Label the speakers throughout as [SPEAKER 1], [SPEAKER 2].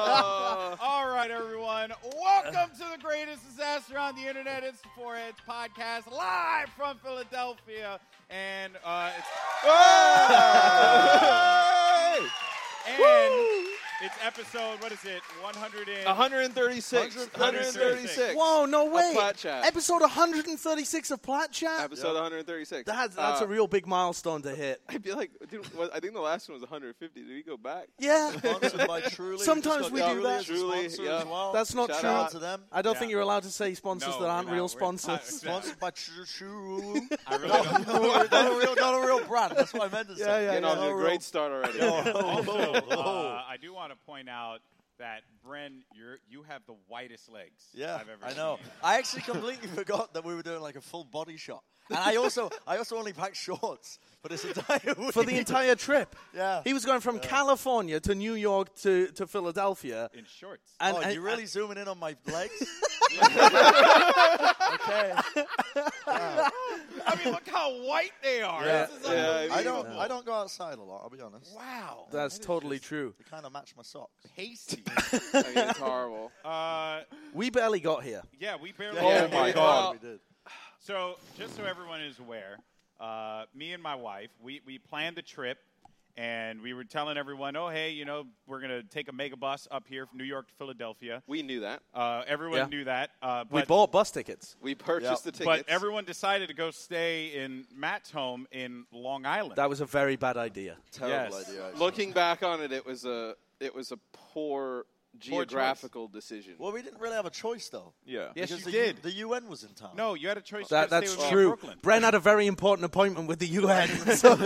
[SPEAKER 1] All right, everyone. Welcome to the greatest disaster on the internet. It's the Four Edge Podcast, live from Philadelphia. And uh, it's and it's episode, what is it? 100 and
[SPEAKER 2] 136.
[SPEAKER 1] 136.
[SPEAKER 2] 136.
[SPEAKER 3] Whoa, no way.
[SPEAKER 2] Plot Chat.
[SPEAKER 3] Episode 136 of Plot Chat?
[SPEAKER 2] Episode 136.
[SPEAKER 3] That's, that's
[SPEAKER 2] Uh,
[SPEAKER 3] a real big milestone to hit.
[SPEAKER 2] I feel like, dude, what, I think the last one was 150. Did we go back?
[SPEAKER 3] Yeah.
[SPEAKER 4] Sponsored by Truly.
[SPEAKER 3] Sometimes
[SPEAKER 4] Just
[SPEAKER 3] we
[SPEAKER 4] got
[SPEAKER 3] do
[SPEAKER 4] Truly
[SPEAKER 3] that.
[SPEAKER 4] as a
[SPEAKER 2] Truly,
[SPEAKER 4] sponsor
[SPEAKER 2] yeah.
[SPEAKER 4] as well.
[SPEAKER 3] That's not
[SPEAKER 2] Shout
[SPEAKER 3] true.
[SPEAKER 4] out to them.
[SPEAKER 3] I don't
[SPEAKER 1] Yeah.
[SPEAKER 3] think you're allowed to say sponsors
[SPEAKER 1] No,
[SPEAKER 3] that aren't
[SPEAKER 1] we're not.
[SPEAKER 3] real
[SPEAKER 1] We're-
[SPEAKER 3] sponsors.
[SPEAKER 1] I-
[SPEAKER 4] Sponsored by Tru- Truly.
[SPEAKER 1] I really don't-
[SPEAKER 4] no, not a real, not a real brand. That's what I meant to say.
[SPEAKER 3] Yeah, yeah,
[SPEAKER 2] Getting
[SPEAKER 3] yeah.
[SPEAKER 2] off to a
[SPEAKER 4] No real-
[SPEAKER 2] great start already.
[SPEAKER 1] Also,
[SPEAKER 4] oh.
[SPEAKER 1] uh, I do want to point out that Bren, you're you have the whitest legs
[SPEAKER 4] Yeah,
[SPEAKER 1] I've ever
[SPEAKER 4] I know.
[SPEAKER 1] seen.
[SPEAKER 4] I actually completely forgot that we were doing like a full body shot, and I also, I also only packed shorts for this entire week.
[SPEAKER 3] For the entire trip.
[SPEAKER 4] Yeah.
[SPEAKER 3] He was going
[SPEAKER 1] Uh.
[SPEAKER 3] from California to New York to, to Philadelphia.
[SPEAKER 1] In shorts.
[SPEAKER 3] And,
[SPEAKER 4] oh,
[SPEAKER 3] and-
[SPEAKER 4] you're really zooming in on my legs. okay.
[SPEAKER 1] I mean, look how white they are.
[SPEAKER 4] Yeah.
[SPEAKER 1] This is
[SPEAKER 2] Yeah,
[SPEAKER 1] unbelievable.
[SPEAKER 2] mean,
[SPEAKER 4] I don't, I don't go outside a lot. I'll be honest.
[SPEAKER 1] Wow.
[SPEAKER 3] that's totally true.
[SPEAKER 4] They kind of match my socks.
[SPEAKER 1] Hasty.
[SPEAKER 2] I mean, it's horrible.
[SPEAKER 1] uh,
[SPEAKER 3] We barely got here.
[SPEAKER 1] yeah, we barely.
[SPEAKER 2] Yeah, Oh, yeah, my yeah. God.
[SPEAKER 4] We did.
[SPEAKER 1] So, just so everyone is aware, uh, me and my wife, we, we planned the trip, and we were telling everyone, oh, hey, you know, we're going to take a mega bus up here from New York to Philadelphia.
[SPEAKER 2] We knew that.
[SPEAKER 1] Uh, everyone
[SPEAKER 3] Yeah.
[SPEAKER 1] knew that. Uh, but,
[SPEAKER 3] we bought bus tickets.
[SPEAKER 2] We purchased
[SPEAKER 4] Yeah.
[SPEAKER 2] the
[SPEAKER 1] but
[SPEAKER 2] tickets.
[SPEAKER 1] everyone decided to go stay in Matt's home in Long Island.
[SPEAKER 3] That was a very bad idea.
[SPEAKER 4] Terrible
[SPEAKER 1] Yes.
[SPEAKER 4] idea. Actually.
[SPEAKER 2] Looking back on it, it was a it was a poor, geographical decision.
[SPEAKER 4] Well, we didn't really have a choice though.
[SPEAKER 2] yeah.
[SPEAKER 1] Yes,
[SPEAKER 4] Because
[SPEAKER 1] you
[SPEAKER 4] the U-
[SPEAKER 1] did.
[SPEAKER 4] the UN was in town.
[SPEAKER 1] no, you had a choice.
[SPEAKER 3] That,
[SPEAKER 1] to go
[SPEAKER 3] that's
[SPEAKER 1] stay with me in
[SPEAKER 3] true.
[SPEAKER 1] Brooklyn.
[SPEAKER 3] Bren had a very important appointment with the UN, so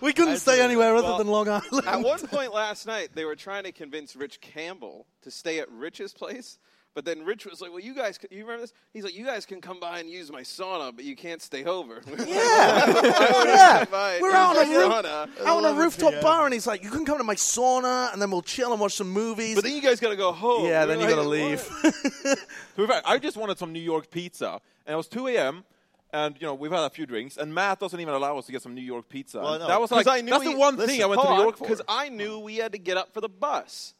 [SPEAKER 3] we couldn't stay anywhere other than Long Island.
[SPEAKER 2] At one point last night, they were trying to convince Rich Campbell to stay at Rich's place. But then Rich was like, "Well, you guys, c- you remember this?" He's like, "You guys can come by and use my sauna, but you can't stay over."
[SPEAKER 3] Oh, yeah,
[SPEAKER 2] Right.
[SPEAKER 3] we're out on a,
[SPEAKER 2] Use
[SPEAKER 3] roof,
[SPEAKER 2] my sauna.
[SPEAKER 3] out on a
[SPEAKER 4] 11
[SPEAKER 3] rooftop
[SPEAKER 4] PM.
[SPEAKER 3] bar, and he's like, "You can come to my sauna, and then we'll chill and watch some movies."
[SPEAKER 2] But then you guys gotta go home.
[SPEAKER 3] yeah,
[SPEAKER 2] We're
[SPEAKER 3] then you
[SPEAKER 2] like,
[SPEAKER 3] gotta
[SPEAKER 2] "What?"
[SPEAKER 3] leave.
[SPEAKER 5] To be fair, I just wanted some New York pizza, and it was 2 a.m. And you know we've had a few drinks, and Matt doesn't even allow us to get some New York pizza.
[SPEAKER 4] Well, no,
[SPEAKER 5] that was
[SPEAKER 2] 'Cause
[SPEAKER 5] like
[SPEAKER 2] I knew
[SPEAKER 5] that's
[SPEAKER 2] he-
[SPEAKER 5] the one
[SPEAKER 2] listen,
[SPEAKER 5] thing I went to New
[SPEAKER 2] hold
[SPEAKER 5] York
[SPEAKER 2] on,
[SPEAKER 5] for.
[SPEAKER 2] I knew we had to get up for the bus.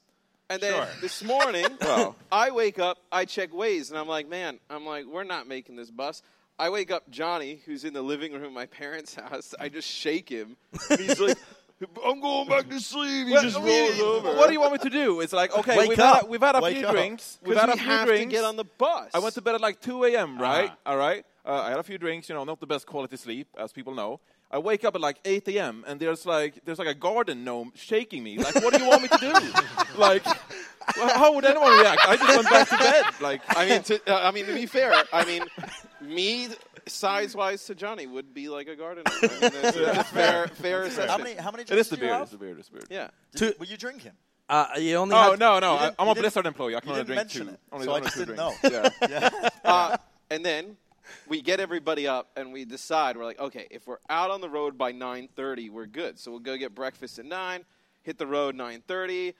[SPEAKER 2] And then
[SPEAKER 1] Sure.
[SPEAKER 2] this morning,
[SPEAKER 5] Wow.
[SPEAKER 2] I wake up, I check Waze, and I'm like, man, I'm like, we're not making this bus. I wake up Johnny, who's in the living room of my parents' house. I just shake him. And he's like, I'm going back to sleep. He just rolls over.
[SPEAKER 5] What do you want me to do? It's like okay,
[SPEAKER 3] Wake
[SPEAKER 5] we've,
[SPEAKER 3] up.
[SPEAKER 5] Had a, we've had a
[SPEAKER 4] Wake
[SPEAKER 5] few
[SPEAKER 4] up.
[SPEAKER 5] drinks. We've
[SPEAKER 2] 'Cause
[SPEAKER 5] had a
[SPEAKER 2] we
[SPEAKER 5] few
[SPEAKER 2] have
[SPEAKER 5] drinks.
[SPEAKER 2] to get on the bus.
[SPEAKER 5] I went to bed at like 2 a.m. Right,
[SPEAKER 1] Uh-huh.
[SPEAKER 5] all right. Uh, I had a few drinks. You know, not the best quality sleep, as people know. I wake up at like 8 a.m. and there's like there's like a garden gnome shaking me. Like, what do you want me to do? like, well, how would anyone react? I just went back to bed. Like,
[SPEAKER 2] I mean, to, uh, I mean, to be fair, I mean, me size-wise to Johnny would be like a gardener. I mean, that's, that's fair, fair assessment.
[SPEAKER 4] How many? How many?
[SPEAKER 5] it
[SPEAKER 4] drinks
[SPEAKER 5] is the
[SPEAKER 4] did you
[SPEAKER 5] beard.
[SPEAKER 4] have?
[SPEAKER 5] It's the beard. It's the beard.
[SPEAKER 2] Yeah.
[SPEAKER 4] Did- Were you drinking?
[SPEAKER 3] uh, you only
[SPEAKER 5] Oh
[SPEAKER 3] had-
[SPEAKER 5] no no!
[SPEAKER 4] didn't-
[SPEAKER 5] I, I'm
[SPEAKER 4] you
[SPEAKER 5] a
[SPEAKER 4] didn't-
[SPEAKER 5] Blizzard employee. I can
[SPEAKER 4] you
[SPEAKER 5] only
[SPEAKER 4] didn't
[SPEAKER 5] drink
[SPEAKER 4] mention
[SPEAKER 5] two.
[SPEAKER 4] it,
[SPEAKER 5] Only
[SPEAKER 4] so I
[SPEAKER 5] only
[SPEAKER 4] just
[SPEAKER 5] two
[SPEAKER 4] didn't
[SPEAKER 5] drinks.
[SPEAKER 4] know.
[SPEAKER 5] Yeah.
[SPEAKER 2] Uh, and then we get everybody up and we decide we're like, okay, if we're out on the road by 9:30, we're good. So we'll go get breakfast at 9, hit the road 9:30.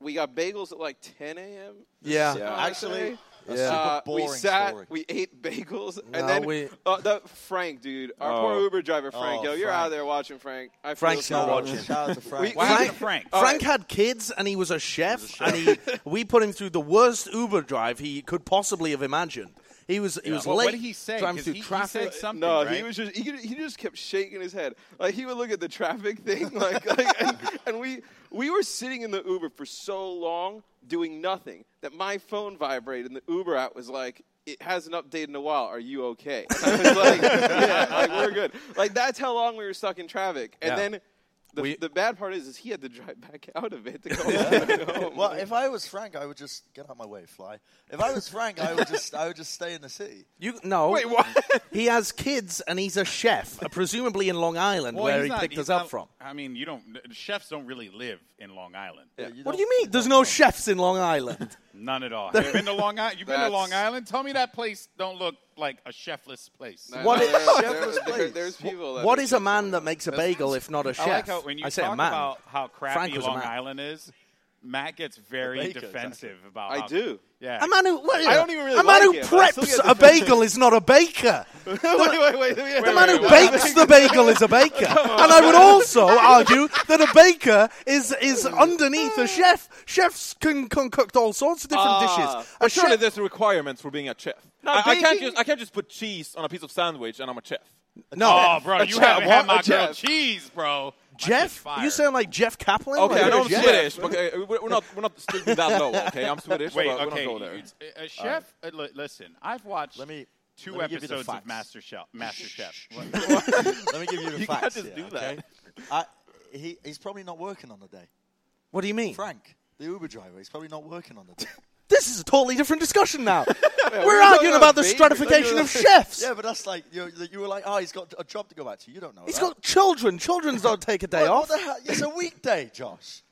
[SPEAKER 2] We got bagels at like 10 a.m.
[SPEAKER 3] Yeah.
[SPEAKER 2] Uh,
[SPEAKER 4] Actually, a
[SPEAKER 3] Yeah.
[SPEAKER 4] super
[SPEAKER 2] uh,
[SPEAKER 4] boring
[SPEAKER 2] we sat,
[SPEAKER 4] story.
[SPEAKER 2] we ate bagels,
[SPEAKER 3] No,
[SPEAKER 2] and then
[SPEAKER 3] we-
[SPEAKER 2] uh, that Frank, dude, our poor
[SPEAKER 5] Oh.
[SPEAKER 2] Uber driver Frank.
[SPEAKER 4] Oh,
[SPEAKER 2] yo, you're
[SPEAKER 4] Frank.
[SPEAKER 2] out there watching Frank. I feel
[SPEAKER 3] Frank's
[SPEAKER 2] so
[SPEAKER 3] not
[SPEAKER 2] bad.
[SPEAKER 3] watching.
[SPEAKER 4] Shout out to Frank.
[SPEAKER 2] We-
[SPEAKER 1] Frank, Frank.
[SPEAKER 2] All
[SPEAKER 3] Frank
[SPEAKER 2] right.
[SPEAKER 3] had kids and he was a chef, and he, we put him through the worst Uber drive he could possibly have imagined. He was he was
[SPEAKER 1] Well,
[SPEAKER 3] late
[SPEAKER 1] what did he say?
[SPEAKER 3] driving
[SPEAKER 1] 'Cause
[SPEAKER 3] through
[SPEAKER 1] he, he
[SPEAKER 3] traffic.
[SPEAKER 1] said something,
[SPEAKER 2] No,
[SPEAKER 1] right?
[SPEAKER 2] he was just he, could- he just kept shaking his head. Like he would look at the traffic thing, like, like and, and we we were sitting in the Uber for so long doing nothing that my phone vibrated and the Uber app was like. It hasn't updated in a while. Are you okay? And I was like, yeah, like we're good. Like that's how long we were stuck in traffic. And
[SPEAKER 3] Yeah.
[SPEAKER 2] then the,
[SPEAKER 3] We-
[SPEAKER 2] the bad part is, is he had to drive back out of it to go home.
[SPEAKER 4] Well, if I was Frank, I would just get out of my way, fly. If I was Frank, I would just, I would just stay in the city.
[SPEAKER 3] You no.
[SPEAKER 2] Wait, what?
[SPEAKER 3] He has kids and he's a chef, uh, presumably in Long Island,
[SPEAKER 1] Well,
[SPEAKER 3] where
[SPEAKER 1] he's
[SPEAKER 3] he
[SPEAKER 1] not-
[SPEAKER 3] picked
[SPEAKER 1] he's
[SPEAKER 3] us up
[SPEAKER 1] not-
[SPEAKER 3] from.
[SPEAKER 1] I mean, you don't. Chefs don't really live in Long Island.
[SPEAKER 3] What do you mean? There's no chefs in Long Island.
[SPEAKER 1] None at all. Have you been to Long Island? You've been to
[SPEAKER 2] That's-
[SPEAKER 1] Long Island? Tell me that place don't look like a chefless place.
[SPEAKER 3] What
[SPEAKER 2] there-
[SPEAKER 3] is-
[SPEAKER 2] there- there-
[SPEAKER 4] place.
[SPEAKER 2] there's people. that
[SPEAKER 3] what
[SPEAKER 2] are
[SPEAKER 3] is a
[SPEAKER 2] just-
[SPEAKER 3] man that makes a bagel if not a chef?
[SPEAKER 1] I like how when you
[SPEAKER 3] say a
[SPEAKER 1] talk
[SPEAKER 3] man.
[SPEAKER 1] about how crappy
[SPEAKER 3] Frank was a
[SPEAKER 1] Long
[SPEAKER 3] man.
[SPEAKER 1] Island is, Matt gets very
[SPEAKER 4] The baker,
[SPEAKER 1] defensive about.
[SPEAKER 2] I
[SPEAKER 1] how-
[SPEAKER 2] do.
[SPEAKER 1] Yeah.
[SPEAKER 3] A man who what,
[SPEAKER 2] I don't even really
[SPEAKER 3] a man
[SPEAKER 2] like
[SPEAKER 3] who
[SPEAKER 2] it, but I still
[SPEAKER 3] preps
[SPEAKER 2] get
[SPEAKER 3] a bagel is not a baker.
[SPEAKER 2] wait, wait, wait. let me-
[SPEAKER 3] The man
[SPEAKER 1] wait,
[SPEAKER 3] who
[SPEAKER 1] wait,
[SPEAKER 3] bakes the bagel is a baker, and I would also argue that a baker is is underneath a chef. Chefs can concoct all sorts of different dishes. A
[SPEAKER 5] Ah, But surely
[SPEAKER 3] chef-
[SPEAKER 5] there's requirements for being a chef.
[SPEAKER 2] No,
[SPEAKER 5] I, I can't
[SPEAKER 2] baking-
[SPEAKER 5] just I can't just put cheese on a piece of sandwich and I'm a chef.
[SPEAKER 3] no,
[SPEAKER 1] Oh, bro, you
[SPEAKER 2] chef,
[SPEAKER 1] haven't had
[SPEAKER 2] what? A
[SPEAKER 1] my grilled
[SPEAKER 2] chef.
[SPEAKER 1] cheese, bro.
[SPEAKER 3] Jeff, you sound like Jeff Kaplan.
[SPEAKER 5] Okay,
[SPEAKER 3] like
[SPEAKER 5] I
[SPEAKER 3] a
[SPEAKER 5] know I'm
[SPEAKER 3] chef.
[SPEAKER 5] Swedish. but, Okay, we're we're not we're not still that low. Okay, I'm Swedish.
[SPEAKER 1] Wait,
[SPEAKER 5] but we
[SPEAKER 1] okay.
[SPEAKER 5] don't go there.
[SPEAKER 1] you- A chef, uh, li- listen, I've watched
[SPEAKER 4] Let me-
[SPEAKER 1] two
[SPEAKER 4] let me give you the
[SPEAKER 1] episodes of
[SPEAKER 4] facts.
[SPEAKER 1] Master Chef. Master Chef.
[SPEAKER 4] Let me give you the
[SPEAKER 5] You can't
[SPEAKER 4] facts.
[SPEAKER 5] just
[SPEAKER 4] here,
[SPEAKER 5] do that.
[SPEAKER 4] okay? I, he, he's probably not working on the day.
[SPEAKER 3] What do you mean?
[SPEAKER 4] Frank, the Uber driver, he's probably not working on the day.
[SPEAKER 3] This is a totally different discussion now.
[SPEAKER 2] we're
[SPEAKER 3] we're
[SPEAKER 2] talking
[SPEAKER 3] arguing
[SPEAKER 2] about
[SPEAKER 3] about the
[SPEAKER 2] bakers.
[SPEAKER 3] stratification of chefs.
[SPEAKER 4] yeah, but that's like you, you were like, oh, he's got a job to go back to. You don't know.
[SPEAKER 3] He's
[SPEAKER 4] that.
[SPEAKER 3] got children. Children don't take a day
[SPEAKER 4] What-
[SPEAKER 3] off.
[SPEAKER 4] What the hell? It's a weekday, Josh.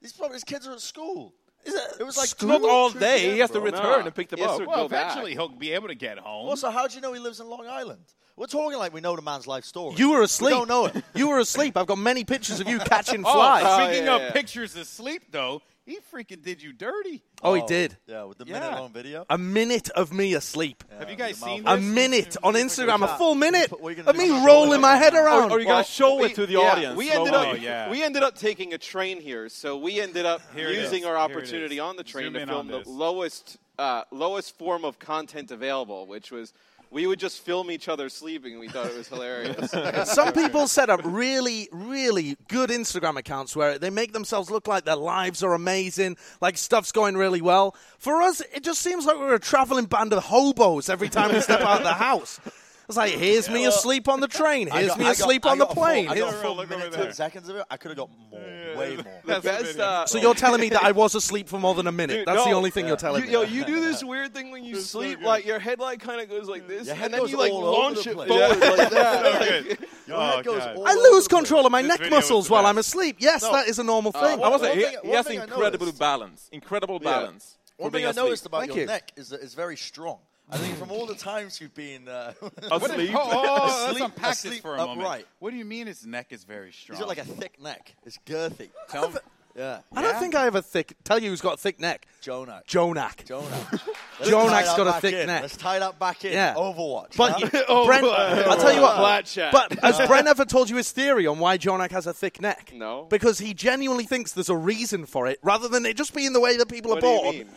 [SPEAKER 4] He's probably his kids are at school. Is it, it was like
[SPEAKER 3] School?
[SPEAKER 5] Not
[SPEAKER 4] two-
[SPEAKER 5] all
[SPEAKER 4] two
[SPEAKER 5] day. He
[SPEAKER 4] p.m.,
[SPEAKER 5] has to
[SPEAKER 4] bro.
[SPEAKER 5] return
[SPEAKER 2] Nah.
[SPEAKER 5] and pick them
[SPEAKER 2] Yes,
[SPEAKER 5] up.
[SPEAKER 2] sir.
[SPEAKER 1] Well,
[SPEAKER 2] Go back.
[SPEAKER 1] eventually he'll be able to get home.
[SPEAKER 4] Also, how do you know he lives in Long Island? We're talking like we know the man's life story.
[SPEAKER 3] You were
[SPEAKER 4] We
[SPEAKER 3] asleep.
[SPEAKER 4] don't know it.
[SPEAKER 3] You were asleep. I've got many pictures of you catching
[SPEAKER 1] Oh,
[SPEAKER 3] flies.
[SPEAKER 2] uh,
[SPEAKER 1] speaking
[SPEAKER 2] yeah,
[SPEAKER 1] of
[SPEAKER 2] yeah.
[SPEAKER 1] pictures of sleep, though, he freaking did you dirty.
[SPEAKER 3] oh, he did.
[SPEAKER 4] Yeah, with the
[SPEAKER 1] Yeah.
[SPEAKER 4] minute-long video.
[SPEAKER 3] A minute of me asleep.
[SPEAKER 1] Have you guys
[SPEAKER 4] the
[SPEAKER 1] seen
[SPEAKER 3] A
[SPEAKER 1] this?
[SPEAKER 3] minute on Instagram, a full minute
[SPEAKER 4] What are you gonna
[SPEAKER 3] of
[SPEAKER 4] do?
[SPEAKER 3] me
[SPEAKER 4] I'm not
[SPEAKER 3] rolling
[SPEAKER 4] rolling
[SPEAKER 3] my head
[SPEAKER 5] Or,
[SPEAKER 3] around.
[SPEAKER 5] or you gotta show
[SPEAKER 2] we-
[SPEAKER 5] it to the
[SPEAKER 2] yeah,
[SPEAKER 5] audience.
[SPEAKER 2] We ended
[SPEAKER 5] slowly.
[SPEAKER 2] up,
[SPEAKER 1] Oh, yeah.
[SPEAKER 2] we ended up taking a train here, so we ended up
[SPEAKER 1] Here it
[SPEAKER 2] using
[SPEAKER 1] is.
[SPEAKER 2] our
[SPEAKER 1] Here it is.
[SPEAKER 2] opportunity on the train
[SPEAKER 1] Zoom
[SPEAKER 2] to
[SPEAKER 1] in on
[SPEAKER 2] film the
[SPEAKER 1] this.
[SPEAKER 2] lowest, uh, lowest form of content available, which was we would just film each other sleeping, and we thought it was hilarious.
[SPEAKER 3] Some people set up really, really good Instagram accounts where they make themselves look like their lives are amazing, like stuff's going really well. For us, it just seems like we're a traveling band of hobos every time we step out of the house. It's like, here's me asleep on the train,
[SPEAKER 4] I
[SPEAKER 3] here's
[SPEAKER 4] got-
[SPEAKER 3] me
[SPEAKER 4] I got-
[SPEAKER 3] asleep
[SPEAKER 4] I
[SPEAKER 3] on the
[SPEAKER 4] got four-
[SPEAKER 3] plane.
[SPEAKER 4] I
[SPEAKER 1] Here,
[SPEAKER 4] got four
[SPEAKER 1] look over
[SPEAKER 4] minutes
[SPEAKER 1] there.
[SPEAKER 4] and seconds of it. I could have got more, way more.
[SPEAKER 2] the best. Uh,
[SPEAKER 3] So you're telling me that I was asleep for more than a minute?
[SPEAKER 2] Dude,
[SPEAKER 3] That's the
[SPEAKER 2] no.
[SPEAKER 3] only thing you're telling
[SPEAKER 2] You,
[SPEAKER 3] me.
[SPEAKER 2] yo, you do this weird thing when you sleep, like your headlight kind of goes like this,
[SPEAKER 4] Your head
[SPEAKER 2] and then
[SPEAKER 4] goes
[SPEAKER 2] you like
[SPEAKER 4] all over
[SPEAKER 2] launch
[SPEAKER 4] the
[SPEAKER 2] it
[SPEAKER 4] place.
[SPEAKER 2] forward like that.
[SPEAKER 1] So good.
[SPEAKER 4] Your head
[SPEAKER 1] Oh,
[SPEAKER 4] goes
[SPEAKER 1] God.
[SPEAKER 4] all
[SPEAKER 3] I
[SPEAKER 4] over
[SPEAKER 3] lose
[SPEAKER 4] the place.
[SPEAKER 3] control of my
[SPEAKER 1] This
[SPEAKER 3] neck
[SPEAKER 1] video was
[SPEAKER 3] muscles
[SPEAKER 1] the
[SPEAKER 3] while
[SPEAKER 1] best.
[SPEAKER 3] I'm asleep. Yes, that is a normal thing.
[SPEAKER 5] I
[SPEAKER 4] One
[SPEAKER 5] must say,
[SPEAKER 4] thing-
[SPEAKER 5] he,
[SPEAKER 4] one
[SPEAKER 5] he has
[SPEAKER 4] thing I
[SPEAKER 5] incredible
[SPEAKER 4] noticed-
[SPEAKER 5] balance. Incredible balance. for
[SPEAKER 4] One
[SPEAKER 5] being
[SPEAKER 4] thing I
[SPEAKER 5] asleep.
[SPEAKER 4] noticed about
[SPEAKER 3] Thank
[SPEAKER 4] your
[SPEAKER 3] you.
[SPEAKER 4] neck is that it's very strong. I think from all the times you've been, uh,
[SPEAKER 1] What
[SPEAKER 5] Asleep.
[SPEAKER 1] is, oh, oh, let's
[SPEAKER 4] Asleep-
[SPEAKER 1] unpack this
[SPEAKER 4] asleep
[SPEAKER 1] for a moment.
[SPEAKER 4] upright.
[SPEAKER 1] What do you mean his neck is very strong?
[SPEAKER 4] he's got like a thick neck. It's girthy.
[SPEAKER 3] Tell him-
[SPEAKER 4] Yeah,
[SPEAKER 3] I don't
[SPEAKER 1] Yeah.
[SPEAKER 3] think I have a thick. Tell you who's got a thick neck.
[SPEAKER 4] Jonak.
[SPEAKER 3] Jonak.
[SPEAKER 4] Jonak. Let's tie
[SPEAKER 3] Jonak's
[SPEAKER 4] that
[SPEAKER 3] got a
[SPEAKER 4] back
[SPEAKER 3] thick
[SPEAKER 4] in.
[SPEAKER 3] neck.
[SPEAKER 4] Let's tie that back in.
[SPEAKER 3] Yeah.
[SPEAKER 4] Overwatch.
[SPEAKER 3] But
[SPEAKER 4] huh?
[SPEAKER 3] you, Brent, I'll tell you what.
[SPEAKER 2] Flat chat.
[SPEAKER 3] But has Brent ever told you his theory on why Jonak has a thick neck?
[SPEAKER 2] No.
[SPEAKER 3] Because he genuinely thinks there's a reason for it, rather than it just being the way that people
[SPEAKER 2] What
[SPEAKER 3] are
[SPEAKER 2] do you
[SPEAKER 3] born.
[SPEAKER 2] mean?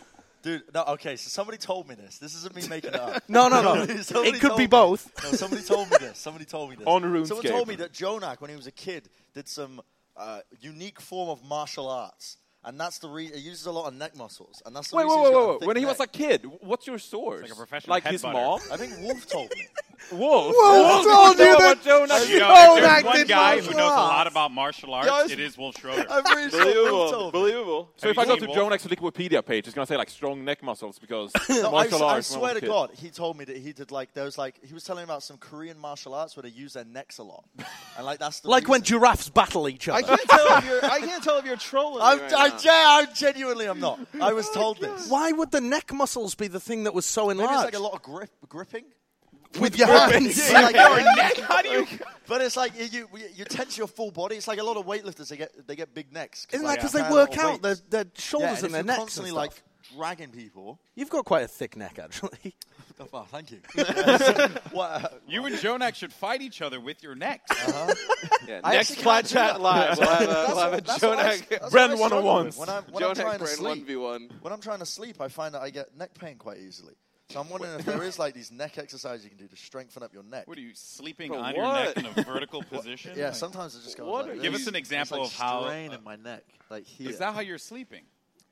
[SPEAKER 4] Dude, no, okay, so somebody told me this. This isn't me making it up.
[SPEAKER 3] No, no, no.
[SPEAKER 4] Somebody
[SPEAKER 3] It could
[SPEAKER 4] told
[SPEAKER 3] be
[SPEAKER 4] me-
[SPEAKER 3] both.
[SPEAKER 4] No, somebody told me this. Somebody told me this.
[SPEAKER 5] On
[SPEAKER 4] Someone
[SPEAKER 5] RuneScape.
[SPEAKER 4] told me that Jonak, when he was a kid, did some uh, unique form of martial arts. And that's the reason, he uses a lot of neck muscles. And that's the
[SPEAKER 5] Wait, wait,
[SPEAKER 4] reason
[SPEAKER 5] wait,
[SPEAKER 4] he's got
[SPEAKER 5] wait,
[SPEAKER 4] a
[SPEAKER 5] wait.
[SPEAKER 4] thick
[SPEAKER 5] When he
[SPEAKER 4] neck.
[SPEAKER 5] was a kid, what's your source?
[SPEAKER 1] Like a professional
[SPEAKER 5] Like his
[SPEAKER 1] headbutter.
[SPEAKER 5] mom?
[SPEAKER 4] I think Wolf told me.
[SPEAKER 5] Wolf.
[SPEAKER 3] Wolf told you that-
[SPEAKER 1] You know,
[SPEAKER 3] Oh,
[SPEAKER 1] if there's
[SPEAKER 3] that
[SPEAKER 1] one
[SPEAKER 3] did
[SPEAKER 1] guy
[SPEAKER 3] martial
[SPEAKER 1] who knows a lot
[SPEAKER 3] arts.
[SPEAKER 1] about martial arts,
[SPEAKER 2] Yes.
[SPEAKER 1] it is Wolf Schroeder.
[SPEAKER 4] I'm pretty sure Wolf
[SPEAKER 2] Believable,
[SPEAKER 4] told me.
[SPEAKER 2] believable.
[SPEAKER 5] So if
[SPEAKER 1] Have
[SPEAKER 5] I
[SPEAKER 1] you
[SPEAKER 5] go
[SPEAKER 1] seen
[SPEAKER 5] to
[SPEAKER 1] Wolf?
[SPEAKER 5] Jonak's Wikipedia page, it's going to say like strong neck muscles because
[SPEAKER 4] No, I,
[SPEAKER 5] martial
[SPEAKER 4] I
[SPEAKER 5] arts. when I
[SPEAKER 4] swear
[SPEAKER 5] was a
[SPEAKER 4] to
[SPEAKER 5] kid.
[SPEAKER 4] God, he told me that he did like there was like he was telling me about some Korean martial arts where they use their necks a lot, and like that's the
[SPEAKER 3] Like when
[SPEAKER 4] reason.
[SPEAKER 3] giraffes battle each
[SPEAKER 2] I
[SPEAKER 3] other.
[SPEAKER 2] can't tell if you're. I can't tell if you're trolling.
[SPEAKER 4] I'm,
[SPEAKER 2] me right
[SPEAKER 4] I,
[SPEAKER 2] now.
[SPEAKER 4] yeah, I'm genuinely I'm not. I was told this.
[SPEAKER 3] Why would the neck muscles be the thing that was so
[SPEAKER 4] Maybe it's
[SPEAKER 3] enlarged
[SPEAKER 4] like a lot of grip, gripping.
[SPEAKER 3] with your hands?
[SPEAKER 4] Yeah, like,
[SPEAKER 1] How do you?
[SPEAKER 4] but it's like you, you you tense your full body. It's like a lot of weightlifters. They get they get big necks.
[SPEAKER 3] Isn't that
[SPEAKER 4] like,
[SPEAKER 3] because
[SPEAKER 4] you
[SPEAKER 3] they
[SPEAKER 4] carry a lot
[SPEAKER 3] work
[SPEAKER 4] of
[SPEAKER 3] out their,
[SPEAKER 4] weights.
[SPEAKER 3] their
[SPEAKER 4] yeah, and
[SPEAKER 3] shoulders and
[SPEAKER 4] if
[SPEAKER 3] their
[SPEAKER 4] you're
[SPEAKER 3] necks? and
[SPEAKER 4] constantly
[SPEAKER 3] stuff?
[SPEAKER 4] like dragging people.
[SPEAKER 3] You've got quite a thick neck, actually.
[SPEAKER 4] Oh, wow, thank you. Uh, what, uh,
[SPEAKER 1] You and Jonak should fight each other with your necks.
[SPEAKER 2] Yeah,
[SPEAKER 4] I
[SPEAKER 2] next
[SPEAKER 4] actually
[SPEAKER 2] flat
[SPEAKER 4] can't do
[SPEAKER 2] chat
[SPEAKER 4] that.
[SPEAKER 2] live. We'll have a,
[SPEAKER 4] That's
[SPEAKER 2] we'll have a
[SPEAKER 4] what- that's what I-
[SPEAKER 2] Jonak,
[SPEAKER 4] that's what I
[SPEAKER 5] Brand
[SPEAKER 4] struggle with.
[SPEAKER 5] 101s.
[SPEAKER 4] When I'm, when I'm
[SPEAKER 2] Jonak
[SPEAKER 4] trying to
[SPEAKER 2] Brand
[SPEAKER 4] sleep,
[SPEAKER 2] 1v1.
[SPEAKER 4] when I'm trying to sleep, I find that I get neck pain quite easily. So I'm wondering if there is like these neck exercises you can do to strengthen up your neck.
[SPEAKER 1] What are you sleeping
[SPEAKER 2] For
[SPEAKER 1] on your neck
[SPEAKER 2] what?
[SPEAKER 1] in a vertical position?
[SPEAKER 4] yeah,
[SPEAKER 1] Like,
[SPEAKER 4] sometimes it just goes.
[SPEAKER 2] What
[SPEAKER 4] like
[SPEAKER 2] are
[SPEAKER 1] Give
[SPEAKER 4] this.
[SPEAKER 1] us an
[SPEAKER 4] It's
[SPEAKER 1] example
[SPEAKER 4] like
[SPEAKER 1] of how-
[SPEAKER 4] strain in my neck, like here,
[SPEAKER 1] Is that how you're sleeping?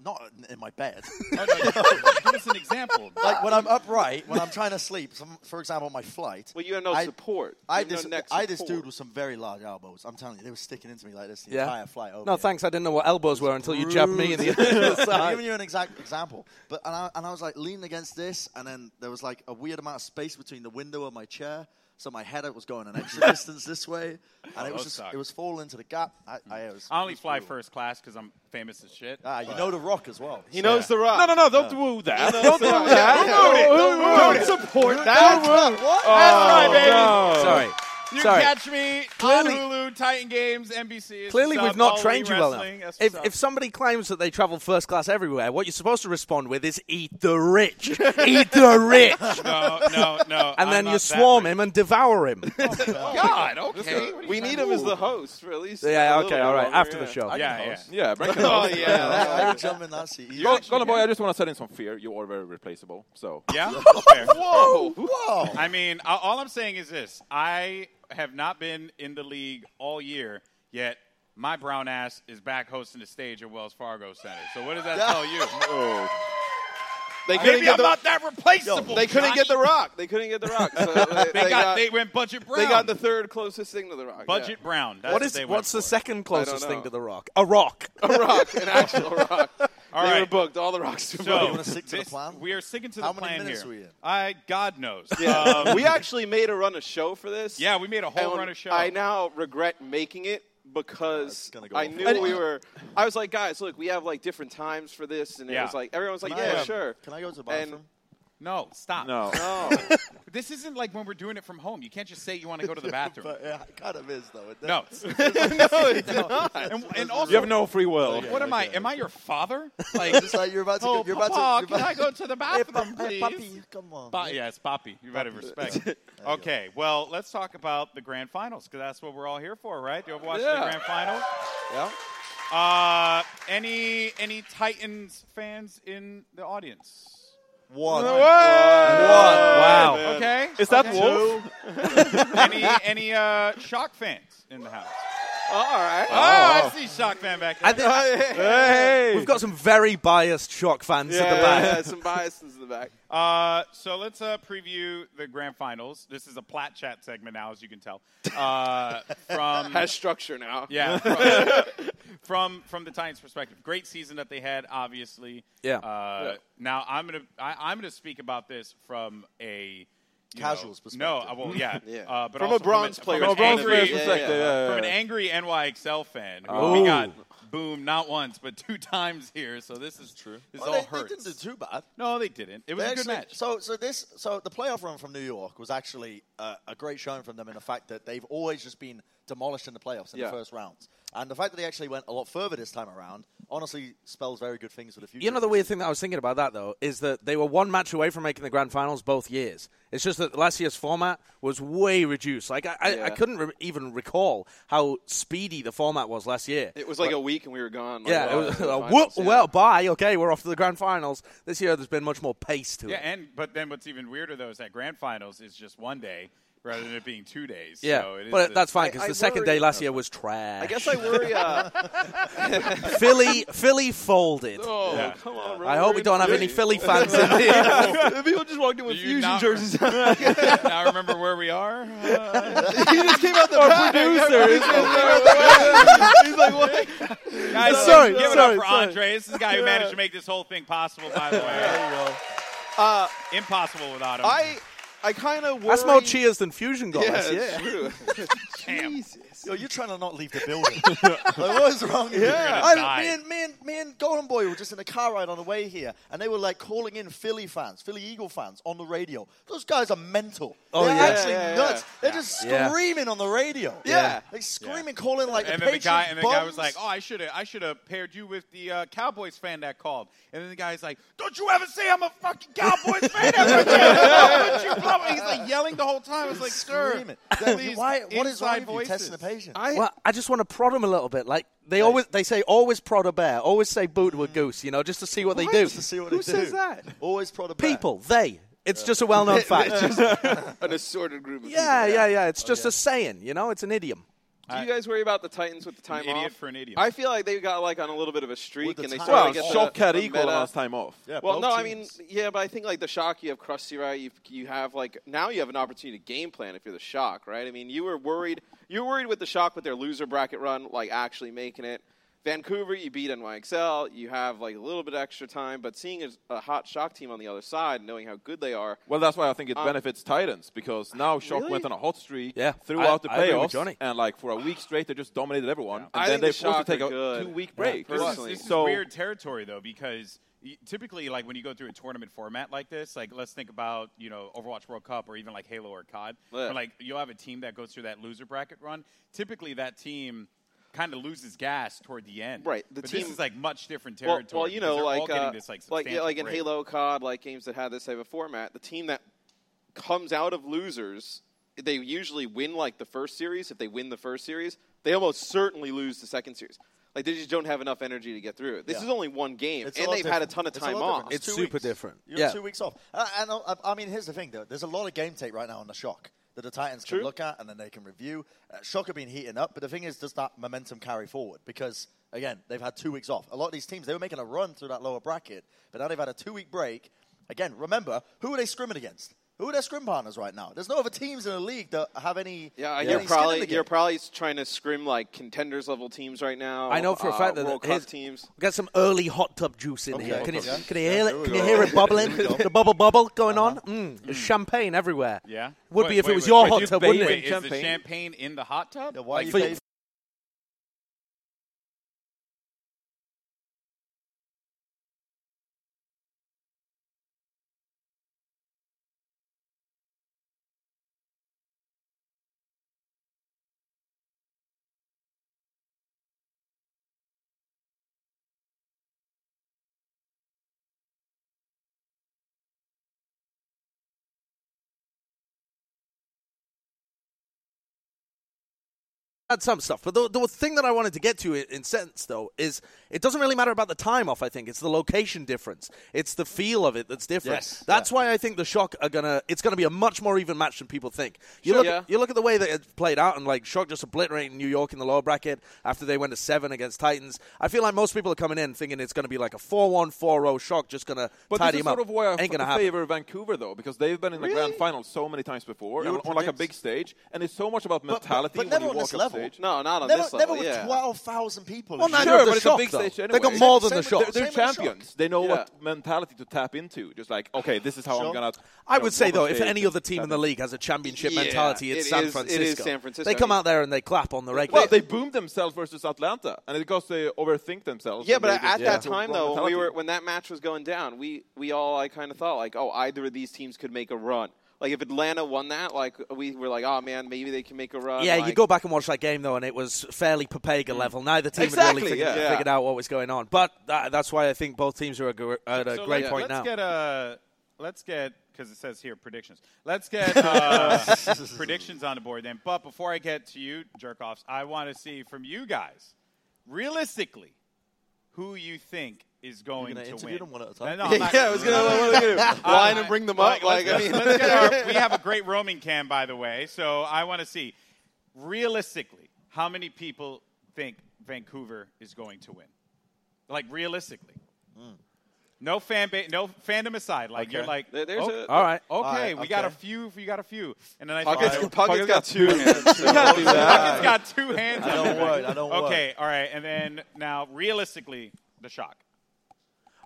[SPEAKER 4] not in- in my bed.
[SPEAKER 1] Oh, no, you- give us an example.
[SPEAKER 4] like when I'm upright, when I'm trying to sleep. Some, for example, on my flight.
[SPEAKER 2] Well, you have no
[SPEAKER 4] I-
[SPEAKER 2] support.
[SPEAKER 4] I
[SPEAKER 2] You have
[SPEAKER 4] had, this,
[SPEAKER 2] no neck
[SPEAKER 4] I had this
[SPEAKER 2] support.
[SPEAKER 4] dude with some very large elbows. I'm telling you, they were sticking into me like this the
[SPEAKER 3] Yeah.
[SPEAKER 4] entire flight over.
[SPEAKER 3] No,
[SPEAKER 4] here.
[SPEAKER 3] thanks. I didn't know what elbows were until you jabbed me in the
[SPEAKER 4] I'm
[SPEAKER 3] side.
[SPEAKER 4] giving you an exact example. But and I, and I was like leaning against this, and then there was like a weird amount of space between the window and my chair, so my head was going an extra distance this way, and it
[SPEAKER 1] Oh, those
[SPEAKER 4] was just,
[SPEAKER 1] suck.
[SPEAKER 4] it was falling into the gap. I, I, was,
[SPEAKER 1] I only
[SPEAKER 4] it was
[SPEAKER 1] fly
[SPEAKER 4] brutal.
[SPEAKER 1] first class because I'm famous as shit.
[SPEAKER 4] Ah, you know the rock as well.
[SPEAKER 2] He knows the rock.
[SPEAKER 5] No, no, no! Don't do that! Don't do
[SPEAKER 2] Yeah,
[SPEAKER 5] that!
[SPEAKER 2] yeah,
[SPEAKER 5] Don't do it.
[SPEAKER 1] Oh.
[SPEAKER 2] Don't support that.
[SPEAKER 4] What?
[SPEAKER 5] Oh,
[SPEAKER 3] Sorry.
[SPEAKER 1] You
[SPEAKER 3] Sorry.
[SPEAKER 1] can catch me
[SPEAKER 3] Clearly-
[SPEAKER 1] on Hulu, Titan Games, NBC. It's
[SPEAKER 3] Clearly,
[SPEAKER 1] what's
[SPEAKER 3] we've
[SPEAKER 1] up,
[SPEAKER 3] not
[SPEAKER 1] All
[SPEAKER 3] trained you
[SPEAKER 1] Elite
[SPEAKER 3] well
[SPEAKER 1] Wrestling,
[SPEAKER 3] enough.
[SPEAKER 1] that's
[SPEAKER 3] If,
[SPEAKER 1] what's
[SPEAKER 3] if
[SPEAKER 1] up.
[SPEAKER 3] somebody claims that they travel first class everywhere, what you're supposed to respond with is "Eat the rich, eat the rich,"
[SPEAKER 1] no, no, no, I'm
[SPEAKER 3] and then
[SPEAKER 1] not
[SPEAKER 3] you
[SPEAKER 1] that
[SPEAKER 3] swarm
[SPEAKER 1] rich.
[SPEAKER 3] him and devour him.
[SPEAKER 5] God, okay.
[SPEAKER 2] We need him as the host for at least. a
[SPEAKER 3] yeah.
[SPEAKER 2] little
[SPEAKER 3] Okay. All right.
[SPEAKER 2] longer,
[SPEAKER 3] After the
[SPEAKER 2] yeah.
[SPEAKER 3] show.
[SPEAKER 1] Yeah, yeah.
[SPEAKER 5] Yeah, Brent can
[SPEAKER 2] Oh
[SPEAKER 5] host.
[SPEAKER 2] yeah.
[SPEAKER 4] I would jump in that seat.
[SPEAKER 5] Go- Golden Boy, I just want to set in some fear. You are very replaceable. So
[SPEAKER 1] Yeah. Fair.
[SPEAKER 4] Whoa! Whoa!
[SPEAKER 1] I mean, a- all I'm saying is this: I have not been in the league all year yet. My brown ass is back hosting the stage at Wells Fargo Center. So what does that tell you?
[SPEAKER 2] They couldn't
[SPEAKER 1] Maybe
[SPEAKER 2] get
[SPEAKER 1] I'm
[SPEAKER 2] the,
[SPEAKER 1] not that replaceable.
[SPEAKER 2] they couldn't get
[SPEAKER 1] Johnny.
[SPEAKER 2] the Rock. They couldn't get the Rock. So they,
[SPEAKER 1] They,
[SPEAKER 2] they
[SPEAKER 1] got, they went budget brown.
[SPEAKER 2] they got the third closest thing to the Rock.
[SPEAKER 1] budget brown. That's
[SPEAKER 3] What is?
[SPEAKER 1] they went
[SPEAKER 3] What's the
[SPEAKER 1] for.
[SPEAKER 3] second closest thing
[SPEAKER 2] know.
[SPEAKER 3] to the rock? A rock.
[SPEAKER 2] Yeah. A Rock, an actual Rock.
[SPEAKER 1] All
[SPEAKER 2] they
[SPEAKER 1] right.
[SPEAKER 2] were booked. All the Rocks were
[SPEAKER 1] So
[SPEAKER 4] You wanna stick to the
[SPEAKER 1] this-
[SPEAKER 4] plan?
[SPEAKER 1] we are sticking to
[SPEAKER 4] How
[SPEAKER 1] the
[SPEAKER 4] many
[SPEAKER 1] plan
[SPEAKER 4] minutes
[SPEAKER 1] here.
[SPEAKER 4] are we in?
[SPEAKER 1] I God knows.
[SPEAKER 2] Yeah.
[SPEAKER 1] Um,
[SPEAKER 2] we actually made a run a show for this.
[SPEAKER 1] yeah, we made a whole
[SPEAKER 2] and
[SPEAKER 1] run of show.
[SPEAKER 2] I now regret making it
[SPEAKER 4] it's
[SPEAKER 2] because
[SPEAKER 4] gonna go
[SPEAKER 2] I
[SPEAKER 4] off.
[SPEAKER 2] knew
[SPEAKER 4] And-
[SPEAKER 2] we were. I was like, guys, look, we have like different times for this, and it
[SPEAKER 1] Yeah.
[SPEAKER 2] was like everyone was like,
[SPEAKER 4] Can I,
[SPEAKER 2] yeah,
[SPEAKER 4] um,
[SPEAKER 2] sure.
[SPEAKER 4] Can I go to the
[SPEAKER 2] And-
[SPEAKER 4] bathroom?
[SPEAKER 1] No, stop.
[SPEAKER 5] no.
[SPEAKER 2] No,
[SPEAKER 1] This isn't like when we're doing it from home. You can't just say you want to go to the bathroom.
[SPEAKER 4] But yeah, it kind of is though. It
[SPEAKER 1] no.
[SPEAKER 2] it's
[SPEAKER 1] And, and also,
[SPEAKER 5] You have no free will.
[SPEAKER 1] what am I? Am I your father? Like,
[SPEAKER 4] It's just like you're about to.
[SPEAKER 1] oh,
[SPEAKER 4] go, you're
[SPEAKER 1] Papa,
[SPEAKER 4] about to.
[SPEAKER 1] can I go to the bathroom,
[SPEAKER 4] Hey,
[SPEAKER 1] please?
[SPEAKER 4] puppy, come on.
[SPEAKER 1] Bo- yeah, it's Boppy. You better respect. okay, well, let's talk about the grand finals because that's what we're all here for, right? You ever watch the
[SPEAKER 2] Yeah.
[SPEAKER 1] grand final?
[SPEAKER 2] Yeah.
[SPEAKER 1] Uh, any any Titans fans in the audience?
[SPEAKER 4] One.
[SPEAKER 3] Wow.
[SPEAKER 1] Okay.
[SPEAKER 5] Is that
[SPEAKER 1] okay.
[SPEAKER 5] Wolf?
[SPEAKER 1] any any uh, shock fans in the house?
[SPEAKER 2] all right.
[SPEAKER 1] Oh, I see shock fan back there.
[SPEAKER 3] I think
[SPEAKER 5] Hey.
[SPEAKER 3] we've got some very biased shock fans
[SPEAKER 2] Oh, yeah,
[SPEAKER 3] at the
[SPEAKER 2] yeah,
[SPEAKER 3] back.
[SPEAKER 2] yeah, some biases in the back.
[SPEAKER 1] Uh, so let's uh, preview the grand finals. This is a plat chat segment now, as you can tell. Uh, from
[SPEAKER 2] Has structure now.
[SPEAKER 1] yeah, from, from from the Titans' perspective, great season that they had, obviously.
[SPEAKER 3] Yeah.
[SPEAKER 1] Uh, Now I'm gonna I, I'm gonna speak about this from a you
[SPEAKER 4] Casuals
[SPEAKER 1] know, No,
[SPEAKER 4] perspective.
[SPEAKER 1] uh, well, yeah,
[SPEAKER 2] Yeah.
[SPEAKER 1] uh, but
[SPEAKER 2] From a
[SPEAKER 1] also
[SPEAKER 2] bronze
[SPEAKER 1] from
[SPEAKER 2] player
[SPEAKER 1] from
[SPEAKER 5] Oh,
[SPEAKER 1] an
[SPEAKER 5] Bronze
[SPEAKER 1] angry-
[SPEAKER 5] Bear's
[SPEAKER 2] yeah,
[SPEAKER 5] perspective,
[SPEAKER 2] yeah.
[SPEAKER 5] yeah,
[SPEAKER 1] from an
[SPEAKER 5] yeah.
[SPEAKER 1] angry NYXL fan. who
[SPEAKER 5] Oh.
[SPEAKER 1] We got boom not once but two times here, so this is true. This
[SPEAKER 4] Well,
[SPEAKER 1] all
[SPEAKER 4] Oh, they, they
[SPEAKER 1] hurts.
[SPEAKER 4] didn't do too bad.
[SPEAKER 1] no, they didn't. It was
[SPEAKER 4] They
[SPEAKER 1] a good
[SPEAKER 4] actually-
[SPEAKER 1] match.
[SPEAKER 4] So, so this, so the playoff run from New York was actually uh, a great showing from them in the fact that they've always just been demolished in the playoffs in
[SPEAKER 2] Yeah.
[SPEAKER 4] the first rounds, and the fact that they actually went a lot further this time around honestly spells very good things for the future.
[SPEAKER 3] You know the weird thing that I was thinking about that though is that they were one match away from making the grand finals both years. It's just that last year's format was way reduced. Like I, I, I
[SPEAKER 2] Yeah.
[SPEAKER 3] couldn't re- even recall how speedy the format was last year.
[SPEAKER 2] It was like a week and we were gone. Like, oh,
[SPEAKER 3] yeah,
[SPEAKER 2] well,
[SPEAKER 3] it was,
[SPEAKER 2] to the
[SPEAKER 3] uh,
[SPEAKER 2] finals,
[SPEAKER 3] whoop,
[SPEAKER 2] yeah.
[SPEAKER 3] well, bye. Okay, we're off to the grand finals. This year, there's been much more pace to
[SPEAKER 1] Yeah,
[SPEAKER 3] it.
[SPEAKER 1] and but then what's even weirder though is that grand finals is just one day rather than it being two days.
[SPEAKER 3] Yeah,
[SPEAKER 1] so it is
[SPEAKER 3] but
[SPEAKER 1] a-
[SPEAKER 3] that's fine because
[SPEAKER 2] I- I
[SPEAKER 3] the second
[SPEAKER 2] worry-
[SPEAKER 3] day last year was trash.
[SPEAKER 2] I guess I worry. Uh,
[SPEAKER 3] Philly, Philly folded.
[SPEAKER 2] oh,
[SPEAKER 1] Yeah.
[SPEAKER 2] come on,
[SPEAKER 3] I hope we don't have any Philly fans in here.
[SPEAKER 2] Philly. People just walked in with
[SPEAKER 1] Do you
[SPEAKER 2] fusion
[SPEAKER 1] not-
[SPEAKER 2] jerseys.
[SPEAKER 1] now remember where we are. Uh,
[SPEAKER 2] he just came out the back. He's like, what?
[SPEAKER 1] guys,
[SPEAKER 3] Sorry,
[SPEAKER 1] give it
[SPEAKER 3] sorry,
[SPEAKER 1] up for
[SPEAKER 3] sorry.
[SPEAKER 1] Andre. This is the guy who managed to make this whole thing possible. By the way,
[SPEAKER 2] Uh,
[SPEAKER 1] impossible without him.
[SPEAKER 2] I, I kind of worry.
[SPEAKER 3] That's more cheers than Fusion got
[SPEAKER 2] Yeah,
[SPEAKER 3] last year.
[SPEAKER 2] it's true.
[SPEAKER 1] Damn.
[SPEAKER 2] Jesus.
[SPEAKER 4] Yo, you're trying to not leave the building. like, what is wrong with
[SPEAKER 2] You're
[SPEAKER 1] gonna
[SPEAKER 4] you? I-
[SPEAKER 1] die.
[SPEAKER 4] me, and, me, and, me and Golden Boy were just in a car ride on the way here, and they were like calling in Philly fans, Philly Eagle fans on the radio. Those guys are mental.
[SPEAKER 3] Oh,
[SPEAKER 4] They're
[SPEAKER 3] yeah.
[SPEAKER 4] actually
[SPEAKER 2] Yeah, yeah,
[SPEAKER 4] nuts.
[SPEAKER 2] yeah.
[SPEAKER 4] They're just
[SPEAKER 3] Yeah.
[SPEAKER 4] screaming on the radio.
[SPEAKER 2] Yeah.
[SPEAKER 4] They scream and call in like
[SPEAKER 1] and
[SPEAKER 4] the
[SPEAKER 1] then the guy
[SPEAKER 4] Patriots
[SPEAKER 1] and the guy was like,
[SPEAKER 4] bums.
[SPEAKER 1] "Oh, I should have I should have paired you with the uh, Cowboys fan that called." And then the guy's like, "Don't you ever say I'm a fucking Cowboys fan ever again? Why would you blow it?" He's like yelling the whole time. I was "Oh, like, "Sir,
[SPEAKER 4] Screaming.
[SPEAKER 1] please,
[SPEAKER 4] Why, what is wrong
[SPEAKER 1] inside
[SPEAKER 4] with you testing the
[SPEAKER 1] voices."
[SPEAKER 4] patient?
[SPEAKER 2] I,
[SPEAKER 3] Well, I just want to prod them a little bit. Like they always, they say always prod a bear, always say boot to a goose. You know, just to see what, they do.
[SPEAKER 4] Just to see what
[SPEAKER 2] Who
[SPEAKER 4] they do.
[SPEAKER 2] says that?
[SPEAKER 4] Always prod a bear.
[SPEAKER 3] People, they. It's just a well-known fact.
[SPEAKER 2] an assorted group of
[SPEAKER 3] yeah,
[SPEAKER 2] people.
[SPEAKER 3] yeah, yeah. It's
[SPEAKER 4] Oh,
[SPEAKER 3] just a saying. You know, it's an idiom.
[SPEAKER 2] Do you guys worry about the Titans with the time
[SPEAKER 1] idiot
[SPEAKER 2] off?
[SPEAKER 1] for an idiot.
[SPEAKER 2] I feel like they got like on a little bit of a streak
[SPEAKER 4] With the
[SPEAKER 2] and they
[SPEAKER 4] time
[SPEAKER 2] started
[SPEAKER 5] Well,
[SPEAKER 4] off.
[SPEAKER 2] to get
[SPEAKER 5] Shock
[SPEAKER 2] the,
[SPEAKER 5] had
[SPEAKER 2] the
[SPEAKER 5] equal
[SPEAKER 2] meta.
[SPEAKER 5] last time off.
[SPEAKER 4] Yeah,
[SPEAKER 2] Well,
[SPEAKER 4] both
[SPEAKER 2] no, I mean,
[SPEAKER 4] teams.
[SPEAKER 2] yeah, but I think like the shock, you have Krusty, right? You you have like now you have an opportunity to game plan if you're the shock, right? I mean, you were worried, you were worried with the shock with their loser bracket run, like actually making it. Vancouver, you beat NYXL, you have like a little bit extra time, but seeing a, a hot shock team on the other side, knowing how good they are,
[SPEAKER 5] Well, that's why I think it
[SPEAKER 2] Um,
[SPEAKER 5] benefits Titans because now Shock
[SPEAKER 2] really?
[SPEAKER 5] went on a hot streak
[SPEAKER 3] Yeah,
[SPEAKER 5] throughout
[SPEAKER 3] I-
[SPEAKER 5] the
[SPEAKER 3] I agree with
[SPEAKER 5] playoffs,
[SPEAKER 3] Johnny.
[SPEAKER 5] and like for a week straight, they just dominated everyone. And
[SPEAKER 2] I think
[SPEAKER 5] then
[SPEAKER 2] the
[SPEAKER 5] they forced to
[SPEAKER 2] Shock
[SPEAKER 5] take
[SPEAKER 2] are
[SPEAKER 5] a
[SPEAKER 2] good.
[SPEAKER 5] two-week break.
[SPEAKER 2] Yeah,
[SPEAKER 1] This is,
[SPEAKER 2] personally.
[SPEAKER 1] this is
[SPEAKER 5] so
[SPEAKER 1] weird territory though because y- typically like when you go through a tournament format like this like let's think about you know overwatch world cup or even like halo or cod where,
[SPEAKER 2] Yeah.
[SPEAKER 1] like you'll have a team that goes through that loser bracket run typically that team kind of loses gas toward the end
[SPEAKER 2] Right, the
[SPEAKER 1] but this
[SPEAKER 2] team-
[SPEAKER 1] is like much different
[SPEAKER 2] well,
[SPEAKER 1] territory
[SPEAKER 2] well, you
[SPEAKER 1] because
[SPEAKER 2] know,
[SPEAKER 1] they're all
[SPEAKER 2] like
[SPEAKER 1] getting
[SPEAKER 2] uh,
[SPEAKER 1] this, like,
[SPEAKER 2] like yeah,
[SPEAKER 1] substantial
[SPEAKER 2] like in
[SPEAKER 1] break.
[SPEAKER 2] Halo, COD, like games that had this type of format, the team that comes out of losers, they usually win like the first series. If they win the first series, they almost certainly lose the second series. Like they just don't have enough energy to get through it. This
[SPEAKER 4] Yeah.
[SPEAKER 2] is only one game,
[SPEAKER 4] It's
[SPEAKER 2] and
[SPEAKER 4] lot
[SPEAKER 2] they've had a
[SPEAKER 4] different.
[SPEAKER 2] ton of
[SPEAKER 4] It's
[SPEAKER 2] time
[SPEAKER 4] lot
[SPEAKER 2] off.
[SPEAKER 4] different.
[SPEAKER 3] It's
[SPEAKER 4] two
[SPEAKER 3] super
[SPEAKER 4] weeks.
[SPEAKER 3] different.
[SPEAKER 4] You're
[SPEAKER 3] Yeah.
[SPEAKER 4] two weeks off. Uh, and uh, I mean, here's the thing, though. There's a lot of game tape right now on the Shock that the Titans
[SPEAKER 2] True.
[SPEAKER 4] can look at and then they can review. Uh, Shock have been heating up, but the thing is, does that momentum carry forward? Because again, they've had two weeks off. A lot of these teams they were making a run through that lower bracket, but now they've had a two-week break. Again, remember who are they scrimming against? Who are their scrim partners right now? There's no other teams in the league that have any.
[SPEAKER 2] Yeah,
[SPEAKER 4] have
[SPEAKER 2] you're
[SPEAKER 4] any skin in the
[SPEAKER 2] probably
[SPEAKER 4] game.
[SPEAKER 2] you're probably trying to scrim like contenders level teams right now.
[SPEAKER 3] I know for a
[SPEAKER 2] uh,
[SPEAKER 3] fact that
[SPEAKER 2] World
[SPEAKER 3] his-
[SPEAKER 2] Cup teams.
[SPEAKER 3] we got some early hot tub juice in here.
[SPEAKER 4] Okay.
[SPEAKER 3] Can you,
[SPEAKER 4] Yeah.
[SPEAKER 3] can you hear
[SPEAKER 4] we
[SPEAKER 3] it? Can
[SPEAKER 4] go.
[SPEAKER 3] you hear it bubbling?
[SPEAKER 4] Here we go. Uh-huh.
[SPEAKER 3] the bubble bubble going on. Mm, there's champagne everywhere.
[SPEAKER 1] Yeah.
[SPEAKER 3] would
[SPEAKER 1] Wait,
[SPEAKER 3] be if
[SPEAKER 1] wait,
[SPEAKER 3] it was
[SPEAKER 1] wait,
[SPEAKER 3] your
[SPEAKER 1] wait,
[SPEAKER 3] hot
[SPEAKER 5] you
[SPEAKER 3] tub,
[SPEAKER 5] bathe
[SPEAKER 3] wouldn't
[SPEAKER 1] Wait,
[SPEAKER 3] it?
[SPEAKER 1] is
[SPEAKER 5] Champagne.
[SPEAKER 1] the champagne in the hot tub
[SPEAKER 4] Yeah, why
[SPEAKER 1] Like,
[SPEAKER 4] you
[SPEAKER 3] for-
[SPEAKER 4] pay-
[SPEAKER 3] had some stuff. But the, the thing that I wanted to get to i- in sense, though, is it doesn't really matter about the time off, I think. It's the location difference. It's the feel of it that's different.
[SPEAKER 4] Yes,
[SPEAKER 3] That's why I think the Shock are going to – it's going to be a much more even match than people think. You,
[SPEAKER 2] Sure,
[SPEAKER 3] look,
[SPEAKER 2] yeah.
[SPEAKER 3] you look at the way that it played out and, like, Shock just obliterating New York in the lower bracket after they went to 7 against Titans. I feel like most people are coming in thinking it's going to be like a 4-1, 4-0 Shock just going to
[SPEAKER 5] But
[SPEAKER 3] tidy
[SPEAKER 5] this is
[SPEAKER 3] him
[SPEAKER 5] sort
[SPEAKER 3] up.
[SPEAKER 5] of why I
[SPEAKER 3] Ain't going to
[SPEAKER 5] f-
[SPEAKER 3] happen.
[SPEAKER 5] favor Vancouver though, because they've been in the grand final so many times before
[SPEAKER 4] You
[SPEAKER 5] and
[SPEAKER 4] would
[SPEAKER 5] on like a
[SPEAKER 4] predict-
[SPEAKER 5] big stage, and it's so much about
[SPEAKER 4] but-
[SPEAKER 5] mentality
[SPEAKER 4] but never
[SPEAKER 5] when
[SPEAKER 4] on
[SPEAKER 5] you walk
[SPEAKER 4] this
[SPEAKER 5] up
[SPEAKER 4] level.
[SPEAKER 5] stage.
[SPEAKER 2] No, not on
[SPEAKER 4] Never,
[SPEAKER 2] this
[SPEAKER 4] never
[SPEAKER 2] level.
[SPEAKER 4] with
[SPEAKER 2] yeah.
[SPEAKER 4] 12,000 people.
[SPEAKER 3] Well,
[SPEAKER 4] in the
[SPEAKER 3] neither of
[SPEAKER 5] Sure, but
[SPEAKER 3] the
[SPEAKER 5] it's a
[SPEAKER 3] Shock,
[SPEAKER 5] big
[SPEAKER 3] though.
[SPEAKER 5] stage
[SPEAKER 3] They got
[SPEAKER 5] anyway.
[SPEAKER 3] more
[SPEAKER 4] Same
[SPEAKER 3] than the
[SPEAKER 4] with-
[SPEAKER 3] Shock.
[SPEAKER 5] They're, they're
[SPEAKER 4] Same with Shock.
[SPEAKER 5] champions. They know
[SPEAKER 2] Yeah.
[SPEAKER 5] what mentality to tap into. Just like, okay, this is how I'm
[SPEAKER 4] Sure.
[SPEAKER 5] gonna.
[SPEAKER 3] I
[SPEAKER 5] you know,
[SPEAKER 3] would say
[SPEAKER 5] walk
[SPEAKER 3] though,
[SPEAKER 5] on
[SPEAKER 3] if
[SPEAKER 5] stage
[SPEAKER 3] any
[SPEAKER 5] and
[SPEAKER 3] other team
[SPEAKER 5] tap
[SPEAKER 3] in the
[SPEAKER 5] in.
[SPEAKER 3] league has a championship
[SPEAKER 2] Yeah,
[SPEAKER 3] mentality, it's
[SPEAKER 2] it
[SPEAKER 3] San
[SPEAKER 2] is- it is
[SPEAKER 3] Francisco.
[SPEAKER 2] San Francisco.
[SPEAKER 3] They come out there and they clap on the regular.
[SPEAKER 5] Well, they boomed themselves versus Atlanta, and because they overthink themselves.
[SPEAKER 2] Yeah,
[SPEAKER 5] and
[SPEAKER 2] but
[SPEAKER 5] they just
[SPEAKER 2] at that
[SPEAKER 5] have the
[SPEAKER 2] time
[SPEAKER 5] wrong
[SPEAKER 2] though, when we
[SPEAKER 5] mentality.
[SPEAKER 2] were when that match was going down, we we all I kind of thought like, oh, either of these teams could make a run. Like if Atlanta won that, like we were like, oh man, maybe they can make a run.
[SPEAKER 3] yeah, you
[SPEAKER 2] like- Mm.
[SPEAKER 3] go back and watch that game though, and it was fairly Papega level. Neither team
[SPEAKER 5] Exactly,
[SPEAKER 3] had really figured,
[SPEAKER 2] yeah.
[SPEAKER 3] figured out what was going on, but tha- that's why I think both teams are a gr- at a
[SPEAKER 1] So
[SPEAKER 3] great
[SPEAKER 1] let-
[SPEAKER 3] point
[SPEAKER 1] let's
[SPEAKER 3] now.
[SPEAKER 1] Get a, let's get, because it says here predictions. Let's get uh, predictions on the board then. But before I get to you, jerk offs, I want to see from you guys, realistically, who you think is going
[SPEAKER 4] gonna
[SPEAKER 1] to
[SPEAKER 4] interview
[SPEAKER 1] win.
[SPEAKER 4] them one at a time?
[SPEAKER 1] No, no, I'm
[SPEAKER 2] Yeah,
[SPEAKER 1] not-
[SPEAKER 2] I was gonna what are we gonna do? line and bring them up. Like, I
[SPEAKER 1] let's-
[SPEAKER 2] mean,
[SPEAKER 1] let's get our- we have a great roaming cam, by the way. So I want to see, realistically, how many people think Vancouver is going to win? Like realistically, no fan base, no fandom aside. Like you're
[SPEAKER 4] Okay.
[SPEAKER 1] like,
[SPEAKER 2] There- there's
[SPEAKER 1] "Oh,
[SPEAKER 2] a-
[SPEAKER 3] All right.
[SPEAKER 1] okay,
[SPEAKER 4] right,
[SPEAKER 1] we got a
[SPEAKER 4] okay.
[SPEAKER 1] few, we got a few, and then I
[SPEAKER 2] Puckett's,
[SPEAKER 1] thought.
[SPEAKER 2] Puckett's got two hands.
[SPEAKER 1] It's
[SPEAKER 2] so-
[SPEAKER 1] got two hands.
[SPEAKER 4] I
[SPEAKER 1] on
[SPEAKER 4] don't
[SPEAKER 1] it.
[SPEAKER 4] worry, I don't worry.
[SPEAKER 1] Okay, all right, and then now realistically, the shock.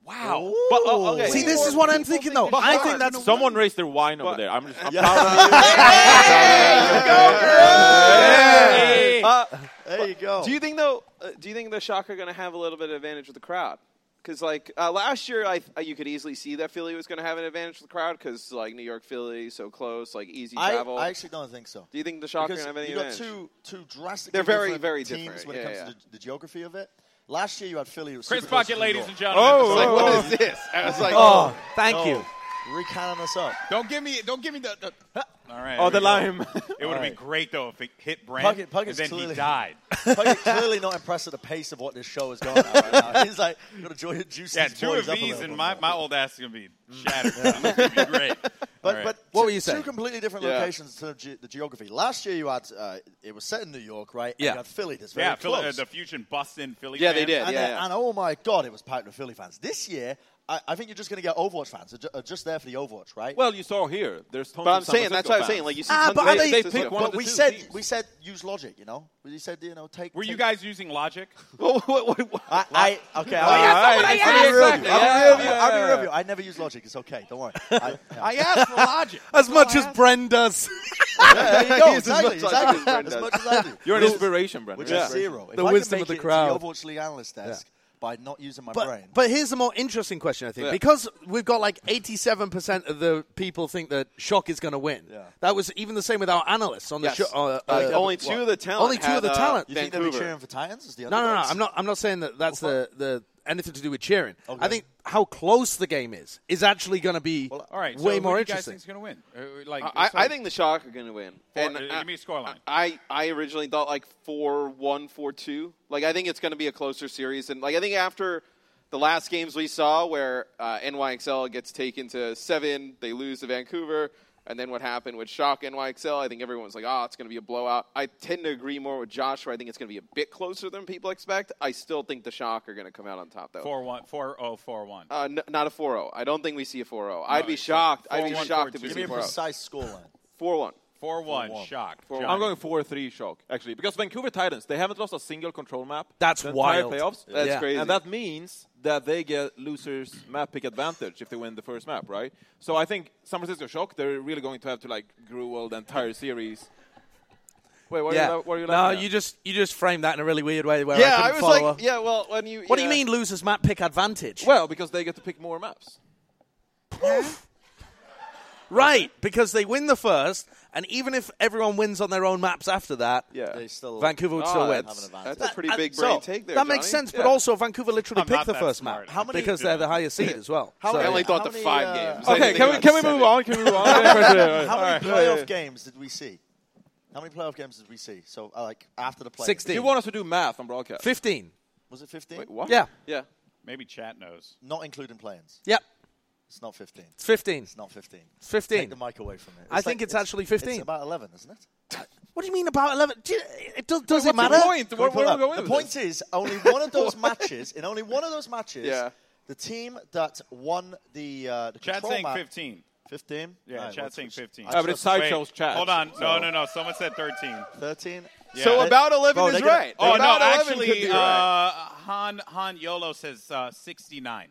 [SPEAKER 3] Wow.
[SPEAKER 2] But, oh, okay.
[SPEAKER 3] See, this is what I'm thinking though. I think that's
[SPEAKER 5] Someone raised their wine over there. I'm just. I'm proud of
[SPEAKER 2] Uh,
[SPEAKER 4] There you go.
[SPEAKER 2] do you think though? Uh, do you think the Shock are gonna have a little bit of advantage with the crowd? Because like uh, last year, I uh, you could easily see that Philly was gonna have an advantage with the crowd because like New York, Philly, so close, like easy
[SPEAKER 4] I,
[SPEAKER 2] travel.
[SPEAKER 4] I actually don't think so.
[SPEAKER 2] do you think the Shock are gonna
[SPEAKER 4] because
[SPEAKER 2] have any
[SPEAKER 4] you got
[SPEAKER 2] advantage?
[SPEAKER 4] two two drastically
[SPEAKER 2] They're very,
[SPEAKER 4] different
[SPEAKER 2] very
[SPEAKER 4] teams
[SPEAKER 2] different.
[SPEAKER 4] when it
[SPEAKER 2] Yeah,
[SPEAKER 4] comes
[SPEAKER 2] yeah.
[SPEAKER 4] to the, the geography of it. Last year you had Philly. who was
[SPEAKER 1] Chris
[SPEAKER 4] super close to
[SPEAKER 1] Bucket,
[SPEAKER 4] New
[SPEAKER 1] ladies
[SPEAKER 4] York.
[SPEAKER 1] and gentlemen. Oh,
[SPEAKER 2] It's like, what is this? I was like,
[SPEAKER 3] Oh, thank you.
[SPEAKER 4] Oh, recanning us up.
[SPEAKER 1] Don't give me, don't give me the. the all right.
[SPEAKER 5] Oh,
[SPEAKER 1] here
[SPEAKER 5] the
[SPEAKER 1] we go.
[SPEAKER 5] lime.
[SPEAKER 1] It would have been great though if it hit Brent
[SPEAKER 4] Puckett- Puckett's
[SPEAKER 1] and then he
[SPEAKER 4] clearly-
[SPEAKER 1] died.
[SPEAKER 4] Puckett clearly not impressed at the pace of what this show is going at right now. He's like, gotta enjoy it, juice
[SPEAKER 1] yeah,
[SPEAKER 4] these
[SPEAKER 1] two
[SPEAKER 4] boys
[SPEAKER 1] of
[SPEAKER 4] up a
[SPEAKER 1] these
[SPEAKER 4] little
[SPEAKER 1] and
[SPEAKER 4] bit
[SPEAKER 1] my,
[SPEAKER 4] more.
[SPEAKER 1] my old ass is gonna be shattered. It's gonna be great. All
[SPEAKER 4] But,
[SPEAKER 1] right.
[SPEAKER 4] but
[SPEAKER 3] What
[SPEAKER 4] two,
[SPEAKER 3] were you saying?
[SPEAKER 4] Two completely different
[SPEAKER 2] Yeah.
[SPEAKER 4] locations to ge- the geography. Last year you had uh, it was set in New York, right? And
[SPEAKER 3] Yeah.
[SPEAKER 4] you had Philly. That's very
[SPEAKER 1] yeah, Philly, uh,
[SPEAKER 4] close.
[SPEAKER 1] the Fusion bust in Philly.
[SPEAKER 2] Yeah, they
[SPEAKER 1] fans.
[SPEAKER 2] did.
[SPEAKER 4] and,
[SPEAKER 2] yeah,
[SPEAKER 4] then-
[SPEAKER 2] yeah.
[SPEAKER 4] and oh my god, it was packed with Philly fans. This year, I, I think you're just going to get Overwatch fans. They're ju- are just there for the Overwatch, right?
[SPEAKER 5] Well, you saw here. There's tons.
[SPEAKER 2] But
[SPEAKER 5] of
[SPEAKER 2] I'm
[SPEAKER 5] San
[SPEAKER 2] saying that's
[SPEAKER 5] Francisco
[SPEAKER 2] why I'm saying. Like you see,
[SPEAKER 3] Ah,
[SPEAKER 2] tons
[SPEAKER 3] but
[SPEAKER 2] of
[SPEAKER 3] are
[SPEAKER 2] hits,
[SPEAKER 3] they-
[SPEAKER 2] it's like-
[SPEAKER 5] they pick one- of
[SPEAKER 4] But
[SPEAKER 5] the
[SPEAKER 4] we
[SPEAKER 5] two
[SPEAKER 4] said
[SPEAKER 5] teams.
[SPEAKER 4] we said use logic, you know. We said you know take.
[SPEAKER 1] Were you
[SPEAKER 4] take-
[SPEAKER 1] guys using logic?
[SPEAKER 2] Well, what- what- what-
[SPEAKER 4] I, I okay.
[SPEAKER 5] Oh, yeah,
[SPEAKER 4] I,
[SPEAKER 5] that's what I
[SPEAKER 4] I'll be
[SPEAKER 5] asked.
[SPEAKER 4] real with you. I'll be real with you. I'll be
[SPEAKER 5] Yeah.
[SPEAKER 4] real with you. I never use logic. It's okay. Don't worry. I, yeah.
[SPEAKER 1] I asked for logic.
[SPEAKER 3] As much as Bren does.
[SPEAKER 4] There you go,
[SPEAKER 2] He's as
[SPEAKER 4] exactly,
[SPEAKER 2] much like this,
[SPEAKER 4] exactly. As
[SPEAKER 2] Brendan.
[SPEAKER 4] much as I do.
[SPEAKER 5] You're an inspiration, Brendan.
[SPEAKER 4] which
[SPEAKER 5] Yeah.
[SPEAKER 4] is zero. If
[SPEAKER 3] The
[SPEAKER 4] I
[SPEAKER 3] wisdom
[SPEAKER 4] can make
[SPEAKER 3] of the
[SPEAKER 4] it
[SPEAKER 3] crowd.
[SPEAKER 4] To the Overwatch League analyst desk by not using my
[SPEAKER 3] But,
[SPEAKER 4] brain.
[SPEAKER 3] but here's the more interesting question, I think.
[SPEAKER 5] Yeah.
[SPEAKER 3] Because we've got like 87% of the people think that Shock is going to win.
[SPEAKER 4] Yeah.
[SPEAKER 3] That was even the same with our analysts on the
[SPEAKER 2] Yes.
[SPEAKER 3] show. Uh,
[SPEAKER 2] Like,
[SPEAKER 3] uh,
[SPEAKER 2] only two of the talent.
[SPEAKER 3] Only two
[SPEAKER 2] had,
[SPEAKER 3] of the
[SPEAKER 2] uh,
[SPEAKER 3] talent.
[SPEAKER 4] you think they'll be
[SPEAKER 2] Vancouver.
[SPEAKER 4] cheering for Titans? Is the
[SPEAKER 3] No, no, no.
[SPEAKER 4] underdogs?
[SPEAKER 3] I'm not. I'm not saying that that's the, the anything to do with cheering. I
[SPEAKER 4] Okay.
[SPEAKER 3] think how close the game is is actually going to be
[SPEAKER 1] All right.
[SPEAKER 3] way
[SPEAKER 1] so
[SPEAKER 3] more
[SPEAKER 1] who do you guys
[SPEAKER 3] interesting.
[SPEAKER 1] think's going to win? Uh, like,
[SPEAKER 2] I,
[SPEAKER 1] sorry.
[SPEAKER 2] I think the Shock are going to win.
[SPEAKER 1] Four- uh, give me a scoreline.
[SPEAKER 2] I, I originally thought like 4 1, 4 2. Like, I think it's going to be a closer series. And, like, I think after the last games we saw where uh, NYXL gets taken to seven, they lose to Vancouver, and then what happened with Shock NYXL, I think everyone's like, oh, it's going to be a blowout. I tend to agree more with Josh, where I think it's going to be a bit closer than people expect. I still think the Shock are going to come out on top, though.
[SPEAKER 1] four one four oh four one.
[SPEAKER 2] Uh, n- not a 4 0. I don't think we see a 4 0. I'd be
[SPEAKER 1] it's
[SPEAKER 2] shocked.
[SPEAKER 1] like
[SPEAKER 2] I'd be
[SPEAKER 1] 4-1,
[SPEAKER 2] shocked if
[SPEAKER 1] 4-2.
[SPEAKER 2] we
[SPEAKER 4] Give
[SPEAKER 1] Give
[SPEAKER 2] see
[SPEAKER 4] me
[SPEAKER 2] oh. 4 0.
[SPEAKER 4] a precise scoreline.
[SPEAKER 2] 4 1.
[SPEAKER 1] Four one. Shock.
[SPEAKER 2] Four-one.
[SPEAKER 1] Giant.
[SPEAKER 5] I'm going four three shock actually because Vancouver Titans they haven't lost a single control map.
[SPEAKER 3] That's
[SPEAKER 5] the entire
[SPEAKER 3] wild.
[SPEAKER 5] Playoffs.
[SPEAKER 2] That's
[SPEAKER 3] Yeah.
[SPEAKER 2] crazy.
[SPEAKER 5] And that means that they get losers map pick advantage if they win the first map, right? So I think San Francisco Shock they're really going to have to like gruel the entire series. Wait, what are
[SPEAKER 3] Yeah.
[SPEAKER 5] you? What are you?
[SPEAKER 3] no,
[SPEAKER 5] laughing at?
[SPEAKER 3] you just you just framed that in a really weird way. Where
[SPEAKER 2] Yeah, I,
[SPEAKER 3] I, couldn't
[SPEAKER 2] was
[SPEAKER 3] follow.
[SPEAKER 2] like, yeah, well, when you.
[SPEAKER 3] What do you
[SPEAKER 2] yeah.
[SPEAKER 3] mean losers map pick advantage?
[SPEAKER 5] well because they get to pick more maps.
[SPEAKER 3] Right, because they win the first, and even if everyone wins on their own maps after that,
[SPEAKER 5] Yeah.
[SPEAKER 4] They still
[SPEAKER 3] Vancouver would
[SPEAKER 2] Oh,
[SPEAKER 3] still win.
[SPEAKER 4] have an advantage.
[SPEAKER 2] That's a pretty
[SPEAKER 3] Uh,
[SPEAKER 2] big
[SPEAKER 4] so,
[SPEAKER 2] brain take there.
[SPEAKER 3] that makes
[SPEAKER 2] Johnny.
[SPEAKER 3] sense,
[SPEAKER 2] Yeah.
[SPEAKER 3] but also Vancouver literally
[SPEAKER 1] I'm
[SPEAKER 3] picked
[SPEAKER 1] not
[SPEAKER 3] the
[SPEAKER 1] that
[SPEAKER 3] first
[SPEAKER 1] smart.
[SPEAKER 3] map
[SPEAKER 1] How
[SPEAKER 4] many-
[SPEAKER 3] because they're the highest seed as well.
[SPEAKER 4] How
[SPEAKER 3] So-
[SPEAKER 4] many-
[SPEAKER 2] I only thought
[SPEAKER 4] How
[SPEAKER 2] the
[SPEAKER 4] many,
[SPEAKER 2] five
[SPEAKER 4] uh,
[SPEAKER 2] games. I
[SPEAKER 5] Okay,
[SPEAKER 2] think
[SPEAKER 5] can we
[SPEAKER 2] about
[SPEAKER 5] can we
[SPEAKER 2] seven.
[SPEAKER 5] move on? Can we move on?
[SPEAKER 4] How many playoff games did we see? How many playoff games did we see? So uh, like after the play,
[SPEAKER 3] 16.
[SPEAKER 5] you want us to do math on broadcast?
[SPEAKER 3] 15.
[SPEAKER 4] Was it 15?
[SPEAKER 5] Wait, what?
[SPEAKER 3] Yeah.
[SPEAKER 2] Yeah.
[SPEAKER 1] Maybe chat knows.
[SPEAKER 4] Not including play-ins.
[SPEAKER 3] Yep.
[SPEAKER 4] It's not 15. It's
[SPEAKER 3] It's 15.
[SPEAKER 4] not 15. It's Take
[SPEAKER 3] 15.
[SPEAKER 4] the mic away from it.
[SPEAKER 3] I think it's actually 15.
[SPEAKER 4] It's about 11, isn't it?
[SPEAKER 3] What do you mean about 11? Do you, it do, does it
[SPEAKER 5] What's
[SPEAKER 3] matter?
[SPEAKER 5] the point? Where,
[SPEAKER 4] Can we
[SPEAKER 5] where are we
[SPEAKER 4] pull
[SPEAKER 5] going?
[SPEAKER 4] up? the
[SPEAKER 5] with
[SPEAKER 4] point
[SPEAKER 5] this?
[SPEAKER 4] is, only one of those matches, in only one of those matches,
[SPEAKER 2] Yeah.
[SPEAKER 4] the team that won the, uh, the
[SPEAKER 1] Chat
[SPEAKER 4] control
[SPEAKER 1] saying
[SPEAKER 4] map,
[SPEAKER 1] 15.
[SPEAKER 4] 15?
[SPEAKER 1] Yeah,
[SPEAKER 4] Alright,
[SPEAKER 1] chat
[SPEAKER 4] what's-
[SPEAKER 1] saying 15.
[SPEAKER 4] I
[SPEAKER 5] Yeah, but
[SPEAKER 4] just-
[SPEAKER 5] it's sideshow's chat.
[SPEAKER 1] Hold on.
[SPEAKER 5] so-
[SPEAKER 1] No, no, no. Someone said 13.
[SPEAKER 4] 13?
[SPEAKER 1] Yeah.
[SPEAKER 2] So
[SPEAKER 1] They-
[SPEAKER 2] about 11
[SPEAKER 4] Bro,
[SPEAKER 2] is
[SPEAKER 4] they could-
[SPEAKER 2] right.
[SPEAKER 1] Oh,
[SPEAKER 2] about
[SPEAKER 1] no,
[SPEAKER 2] 11 could
[SPEAKER 1] actually,
[SPEAKER 2] be
[SPEAKER 1] uh,
[SPEAKER 2] right.
[SPEAKER 1] Han, Han Yolo says uh, 69.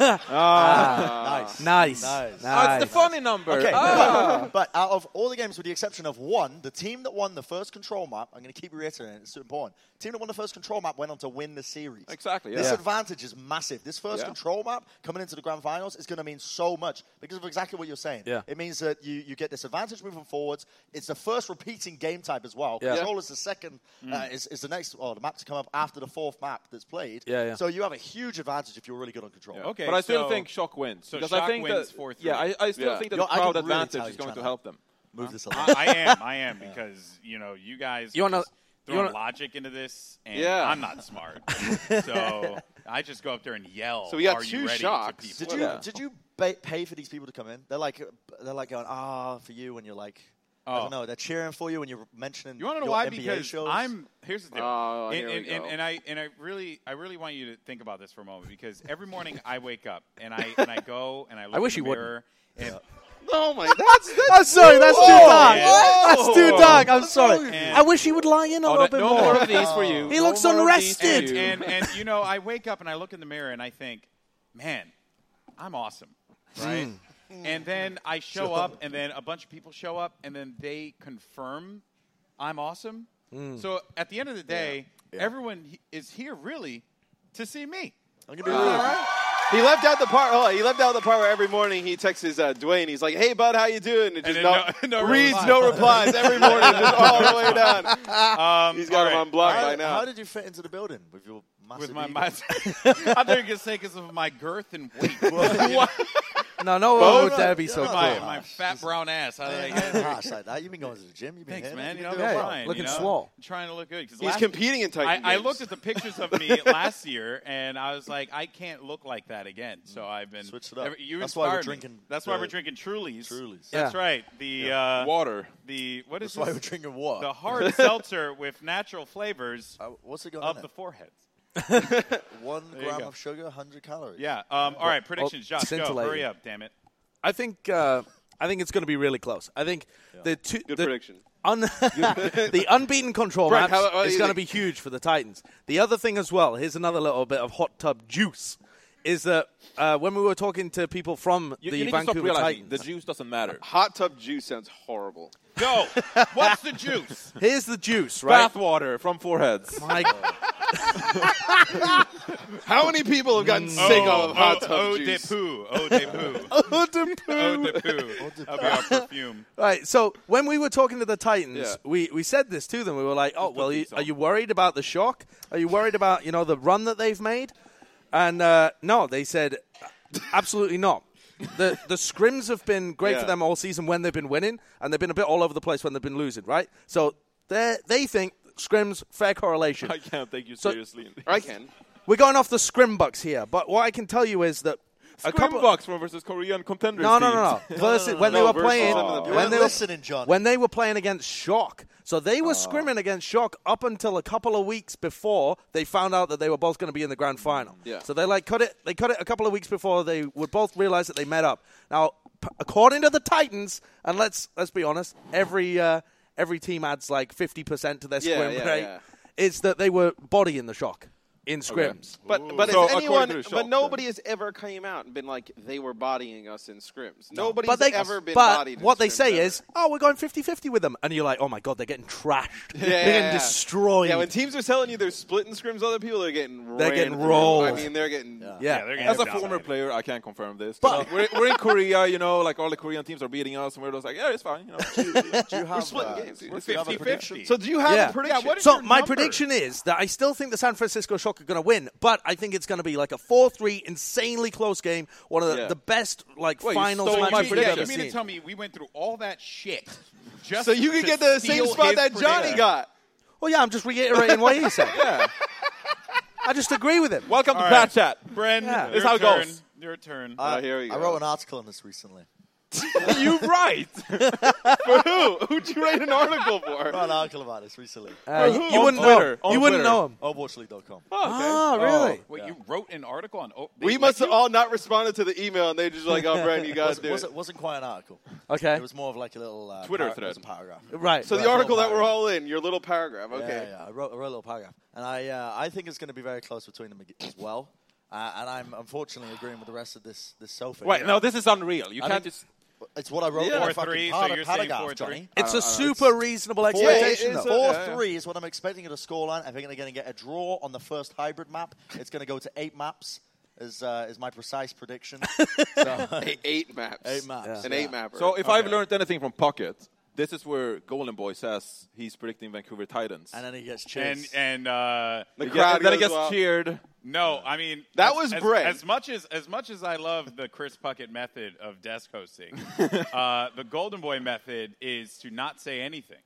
[SPEAKER 4] Nice.
[SPEAKER 3] Nice.
[SPEAKER 4] Nice.
[SPEAKER 5] Oh, it's the funny number.
[SPEAKER 4] Okay,
[SPEAKER 5] Ah.
[SPEAKER 4] but, but out of all the games, with the exception of one, the team that won the first control map, I'm going to keep reiterating it, it's so important. The team that won the first control map went on to win the series.
[SPEAKER 5] Exactly, yeah.
[SPEAKER 4] This
[SPEAKER 5] Yeah.
[SPEAKER 4] advantage is massive. This first
[SPEAKER 5] Yeah.
[SPEAKER 4] control map coming into the grand finals is going to mean so much because of exactly what you're saying.
[SPEAKER 3] Yeah.
[SPEAKER 4] It means that you, you get this advantage moving forwards. It's the first repeating game type as well.
[SPEAKER 3] Yeah.
[SPEAKER 4] Control is the second, uh, is, is the next, or the map to come up after the fourth map that's played.
[SPEAKER 3] Yeah, yeah.
[SPEAKER 4] So you have a huge advantage if you're really good on control.
[SPEAKER 5] Yeah.
[SPEAKER 1] Okay,
[SPEAKER 5] but I still
[SPEAKER 1] so-
[SPEAKER 5] think Shock wins.
[SPEAKER 1] so
[SPEAKER 5] because I
[SPEAKER 1] Shock
[SPEAKER 5] think
[SPEAKER 1] wins
[SPEAKER 5] that,
[SPEAKER 1] 4-3.
[SPEAKER 5] Yeah, I, I still
[SPEAKER 2] Yeah.
[SPEAKER 5] think that
[SPEAKER 4] Yo,
[SPEAKER 5] the
[SPEAKER 4] I
[SPEAKER 5] crowd
[SPEAKER 4] can really
[SPEAKER 5] advantage
[SPEAKER 4] tell
[SPEAKER 5] is
[SPEAKER 4] you're
[SPEAKER 5] going to
[SPEAKER 4] trying
[SPEAKER 5] help them.
[SPEAKER 4] Move this
[SPEAKER 1] I,
[SPEAKER 4] along.
[SPEAKER 1] I am. I am because you know you guys
[SPEAKER 3] You
[SPEAKER 1] are
[SPEAKER 3] wanna-
[SPEAKER 1] just
[SPEAKER 3] you
[SPEAKER 1] throwing
[SPEAKER 3] wanna-
[SPEAKER 1] logic into this, and
[SPEAKER 2] Yeah.
[SPEAKER 1] I'm not smart, so I just go up there and yell.
[SPEAKER 2] So we got
[SPEAKER 1] are
[SPEAKER 2] two
[SPEAKER 1] you ready
[SPEAKER 2] shocks.
[SPEAKER 1] To
[SPEAKER 4] Did
[SPEAKER 1] people?"
[SPEAKER 4] you
[SPEAKER 5] Yeah.
[SPEAKER 4] did you ba- pay for these people to come in? They're like they're like going ah for you, and you're like I
[SPEAKER 1] Oh.
[SPEAKER 4] don't know. They're cheering for you when you're mentioning.
[SPEAKER 1] You want to know
[SPEAKER 4] your
[SPEAKER 1] why?
[SPEAKER 4] NBA
[SPEAKER 1] because
[SPEAKER 4] shows.
[SPEAKER 1] I'm here's the deal,
[SPEAKER 2] Oh,
[SPEAKER 1] and,
[SPEAKER 2] here we
[SPEAKER 1] and, and,
[SPEAKER 2] go.
[SPEAKER 1] and I and I really I really want you to think about this for a moment because every morning I wake up and I and I go and I look
[SPEAKER 3] wish
[SPEAKER 1] in the
[SPEAKER 3] you wouldn't.
[SPEAKER 1] mirror and
[SPEAKER 2] oh, my. That's, that's
[SPEAKER 3] I'm sorry, that's too dark.
[SPEAKER 1] Yeah.
[SPEAKER 3] That's too dark. I'm sorry.
[SPEAKER 1] you?
[SPEAKER 3] I wish he would lie
[SPEAKER 1] Oh,
[SPEAKER 3] in a little
[SPEAKER 5] no,
[SPEAKER 3] bit
[SPEAKER 5] no
[SPEAKER 3] more.
[SPEAKER 5] of these for you.
[SPEAKER 3] He
[SPEAKER 5] No
[SPEAKER 3] looks
[SPEAKER 5] more of these for
[SPEAKER 3] unrested.
[SPEAKER 1] and,
[SPEAKER 5] you.
[SPEAKER 1] and and you know I wake up and I look in the mirror and I think, man, I'm awesome, right? and then I show up and then a bunch of people show up and then they confirm I'm awesome. So at the end of the day, everyone he- is here really to see me. Uh,
[SPEAKER 4] I'm gonna be rude.
[SPEAKER 2] He left out the part. Oh, he left out the part where every morning he texts his uh, Dwayne. He's like, "Hey, bud, how you doing?" And,
[SPEAKER 1] And
[SPEAKER 2] just
[SPEAKER 1] then
[SPEAKER 2] no,
[SPEAKER 1] no- no
[SPEAKER 2] reads
[SPEAKER 1] reply.
[SPEAKER 2] no replies every morning, just all the way down.
[SPEAKER 1] Um,
[SPEAKER 2] He's
[SPEAKER 1] all
[SPEAKER 2] got him
[SPEAKER 1] right.
[SPEAKER 2] on block
[SPEAKER 4] How,
[SPEAKER 2] by now.
[SPEAKER 4] how did you fit into the building with your massive
[SPEAKER 1] with my,
[SPEAKER 4] ego?
[SPEAKER 1] my I thought you were gonna say because of my girth and weight,
[SPEAKER 4] Well,
[SPEAKER 3] No, no
[SPEAKER 4] Both?
[SPEAKER 3] one would dare be so
[SPEAKER 4] No, no,
[SPEAKER 1] my,
[SPEAKER 3] cool.
[SPEAKER 4] no.
[SPEAKER 1] my fat brown ass. How did I
[SPEAKER 4] I
[SPEAKER 1] get
[SPEAKER 4] ain't harsh like that. You've been going to the gym. You've been
[SPEAKER 1] Thanks,
[SPEAKER 4] hitting
[SPEAKER 1] man.
[SPEAKER 4] it.
[SPEAKER 1] You
[SPEAKER 4] You've
[SPEAKER 1] know,
[SPEAKER 4] been
[SPEAKER 1] I'm
[SPEAKER 4] doing well.
[SPEAKER 1] trying,
[SPEAKER 3] looking
[SPEAKER 1] you know?
[SPEAKER 3] swole.
[SPEAKER 1] I'm trying to look good. 'cause
[SPEAKER 2] He's
[SPEAKER 1] last-
[SPEAKER 2] competing in Titan
[SPEAKER 1] I, I
[SPEAKER 2] games.
[SPEAKER 1] looked at the pictures of me last year, and I was like, I can't look like that again. So I've been
[SPEAKER 4] Mm. Switched it up.
[SPEAKER 1] Every- You
[SPEAKER 4] That's why we're
[SPEAKER 1] inspired me.
[SPEAKER 4] drinking
[SPEAKER 1] That's why
[SPEAKER 4] the-
[SPEAKER 1] we're drinking Trulies.
[SPEAKER 4] Trulies.
[SPEAKER 1] That's
[SPEAKER 3] Yeah.
[SPEAKER 1] right. The uh,
[SPEAKER 5] Water.
[SPEAKER 1] The what is
[SPEAKER 4] That's why
[SPEAKER 1] this?
[SPEAKER 4] we're drinking water.
[SPEAKER 1] The hard seltzer with natural flavors
[SPEAKER 4] Uh, what's it got
[SPEAKER 1] of
[SPEAKER 4] in
[SPEAKER 1] the
[SPEAKER 4] it?
[SPEAKER 1] forehead.
[SPEAKER 4] One
[SPEAKER 1] you
[SPEAKER 4] gram
[SPEAKER 1] go.
[SPEAKER 4] of sugar, 100 calories.
[SPEAKER 1] Yeah. Um, all right. Predictions, Josh. Go.
[SPEAKER 3] scintillating.
[SPEAKER 1] Hurry up, damn it.
[SPEAKER 3] I think uh, I think it's going to be really close. I think the two
[SPEAKER 2] Good
[SPEAKER 3] the
[SPEAKER 2] prediction.
[SPEAKER 3] Un- the unbeaten control
[SPEAKER 2] Brent,
[SPEAKER 3] maps
[SPEAKER 2] how- what do
[SPEAKER 3] is
[SPEAKER 2] you
[SPEAKER 3] going to
[SPEAKER 2] think?
[SPEAKER 3] be huge for the Titans. The other thing as well, here's another little bit of hot tub juice, is that uh, when we were talking to people from
[SPEAKER 5] You,
[SPEAKER 3] the
[SPEAKER 5] you need to stop
[SPEAKER 3] Vancouver
[SPEAKER 5] realizing
[SPEAKER 3] Titans,
[SPEAKER 5] the juice doesn't matter.
[SPEAKER 2] Hot tub juice sounds horrible.
[SPEAKER 1] Go. What's the juice?
[SPEAKER 3] here's the juice, right?
[SPEAKER 5] Bathwater from foreheads.
[SPEAKER 3] My-
[SPEAKER 2] How many people have gotten sick off of hot tub
[SPEAKER 1] oh,
[SPEAKER 2] juice?
[SPEAKER 1] de poo. Oh, de poo. Oh, de poo. Of your perfume.
[SPEAKER 3] Right. So when we were talking to the Titans,
[SPEAKER 2] Yeah.
[SPEAKER 3] we, we said this to them. We were like, "Oh, well, you,
[SPEAKER 5] these
[SPEAKER 3] are
[SPEAKER 5] on.
[SPEAKER 3] you worried about the shock? Are you worried about you know the run that they've made?" And uh, no, they said, "Absolutely not." the The scrims have been great for
[SPEAKER 2] Yeah.
[SPEAKER 3] them all season when they've been winning, and they've been a bit all over the place when they've been losing. Right. So they they think scrims fair correlation.
[SPEAKER 5] I can't take you
[SPEAKER 3] So-
[SPEAKER 5] seriously.
[SPEAKER 2] I can.
[SPEAKER 3] We're going off the scrim bucks here, but what I can tell you is that a couple.
[SPEAKER 5] Scrimbox from versus Korean contenders.
[SPEAKER 3] No, no,
[SPEAKER 5] teams.
[SPEAKER 3] no, no. Versus when
[SPEAKER 2] No,
[SPEAKER 3] they were
[SPEAKER 2] versus
[SPEAKER 3] playing,
[SPEAKER 2] them in the
[SPEAKER 3] when
[SPEAKER 2] playoffs.
[SPEAKER 4] You're
[SPEAKER 3] they were
[SPEAKER 4] listening, John.
[SPEAKER 3] when they were playing against Shock. So they were scrimming against Shock up until a couple of weeks before they found out that they were both going to be in the grand final.
[SPEAKER 2] Yeah.
[SPEAKER 3] So they like cut it. They cut it a couple of weeks before they would both realize that they met up. Now, p- according to the Titans, and let's let's be honest, every uh, every team adds like fifty percent to their
[SPEAKER 2] Yeah,
[SPEAKER 3] scrim
[SPEAKER 2] yeah,
[SPEAKER 3] rate.
[SPEAKER 2] yeah.
[SPEAKER 3] Is that they were bodying the Shock in scrims?
[SPEAKER 2] But but
[SPEAKER 5] So
[SPEAKER 2] if
[SPEAKER 5] according
[SPEAKER 2] anyone,
[SPEAKER 5] to the shop,
[SPEAKER 2] but
[SPEAKER 5] then.
[SPEAKER 2] nobody has ever came out and been like they were bodying us in scrims. Nobody's
[SPEAKER 3] but they,
[SPEAKER 2] ever been
[SPEAKER 3] but
[SPEAKER 2] bodied. in
[SPEAKER 3] what they
[SPEAKER 2] scrims
[SPEAKER 3] say
[SPEAKER 2] ever.
[SPEAKER 3] is, oh, we're going 50-50 with them, and you're like, oh my god, they're getting trashed,
[SPEAKER 2] Yeah,
[SPEAKER 3] they're getting destroyed.
[SPEAKER 2] Yeah, when teams are telling you they're splitting scrims, other people are getting
[SPEAKER 3] They're
[SPEAKER 2] ran
[SPEAKER 3] getting
[SPEAKER 2] through. I
[SPEAKER 3] rolled.
[SPEAKER 2] mean, they're getting yeah.
[SPEAKER 3] Yeah.
[SPEAKER 1] Yeah, they're
[SPEAKER 5] As a
[SPEAKER 1] Yeah.
[SPEAKER 5] former player, I can't confirm this.
[SPEAKER 3] But-
[SPEAKER 5] But we're, we're in Korea, you know, like all the Korean teams are beating us, and we're just like, yeah, it's fine. You know,
[SPEAKER 4] Do you have,
[SPEAKER 2] splitting
[SPEAKER 4] uh,
[SPEAKER 2] games, dude.
[SPEAKER 4] do you
[SPEAKER 2] It's
[SPEAKER 4] have a
[SPEAKER 1] 50
[SPEAKER 4] prediction?
[SPEAKER 1] 50.
[SPEAKER 2] So do you have
[SPEAKER 3] Yeah.
[SPEAKER 2] a prediction?
[SPEAKER 1] Yeah, what is
[SPEAKER 3] So
[SPEAKER 1] your
[SPEAKER 3] my
[SPEAKER 1] number?
[SPEAKER 3] prediction is that I still think the San Francisco Shock are going to win, but I think it's going to be like a four-three, insanely close game, one of the,
[SPEAKER 5] Yeah.
[SPEAKER 3] the best like
[SPEAKER 5] Well, you
[SPEAKER 3] finals
[SPEAKER 5] stole
[SPEAKER 3] matches
[SPEAKER 5] my
[SPEAKER 3] I've
[SPEAKER 5] prediction.
[SPEAKER 1] Yeah,
[SPEAKER 3] ever
[SPEAKER 1] you mean to
[SPEAKER 3] seen.
[SPEAKER 1] tell me we went through all that shit just
[SPEAKER 2] so you can
[SPEAKER 1] to
[SPEAKER 2] get the same
[SPEAKER 1] steal
[SPEAKER 2] spot
[SPEAKER 1] his
[SPEAKER 2] that Johnny
[SPEAKER 1] prediction?
[SPEAKER 2] got.
[SPEAKER 3] Well, yeah, I'm just reiterating what he said.
[SPEAKER 5] yeah.
[SPEAKER 3] I just agree with him.
[SPEAKER 5] Welcome to
[SPEAKER 1] All
[SPEAKER 5] Plat
[SPEAKER 1] right.
[SPEAKER 5] Chat.
[SPEAKER 1] Bren,
[SPEAKER 3] Yeah.
[SPEAKER 1] your
[SPEAKER 5] This is how it
[SPEAKER 1] turn.
[SPEAKER 5] goes.
[SPEAKER 1] Your turn.
[SPEAKER 2] Oh, here we
[SPEAKER 4] uh, I
[SPEAKER 2] go.
[SPEAKER 4] wrote an article on this recently.
[SPEAKER 5] you right.
[SPEAKER 2] For who? Who'd you write an article for?
[SPEAKER 4] I wrote an article about this recently.
[SPEAKER 3] Uh, you, you
[SPEAKER 5] On
[SPEAKER 3] wouldn't
[SPEAKER 5] Twitter,
[SPEAKER 3] know.
[SPEAKER 5] on
[SPEAKER 3] You wouldn't
[SPEAKER 5] Twitter.
[SPEAKER 3] know him.
[SPEAKER 4] Overwatchleague.com.
[SPEAKER 3] Ah, really?
[SPEAKER 1] Wait, you wrote an article on. Oh, they
[SPEAKER 2] Oh, We
[SPEAKER 1] let
[SPEAKER 2] must have
[SPEAKER 1] you?
[SPEAKER 2] all not responded to the email, and they just like, "Oh, Brent, you guys
[SPEAKER 4] Was,
[SPEAKER 2] do."
[SPEAKER 4] was,
[SPEAKER 2] it.
[SPEAKER 4] it wasn't quite an article.
[SPEAKER 3] Okay.
[SPEAKER 4] It was more of like a little uh,
[SPEAKER 5] Twitter
[SPEAKER 4] par-
[SPEAKER 5] thread.
[SPEAKER 4] It was a paragraph.
[SPEAKER 3] Right.
[SPEAKER 2] So the
[SPEAKER 4] Right.
[SPEAKER 2] article that
[SPEAKER 4] Little
[SPEAKER 2] we're all in, your little paragraph. Okay.
[SPEAKER 4] Yeah, yeah. I wrote, I wrote a little paragraph, and I uh, I think it's going to be very close between them ag- as well. Uh, and I'm unfortunately agreeing with the rest of this this sofa.
[SPEAKER 5] Wait, no, this is unreal. You
[SPEAKER 4] I
[SPEAKER 5] can't
[SPEAKER 4] mean-
[SPEAKER 5] just.
[SPEAKER 4] it's what I wrote.
[SPEAKER 1] Yeah.
[SPEAKER 4] on
[SPEAKER 1] Four
[SPEAKER 4] a fucking
[SPEAKER 1] three, so
[SPEAKER 4] par-
[SPEAKER 1] you're saying
[SPEAKER 4] paragraph,
[SPEAKER 1] four three?
[SPEAKER 4] Johnny.
[SPEAKER 3] it's a super reasonable
[SPEAKER 4] Four,
[SPEAKER 3] expectation.
[SPEAKER 2] it is
[SPEAKER 3] though.
[SPEAKER 2] a-
[SPEAKER 4] four
[SPEAKER 2] yeah, yeah.
[SPEAKER 4] three is what I'm expecting at a scoreline. I think they're going to get a draw on the first hybrid map. It's going to go to eight maps. Is uh, is my precise prediction? so,
[SPEAKER 2] Eight- Eight maps.
[SPEAKER 4] Eight maps,
[SPEAKER 2] An
[SPEAKER 4] yeah.
[SPEAKER 2] eight mapper.
[SPEAKER 5] So if I've learned anything from Pocket, this is where Golden Boy says he's predicting Vancouver Titans.
[SPEAKER 4] and then he gets cheers.
[SPEAKER 1] And and uh,
[SPEAKER 2] the
[SPEAKER 5] It get-
[SPEAKER 2] crowd
[SPEAKER 5] then it
[SPEAKER 2] goes
[SPEAKER 5] gets
[SPEAKER 2] wild.
[SPEAKER 5] cheered.
[SPEAKER 1] no, I mean
[SPEAKER 2] That
[SPEAKER 1] as-
[SPEAKER 2] was
[SPEAKER 1] as,
[SPEAKER 2] Bren.
[SPEAKER 1] As much as as much as I love the Chris Puckett method of desk hosting, uh, the Golden Boy method is to not say anything,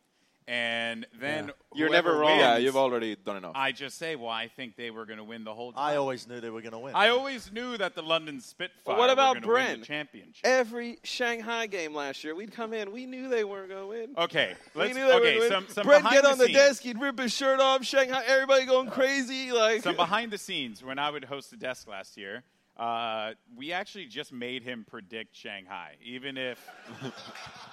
[SPEAKER 1] and then
[SPEAKER 2] You're
[SPEAKER 1] whoever
[SPEAKER 2] never wrong.
[SPEAKER 5] Yeah,
[SPEAKER 1] wins,
[SPEAKER 5] you've already done enough.
[SPEAKER 1] I just say, well, I think they were going to win the whole. Time.
[SPEAKER 4] I always knew they were going to win.
[SPEAKER 1] I always knew that the London Spitfire.
[SPEAKER 2] But what about
[SPEAKER 1] were gonna win
[SPEAKER 2] Bren?
[SPEAKER 1] the championship?
[SPEAKER 2] every Shanghai game last year, we'd come in, we knew they weren't going to win.
[SPEAKER 1] okay,
[SPEAKER 2] We
[SPEAKER 1] Oh, let's,
[SPEAKER 2] knew they
[SPEAKER 1] okay.
[SPEAKER 2] were
[SPEAKER 1] Some,
[SPEAKER 2] going
[SPEAKER 1] some
[SPEAKER 2] Brent
[SPEAKER 1] behind
[SPEAKER 2] get
[SPEAKER 1] the
[SPEAKER 2] on the
[SPEAKER 1] scenes.
[SPEAKER 2] desk, he'd rip his shirt off. Shanghai, everybody going crazy. Like
[SPEAKER 1] So behind the scenes, when I would host the desk last year, uh, we actually just made him predict Shanghai, even if,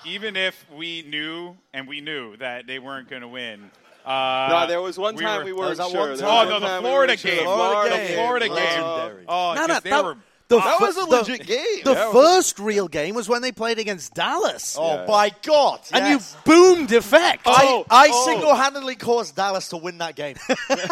[SPEAKER 1] even if we knew and we knew that they weren't going to win. Uh,
[SPEAKER 2] No, there was one
[SPEAKER 1] we
[SPEAKER 2] time
[SPEAKER 1] were-
[SPEAKER 2] we weren't
[SPEAKER 4] was that
[SPEAKER 2] sure.
[SPEAKER 4] one
[SPEAKER 2] There
[SPEAKER 1] Oh
[SPEAKER 2] was
[SPEAKER 1] no,
[SPEAKER 2] one time
[SPEAKER 1] the
[SPEAKER 2] we
[SPEAKER 1] Florida
[SPEAKER 2] weren't sure.
[SPEAKER 1] game,
[SPEAKER 4] Florida
[SPEAKER 1] the
[SPEAKER 4] game.
[SPEAKER 1] Florida game.
[SPEAKER 4] Legendary.
[SPEAKER 1] Oh,
[SPEAKER 3] No, no,
[SPEAKER 1] 'cause they
[SPEAKER 3] that-
[SPEAKER 1] were.
[SPEAKER 3] the
[SPEAKER 2] That
[SPEAKER 3] fir-
[SPEAKER 2] was a
[SPEAKER 3] the-
[SPEAKER 2] legit game.
[SPEAKER 3] The
[SPEAKER 2] That was-
[SPEAKER 3] first real game was when they played against Dallas.
[SPEAKER 4] oh my god!
[SPEAKER 3] and
[SPEAKER 4] yes.
[SPEAKER 3] you boomed effect.
[SPEAKER 4] I, I
[SPEAKER 2] oh.
[SPEAKER 4] single-handedly caused Dallas to win that game.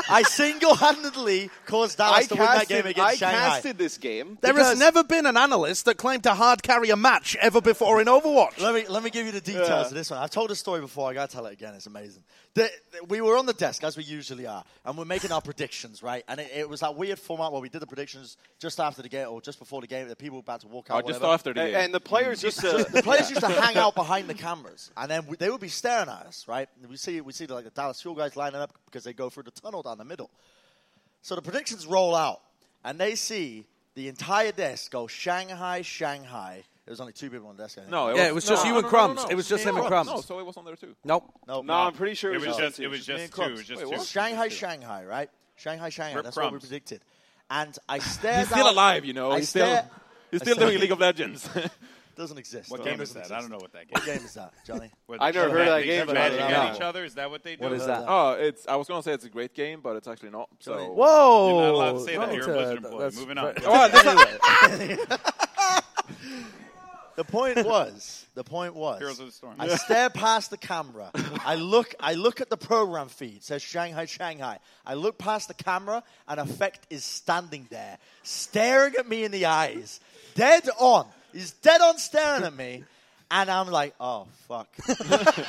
[SPEAKER 4] I single-handedly caused
[SPEAKER 2] I,
[SPEAKER 4] Dallas to win that
[SPEAKER 2] casted,
[SPEAKER 4] game against
[SPEAKER 2] I
[SPEAKER 4] Shanghai.
[SPEAKER 2] casted this game.
[SPEAKER 3] There
[SPEAKER 4] Because-
[SPEAKER 3] has never been an analyst that claimed to hard carry a match ever before in Overwatch.
[SPEAKER 4] Let me let me give you the details
[SPEAKER 2] Yeah.
[SPEAKER 4] of this one. I've told a story before. I gotta tell it again. It's amazing. The, the- we were on the desk as we usually are, and we're making our predictions, right? And it, it was that weird format where we did the predictions just after the game or just before the game. The people were about to walk out.
[SPEAKER 5] Oh, just
[SPEAKER 4] whatever.
[SPEAKER 5] after the game.
[SPEAKER 2] And the players just uh,
[SPEAKER 4] the players used to hang out behind the cameras, and then we, they would be staring at us, right? And we see we see like the Dallas Fuel guys lining up because they go through the tunnel down the middle. So the predictions roll out, and they see the entire desk go Shanghai, Shanghai. There was only two people on the desk. I think.
[SPEAKER 5] no,
[SPEAKER 3] Yeah, it was just
[SPEAKER 5] no,
[SPEAKER 3] you
[SPEAKER 5] no,
[SPEAKER 3] and
[SPEAKER 5] no,
[SPEAKER 3] Crumbs.
[SPEAKER 5] No, no,
[SPEAKER 3] It was just
[SPEAKER 5] Me
[SPEAKER 3] him and
[SPEAKER 5] No,
[SPEAKER 3] Crumbs.
[SPEAKER 5] so it was on there too.
[SPEAKER 3] Nope.
[SPEAKER 4] no,
[SPEAKER 2] No, I'm pretty sure
[SPEAKER 1] It was
[SPEAKER 2] us
[SPEAKER 1] just,
[SPEAKER 2] too.
[SPEAKER 1] it was
[SPEAKER 4] Me and
[SPEAKER 1] just two, it
[SPEAKER 4] Crumbs.
[SPEAKER 1] was just
[SPEAKER 5] Wait,
[SPEAKER 1] two.
[SPEAKER 5] what?
[SPEAKER 4] Shanghai, Shanghai, right? Shanghai, Shanghai.
[SPEAKER 1] Rip
[SPEAKER 4] That's what
[SPEAKER 1] crumbs.
[SPEAKER 4] we predicted. And I stared.
[SPEAKER 5] He's still
[SPEAKER 4] out-
[SPEAKER 5] alive, you know.
[SPEAKER 4] I
[SPEAKER 5] he's still
[SPEAKER 4] stare-
[SPEAKER 5] he's
[SPEAKER 4] I
[SPEAKER 5] still
[SPEAKER 4] stare-
[SPEAKER 5] doing League of Legends.
[SPEAKER 4] Doesn't exist.
[SPEAKER 1] What
[SPEAKER 4] That
[SPEAKER 1] game is
[SPEAKER 4] doesn't
[SPEAKER 1] that?
[SPEAKER 4] exist.
[SPEAKER 1] I don't know what that
[SPEAKER 4] What
[SPEAKER 1] game
[SPEAKER 4] game is that, Johnny?
[SPEAKER 1] is.
[SPEAKER 2] I never
[SPEAKER 1] They
[SPEAKER 2] heard of that
[SPEAKER 1] match-
[SPEAKER 2] game,
[SPEAKER 1] They
[SPEAKER 2] but
[SPEAKER 1] match
[SPEAKER 2] I don't
[SPEAKER 1] against
[SPEAKER 2] know.
[SPEAKER 1] each other. Is that what they do?
[SPEAKER 6] What is
[SPEAKER 4] Uh,
[SPEAKER 6] that?
[SPEAKER 5] Oh, it's. I was gonna say it's a great game, but it's actually not. So.
[SPEAKER 4] Johnny.
[SPEAKER 6] Whoa!
[SPEAKER 1] You're not allowed to say that.
[SPEAKER 6] Don't,
[SPEAKER 1] You're a Blizzard
[SPEAKER 6] th-
[SPEAKER 1] employee.
[SPEAKER 6] that's
[SPEAKER 1] Moving on.
[SPEAKER 6] ve-
[SPEAKER 5] Oh, that's not-
[SPEAKER 4] The point was, the point was,
[SPEAKER 1] Heroes of the Storm.
[SPEAKER 4] I stare past the camera. I look, I look at the program feed. Says Shanghai, Shanghai. I look past the camera, and Effect is standing there, staring at me in the eyes, dead on. He's dead on staring at me, and I'm like, oh fuck.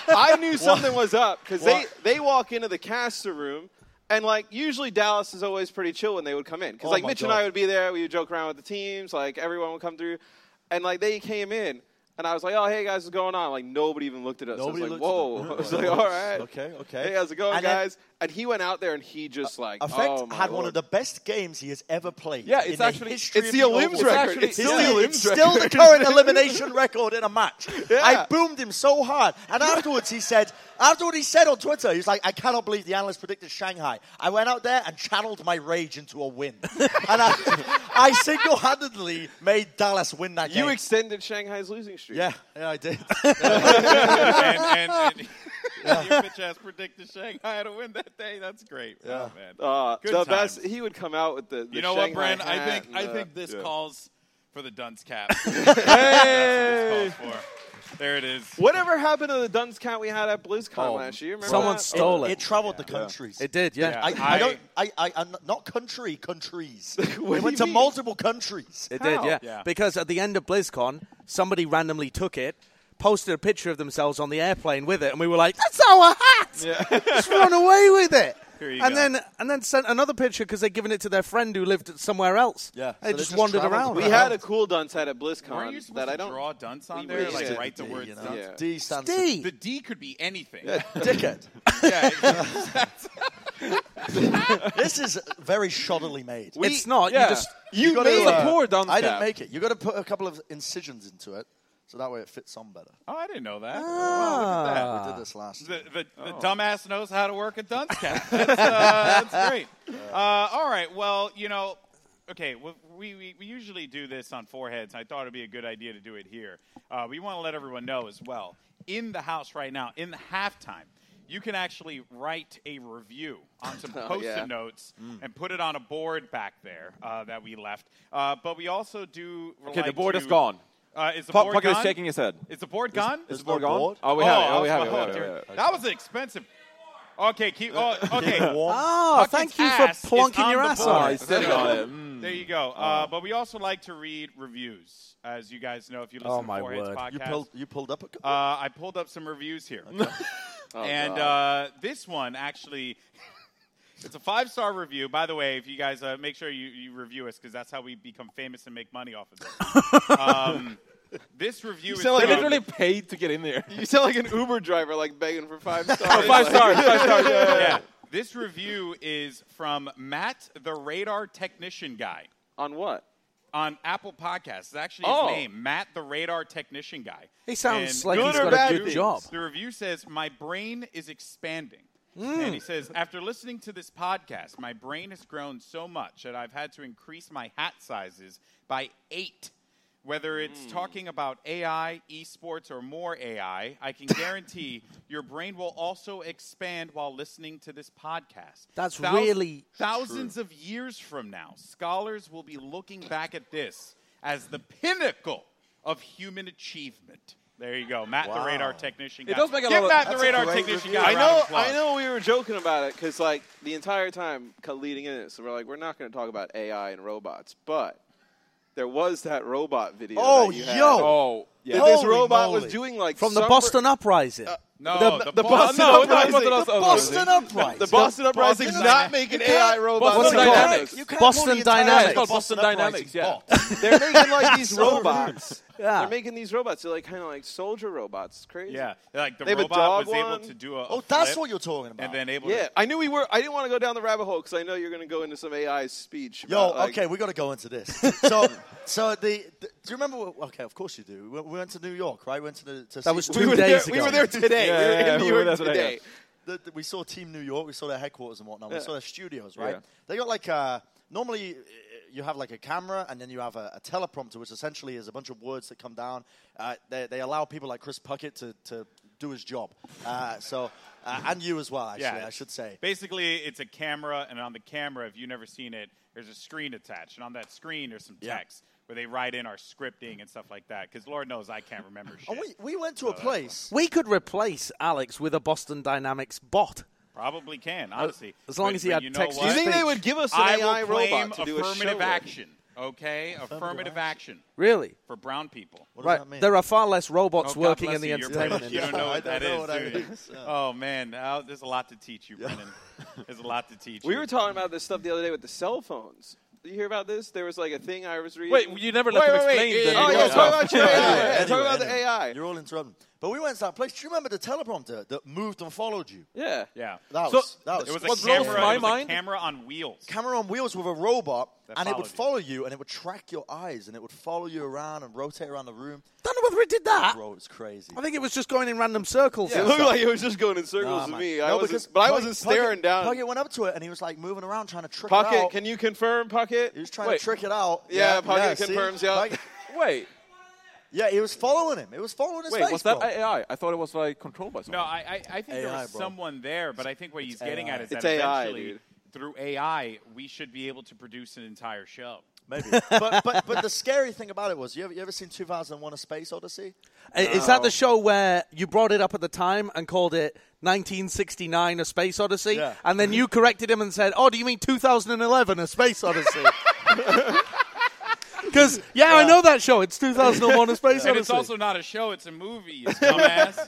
[SPEAKER 2] I knew something was up because they,
[SPEAKER 4] What?
[SPEAKER 2] they walk into the caster room, and like usually Dallas is always pretty chill when they would come in because
[SPEAKER 4] Oh
[SPEAKER 2] like
[SPEAKER 4] my
[SPEAKER 2] Mitch and
[SPEAKER 4] God.
[SPEAKER 2] I would be there. We would joke around with the teams, like everyone would come through, and like they came in, and I was like, "Oh, hey guys, what's going on?" Like nobody even looked at us.
[SPEAKER 4] Nobody
[SPEAKER 2] I was like,
[SPEAKER 4] looked
[SPEAKER 2] "Whoa!"
[SPEAKER 4] at them.
[SPEAKER 2] I was like, "All right,
[SPEAKER 4] Okay, okay.
[SPEAKER 2] Hey, how's it going,
[SPEAKER 4] And then-
[SPEAKER 2] guys?" and he went out there and he just like
[SPEAKER 4] Effect
[SPEAKER 2] oh, my
[SPEAKER 4] had one
[SPEAKER 2] Lord.
[SPEAKER 4] of the best games he has ever played.
[SPEAKER 5] Yeah, it's
[SPEAKER 4] in
[SPEAKER 5] actually-
[SPEAKER 4] the history
[SPEAKER 2] it's
[SPEAKER 4] of
[SPEAKER 2] the Olympics
[SPEAKER 4] Oval.
[SPEAKER 2] record.
[SPEAKER 5] actually-
[SPEAKER 2] it's
[SPEAKER 5] it's
[SPEAKER 2] still the
[SPEAKER 4] Yeah,
[SPEAKER 2] Olympics
[SPEAKER 4] it's still the current elimination record in a match. I boomed him so hard, and afterwards he said, after what he said on Twitter, he was like, "I cannot believe the analyst predicted Shanghai." I went out there and channeled my rage into a win, and I, I single-handedly made Dallas win that game.
[SPEAKER 2] You extended Shanghai's losing streak.
[SPEAKER 4] yeah, yeah, I did.
[SPEAKER 1] and, and, and you bitch ass predicted Shanghai to win that day. That's great. Oh, man.
[SPEAKER 2] Uh,
[SPEAKER 1] Good
[SPEAKER 2] the
[SPEAKER 1] times.
[SPEAKER 2] best. He would come out with the. the
[SPEAKER 1] you know
[SPEAKER 2] Shanghai
[SPEAKER 1] what, Bren? I
[SPEAKER 2] hat
[SPEAKER 1] think
[SPEAKER 2] and
[SPEAKER 1] I
[SPEAKER 2] the-
[SPEAKER 1] think this
[SPEAKER 2] yeah.
[SPEAKER 1] calls for the dunce cap. hey! There it is.
[SPEAKER 2] Whatever happened to the dunce count we had at BlizzCon last year? Remember
[SPEAKER 3] someone
[SPEAKER 2] that?
[SPEAKER 3] stole it.
[SPEAKER 4] It traveled the countries.
[SPEAKER 3] It did, yeah.
[SPEAKER 1] Yeah.
[SPEAKER 4] I, I,
[SPEAKER 1] I-
[SPEAKER 4] don't. I, I, I'm not country countries. it
[SPEAKER 2] do you
[SPEAKER 4] went to
[SPEAKER 2] mean?
[SPEAKER 4] multiple countries.
[SPEAKER 3] It did,
[SPEAKER 2] How?
[SPEAKER 3] yeah.
[SPEAKER 1] Yeah.
[SPEAKER 3] Because at the end of BlizzCon, somebody randomly took it, posted a picture of themselves on the airplane with it, and we were like, "That's our hat!" Just run away with it.
[SPEAKER 1] Here you
[SPEAKER 3] and
[SPEAKER 1] go.
[SPEAKER 3] then and then sent another picture because they'd given it to their friend who lived somewhere else.
[SPEAKER 4] Yeah. So
[SPEAKER 3] they
[SPEAKER 4] they
[SPEAKER 3] just,
[SPEAKER 4] just
[SPEAKER 3] wandered
[SPEAKER 4] traveled
[SPEAKER 3] around.
[SPEAKER 2] We had a cool dunce hat at
[SPEAKER 1] Weren't you
[SPEAKER 2] BlizzCon
[SPEAKER 1] supposed
[SPEAKER 2] that I
[SPEAKER 1] to
[SPEAKER 2] don't.
[SPEAKER 1] draw dunce on
[SPEAKER 2] We
[SPEAKER 1] there?
[SPEAKER 2] were
[SPEAKER 1] Like
[SPEAKER 2] just-
[SPEAKER 1] write the
[SPEAKER 4] D,
[SPEAKER 1] words
[SPEAKER 4] you know.
[SPEAKER 1] dunce?
[SPEAKER 2] Yeah.
[SPEAKER 4] D stands for
[SPEAKER 3] D.
[SPEAKER 1] The D could be anything.
[SPEAKER 4] dickhead.
[SPEAKER 1] yeah
[SPEAKER 4] This is very shoddily made.
[SPEAKER 3] it's not.
[SPEAKER 5] yeah.
[SPEAKER 3] You just
[SPEAKER 5] You
[SPEAKER 4] gotta,
[SPEAKER 5] made a poor dunce
[SPEAKER 4] I didn't
[SPEAKER 5] cap.
[SPEAKER 4] make it. You got to put a couple of incisions into it, so that way it fits on better.
[SPEAKER 1] Oh, I didn't know that.
[SPEAKER 2] Ah.
[SPEAKER 3] Ah.
[SPEAKER 4] We did this last.
[SPEAKER 1] The, the, the
[SPEAKER 5] Oh.
[SPEAKER 1] dumbass knows how to work a dunce cap. That's, uh, that's great. Uh, all right. Well, you know, okay, we, we, we usually do this on foreheads. I thought it'd be a good idea to do it here. Uh, we want to let everyone know as well. In the house right now, in the halftime, you can actually write a review on some
[SPEAKER 5] Oh,
[SPEAKER 1] post-it
[SPEAKER 2] yeah.
[SPEAKER 1] notes
[SPEAKER 5] Mm.
[SPEAKER 1] and put it on a board back there uh, that we left. Uh, but we also do.
[SPEAKER 5] Okay, the
[SPEAKER 1] like
[SPEAKER 5] board
[SPEAKER 1] to-
[SPEAKER 5] is gone.
[SPEAKER 1] Uh, is the
[SPEAKER 5] Puck-
[SPEAKER 1] board
[SPEAKER 5] Puck is
[SPEAKER 1] gone?
[SPEAKER 5] shaking his head.
[SPEAKER 1] Is the board gone?
[SPEAKER 4] There's
[SPEAKER 5] We're
[SPEAKER 4] no
[SPEAKER 5] gone?
[SPEAKER 4] board.
[SPEAKER 5] Oh, we
[SPEAKER 1] Oh,
[SPEAKER 5] have
[SPEAKER 1] I
[SPEAKER 5] it. Oh, we
[SPEAKER 1] was
[SPEAKER 5] have it.
[SPEAKER 1] behind
[SPEAKER 5] we have it, we
[SPEAKER 1] during-
[SPEAKER 5] have it.
[SPEAKER 1] That was an expensive. Okay, keep. Oh, okay.
[SPEAKER 4] Warm.
[SPEAKER 3] oh,
[SPEAKER 1] Fucking
[SPEAKER 3] thank you for
[SPEAKER 1] ass is on
[SPEAKER 3] plonking your
[SPEAKER 1] the
[SPEAKER 3] ass
[SPEAKER 1] board.
[SPEAKER 5] Oh,
[SPEAKER 3] on
[SPEAKER 5] he's
[SPEAKER 3] it.
[SPEAKER 5] sitting on it. Mm.
[SPEAKER 1] There you go. Uh, but we also like to read reviews, as you guys know if you listen
[SPEAKER 3] Oh,
[SPEAKER 1] to
[SPEAKER 3] my
[SPEAKER 1] Foreheads
[SPEAKER 3] word.
[SPEAKER 1] podcast.
[SPEAKER 4] You pulled. You pulled up. A couple.
[SPEAKER 1] uh, I pulled up some reviews here,
[SPEAKER 5] Oh,
[SPEAKER 1] and uh, this one actually. It's a five star review. By the way, if you guys uh, make sure you, you review us because that's how we become famous and make money off of this. um, this review is
[SPEAKER 2] sound like
[SPEAKER 5] They
[SPEAKER 1] from-
[SPEAKER 5] literally paid to get in there.
[SPEAKER 2] You sound like an Uber driver, like begging for five stars.
[SPEAKER 5] Five
[SPEAKER 2] Like,
[SPEAKER 5] stars. Five stars. yeah, yeah, yeah.
[SPEAKER 1] yeah. This review is from Matt, the radar technician guy,
[SPEAKER 2] on what?
[SPEAKER 1] on Apple Podcasts. It's actually his
[SPEAKER 2] Oh.
[SPEAKER 1] name, Matt, the radar technician guy.
[SPEAKER 3] He sounds like
[SPEAKER 2] good
[SPEAKER 3] he's
[SPEAKER 2] or
[SPEAKER 3] got
[SPEAKER 2] bad
[SPEAKER 3] a good
[SPEAKER 2] things?
[SPEAKER 3] job.
[SPEAKER 1] The review says, My brain is expanding.
[SPEAKER 3] Hmm.
[SPEAKER 1] And he says, After listening to this podcast, my brain has grown so much that I've had to increase my hat sizes by eight. Whether it's talking about AI, esports, or more AI, I can guarantee your brain will also expand while listening to this podcast.
[SPEAKER 3] That's really
[SPEAKER 1] thousands of years from now. Scholars will be looking back at this as the pinnacle of human achievement. There you go, Matt, the radar technician. Guy.
[SPEAKER 5] does make a
[SPEAKER 1] Give
[SPEAKER 5] lot of-
[SPEAKER 1] Matt the
[SPEAKER 5] that's a
[SPEAKER 1] radar
[SPEAKER 5] great
[SPEAKER 1] technician.
[SPEAKER 5] review.
[SPEAKER 1] Guy
[SPEAKER 2] I
[SPEAKER 1] a
[SPEAKER 2] know.
[SPEAKER 1] round of
[SPEAKER 2] I
[SPEAKER 1] applause.
[SPEAKER 2] know. We were joking about it because, like, the entire time cut leading in it, so we're like, we're not going to talk about AI and robots, but there was that robot video.
[SPEAKER 4] Oh,
[SPEAKER 2] that you had.
[SPEAKER 4] yo.
[SPEAKER 5] Oh, yeah.
[SPEAKER 2] That this
[SPEAKER 4] Holy
[SPEAKER 2] robot was
[SPEAKER 4] moly.
[SPEAKER 2] doing like
[SPEAKER 3] From the
[SPEAKER 2] some-
[SPEAKER 3] Boston Uprising.
[SPEAKER 1] No, the,
[SPEAKER 2] the
[SPEAKER 1] boss.
[SPEAKER 2] Boston
[SPEAKER 5] no,
[SPEAKER 2] Uprising.
[SPEAKER 5] no, no, no,
[SPEAKER 2] The
[SPEAKER 5] no.
[SPEAKER 4] Boston Uprising.
[SPEAKER 2] The Boston Uprising's
[SPEAKER 1] Uprising.
[SPEAKER 2] not making AI robots.
[SPEAKER 5] Boston
[SPEAKER 2] like
[SPEAKER 5] Dynamics.
[SPEAKER 2] robots.
[SPEAKER 4] You can't
[SPEAKER 3] Boston
[SPEAKER 4] pull the entire-
[SPEAKER 3] Dynamics.
[SPEAKER 4] It's called
[SPEAKER 5] Boston Dynamics, yeah.
[SPEAKER 4] Uprising.
[SPEAKER 2] They're making like these
[SPEAKER 4] So
[SPEAKER 2] robots.
[SPEAKER 3] Yeah.
[SPEAKER 2] They're making these robots. They're like kind of like soldier robots. It's crazy.
[SPEAKER 1] Yeah, like the
[SPEAKER 2] They have a
[SPEAKER 1] robot
[SPEAKER 2] dog
[SPEAKER 1] was able
[SPEAKER 2] one.
[SPEAKER 1] to do a. a
[SPEAKER 4] Oh, that's
[SPEAKER 1] flip
[SPEAKER 4] what you're talking about.
[SPEAKER 1] And then able
[SPEAKER 2] Yeah,
[SPEAKER 1] to.
[SPEAKER 2] I knew we were. I didn't want to go down the rabbit hole because I know you're going to go into some AI speech.
[SPEAKER 4] Yo,
[SPEAKER 2] about, uh, like-
[SPEAKER 4] okay, we got to go into this. So, so the, the- do you remember? what- Okay, of course you do. We, we went to New York, right? We went to the to
[SPEAKER 3] That was
[SPEAKER 4] see-
[SPEAKER 3] two
[SPEAKER 2] we were
[SPEAKER 3] days
[SPEAKER 2] there,
[SPEAKER 3] ago.
[SPEAKER 2] We were there today.
[SPEAKER 5] Yeah,
[SPEAKER 2] we were
[SPEAKER 5] yeah,
[SPEAKER 2] in New
[SPEAKER 5] we were
[SPEAKER 2] York
[SPEAKER 5] there today,
[SPEAKER 2] today.
[SPEAKER 4] the, the- we saw Team New York, we saw their headquarters and whatnot,
[SPEAKER 2] Yeah.
[SPEAKER 4] we saw their studios, right?
[SPEAKER 5] Yeah.
[SPEAKER 4] They got like uh, normally uh, you have like a camera and then you have a, a teleprompter, which essentially is a bunch of words that come down. Uh, they, they allow people like Chris Puckett to, to do his job. Uh, so, uh, and you as well, actually, I should say.
[SPEAKER 1] Basically, it's a camera, and on the camera, if you've never seen it, there's a screen attached, and on that screen, there's some
[SPEAKER 4] Yeah.
[SPEAKER 1] text where they write in our scripting and stuff like that. Because Lord knows I can't remember shit.
[SPEAKER 4] Oh, we, we went to a
[SPEAKER 2] Uh,
[SPEAKER 4] place.
[SPEAKER 3] We could replace Alex with a Boston Dynamics bot.
[SPEAKER 1] Probably can, honestly.
[SPEAKER 3] as long
[SPEAKER 1] But-
[SPEAKER 3] as he
[SPEAKER 1] but
[SPEAKER 3] had
[SPEAKER 1] you know
[SPEAKER 3] text to
[SPEAKER 1] what?
[SPEAKER 2] you think
[SPEAKER 3] speech.
[SPEAKER 2] they would give us an
[SPEAKER 1] I
[SPEAKER 2] AI
[SPEAKER 1] will claim
[SPEAKER 2] robot to do a show?
[SPEAKER 1] affirmative
[SPEAKER 2] with?
[SPEAKER 1] action. Okay, affirmative action
[SPEAKER 3] Really?
[SPEAKER 1] for brown people.
[SPEAKER 4] What does
[SPEAKER 3] Right.
[SPEAKER 4] that mean?
[SPEAKER 3] There are far less robots
[SPEAKER 1] Oh, God
[SPEAKER 3] working
[SPEAKER 1] bless
[SPEAKER 3] in the
[SPEAKER 1] you. You're
[SPEAKER 3] entertainment
[SPEAKER 1] British.
[SPEAKER 4] Yeah.
[SPEAKER 1] You don't know
[SPEAKER 4] I
[SPEAKER 1] what
[SPEAKER 4] don't
[SPEAKER 1] that
[SPEAKER 4] know
[SPEAKER 1] is,
[SPEAKER 4] what that
[SPEAKER 1] do you?
[SPEAKER 4] is. Yeah.
[SPEAKER 1] Oh man, now there's a lot to teach you, Brennan. There's a lot to teach.
[SPEAKER 2] We
[SPEAKER 1] you.
[SPEAKER 2] were talking about this stuff the other day with the cell phones. Did you hear about this? There was like a thing I was reading.
[SPEAKER 5] Wait, you never let
[SPEAKER 1] Wait,
[SPEAKER 5] them
[SPEAKER 1] wait, wait.
[SPEAKER 5] explain.
[SPEAKER 1] Yeah,
[SPEAKER 5] the
[SPEAKER 1] yeah,
[SPEAKER 2] Oh,
[SPEAKER 5] new
[SPEAKER 2] yeah,
[SPEAKER 1] Anyway.
[SPEAKER 2] talk
[SPEAKER 5] stuff.
[SPEAKER 2] about your AI.
[SPEAKER 4] Anyway,
[SPEAKER 2] Yeah, talk
[SPEAKER 4] anyway,
[SPEAKER 2] about the
[SPEAKER 4] anyway.
[SPEAKER 2] AI.
[SPEAKER 4] You're all interrupting. But we went to that place. Do you remember the teleprompter that moved and followed you?
[SPEAKER 2] Yeah.
[SPEAKER 1] yeah.
[SPEAKER 4] That
[SPEAKER 5] So-
[SPEAKER 4] was that was,
[SPEAKER 1] It was
[SPEAKER 5] What
[SPEAKER 1] a
[SPEAKER 5] blows
[SPEAKER 1] camera.
[SPEAKER 5] my
[SPEAKER 1] it was
[SPEAKER 5] mind-
[SPEAKER 1] a camera on wheels.
[SPEAKER 4] camera on wheels with a robot,
[SPEAKER 1] That
[SPEAKER 4] and it would
[SPEAKER 1] followed
[SPEAKER 4] follow you, and it would track your eyes, and it would follow you around and rotate around the room.
[SPEAKER 3] don't know whether it did
[SPEAKER 2] Ah.
[SPEAKER 3] that.
[SPEAKER 4] Bro, it's crazy.
[SPEAKER 3] I think it was just going in random circles.
[SPEAKER 2] It
[SPEAKER 3] and
[SPEAKER 2] looked
[SPEAKER 3] stuff.
[SPEAKER 2] like it was just going in circles
[SPEAKER 4] Nah,
[SPEAKER 2] with
[SPEAKER 4] man.
[SPEAKER 2] me. I
[SPEAKER 4] No,
[SPEAKER 2] wasn't,
[SPEAKER 4] because
[SPEAKER 2] but I
[SPEAKER 4] Puckett-
[SPEAKER 2] wasn't staring
[SPEAKER 4] Puckett-
[SPEAKER 2] down.
[SPEAKER 4] Puckett went up to it and he was like moving around trying to trick it
[SPEAKER 2] Pocket,
[SPEAKER 4] out.
[SPEAKER 2] can you confirm, Pocket?
[SPEAKER 4] he was trying
[SPEAKER 5] Wait.
[SPEAKER 4] to trick it out.
[SPEAKER 2] Yeah, Puckett
[SPEAKER 4] see?
[SPEAKER 2] confirms, yeah.
[SPEAKER 4] Puckett-
[SPEAKER 5] Wait,
[SPEAKER 4] yeah, he was following him. It was following his
[SPEAKER 5] wait,
[SPEAKER 4] face,
[SPEAKER 5] was that
[SPEAKER 4] bro.
[SPEAKER 5] AI? I thought it was like controlled by
[SPEAKER 1] No,
[SPEAKER 5] someone.
[SPEAKER 1] I, I, I think there
[SPEAKER 4] AI,
[SPEAKER 1] was
[SPEAKER 4] bro.
[SPEAKER 1] someone there, but I think what he's getting
[SPEAKER 4] AI.
[SPEAKER 1] at is that
[SPEAKER 2] It's AI,
[SPEAKER 1] eventually,
[SPEAKER 2] dude.
[SPEAKER 1] through AI, we should be able to produce an entire show.
[SPEAKER 4] Maybe. but, but but the scary thing about it was, you ever, you ever seen 2001: A Space Odyssey?
[SPEAKER 3] I- Is that the show where you brought it up at the time and called it 1969 A Space Odyssey?
[SPEAKER 4] Yeah.
[SPEAKER 3] And then you corrected him and said, oh, do you mean 2011 A Space Odyssey? Because, yeah, I know that show. It's 2001 A Space
[SPEAKER 1] And it's
[SPEAKER 3] Odyssey.
[SPEAKER 1] also not a show; it's a movie. You dumbass.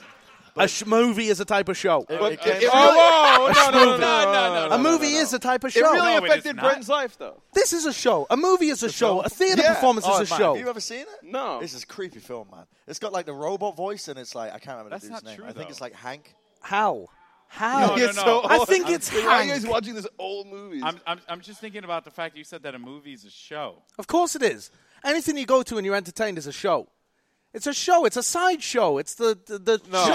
[SPEAKER 3] a sh- movie is a type of show.
[SPEAKER 4] It- it came
[SPEAKER 2] it-
[SPEAKER 4] out-
[SPEAKER 5] Oh, whoa, no, no, no,
[SPEAKER 1] no,
[SPEAKER 5] no,
[SPEAKER 1] no,
[SPEAKER 5] no, no,
[SPEAKER 1] no,
[SPEAKER 3] a movie is a type of
[SPEAKER 2] it
[SPEAKER 3] show.
[SPEAKER 2] really
[SPEAKER 1] No, it is
[SPEAKER 2] affected
[SPEAKER 1] not.
[SPEAKER 2] Brent's life, though.
[SPEAKER 3] This is a show. A movie is a show.
[SPEAKER 4] show?
[SPEAKER 3] A theater
[SPEAKER 2] Yeah.
[SPEAKER 3] performance
[SPEAKER 4] Oh,
[SPEAKER 3] is a
[SPEAKER 4] man,
[SPEAKER 3] show.
[SPEAKER 4] Have you ever seen it?
[SPEAKER 2] No.
[SPEAKER 4] This is a creepy film, man. It's got like the robot voice, and it's like I can't remember
[SPEAKER 1] That's
[SPEAKER 4] the dude's
[SPEAKER 1] not
[SPEAKER 4] name.
[SPEAKER 1] true,
[SPEAKER 4] I think
[SPEAKER 1] though.
[SPEAKER 4] it's like Hank.
[SPEAKER 3] How? How?
[SPEAKER 1] No, no,
[SPEAKER 2] It's
[SPEAKER 1] no.
[SPEAKER 2] so
[SPEAKER 3] Oh, I
[SPEAKER 2] old.
[SPEAKER 3] think it's
[SPEAKER 2] Why are you
[SPEAKER 3] Hank.
[SPEAKER 2] guys watching this old movie?
[SPEAKER 1] I'm, I'm, I'm just thinking about the fact that you said that a movie is a show.
[SPEAKER 3] Of course it is. Anything you go to and you're entertained is a show. It's a show. It's a side show. It's the the, the show.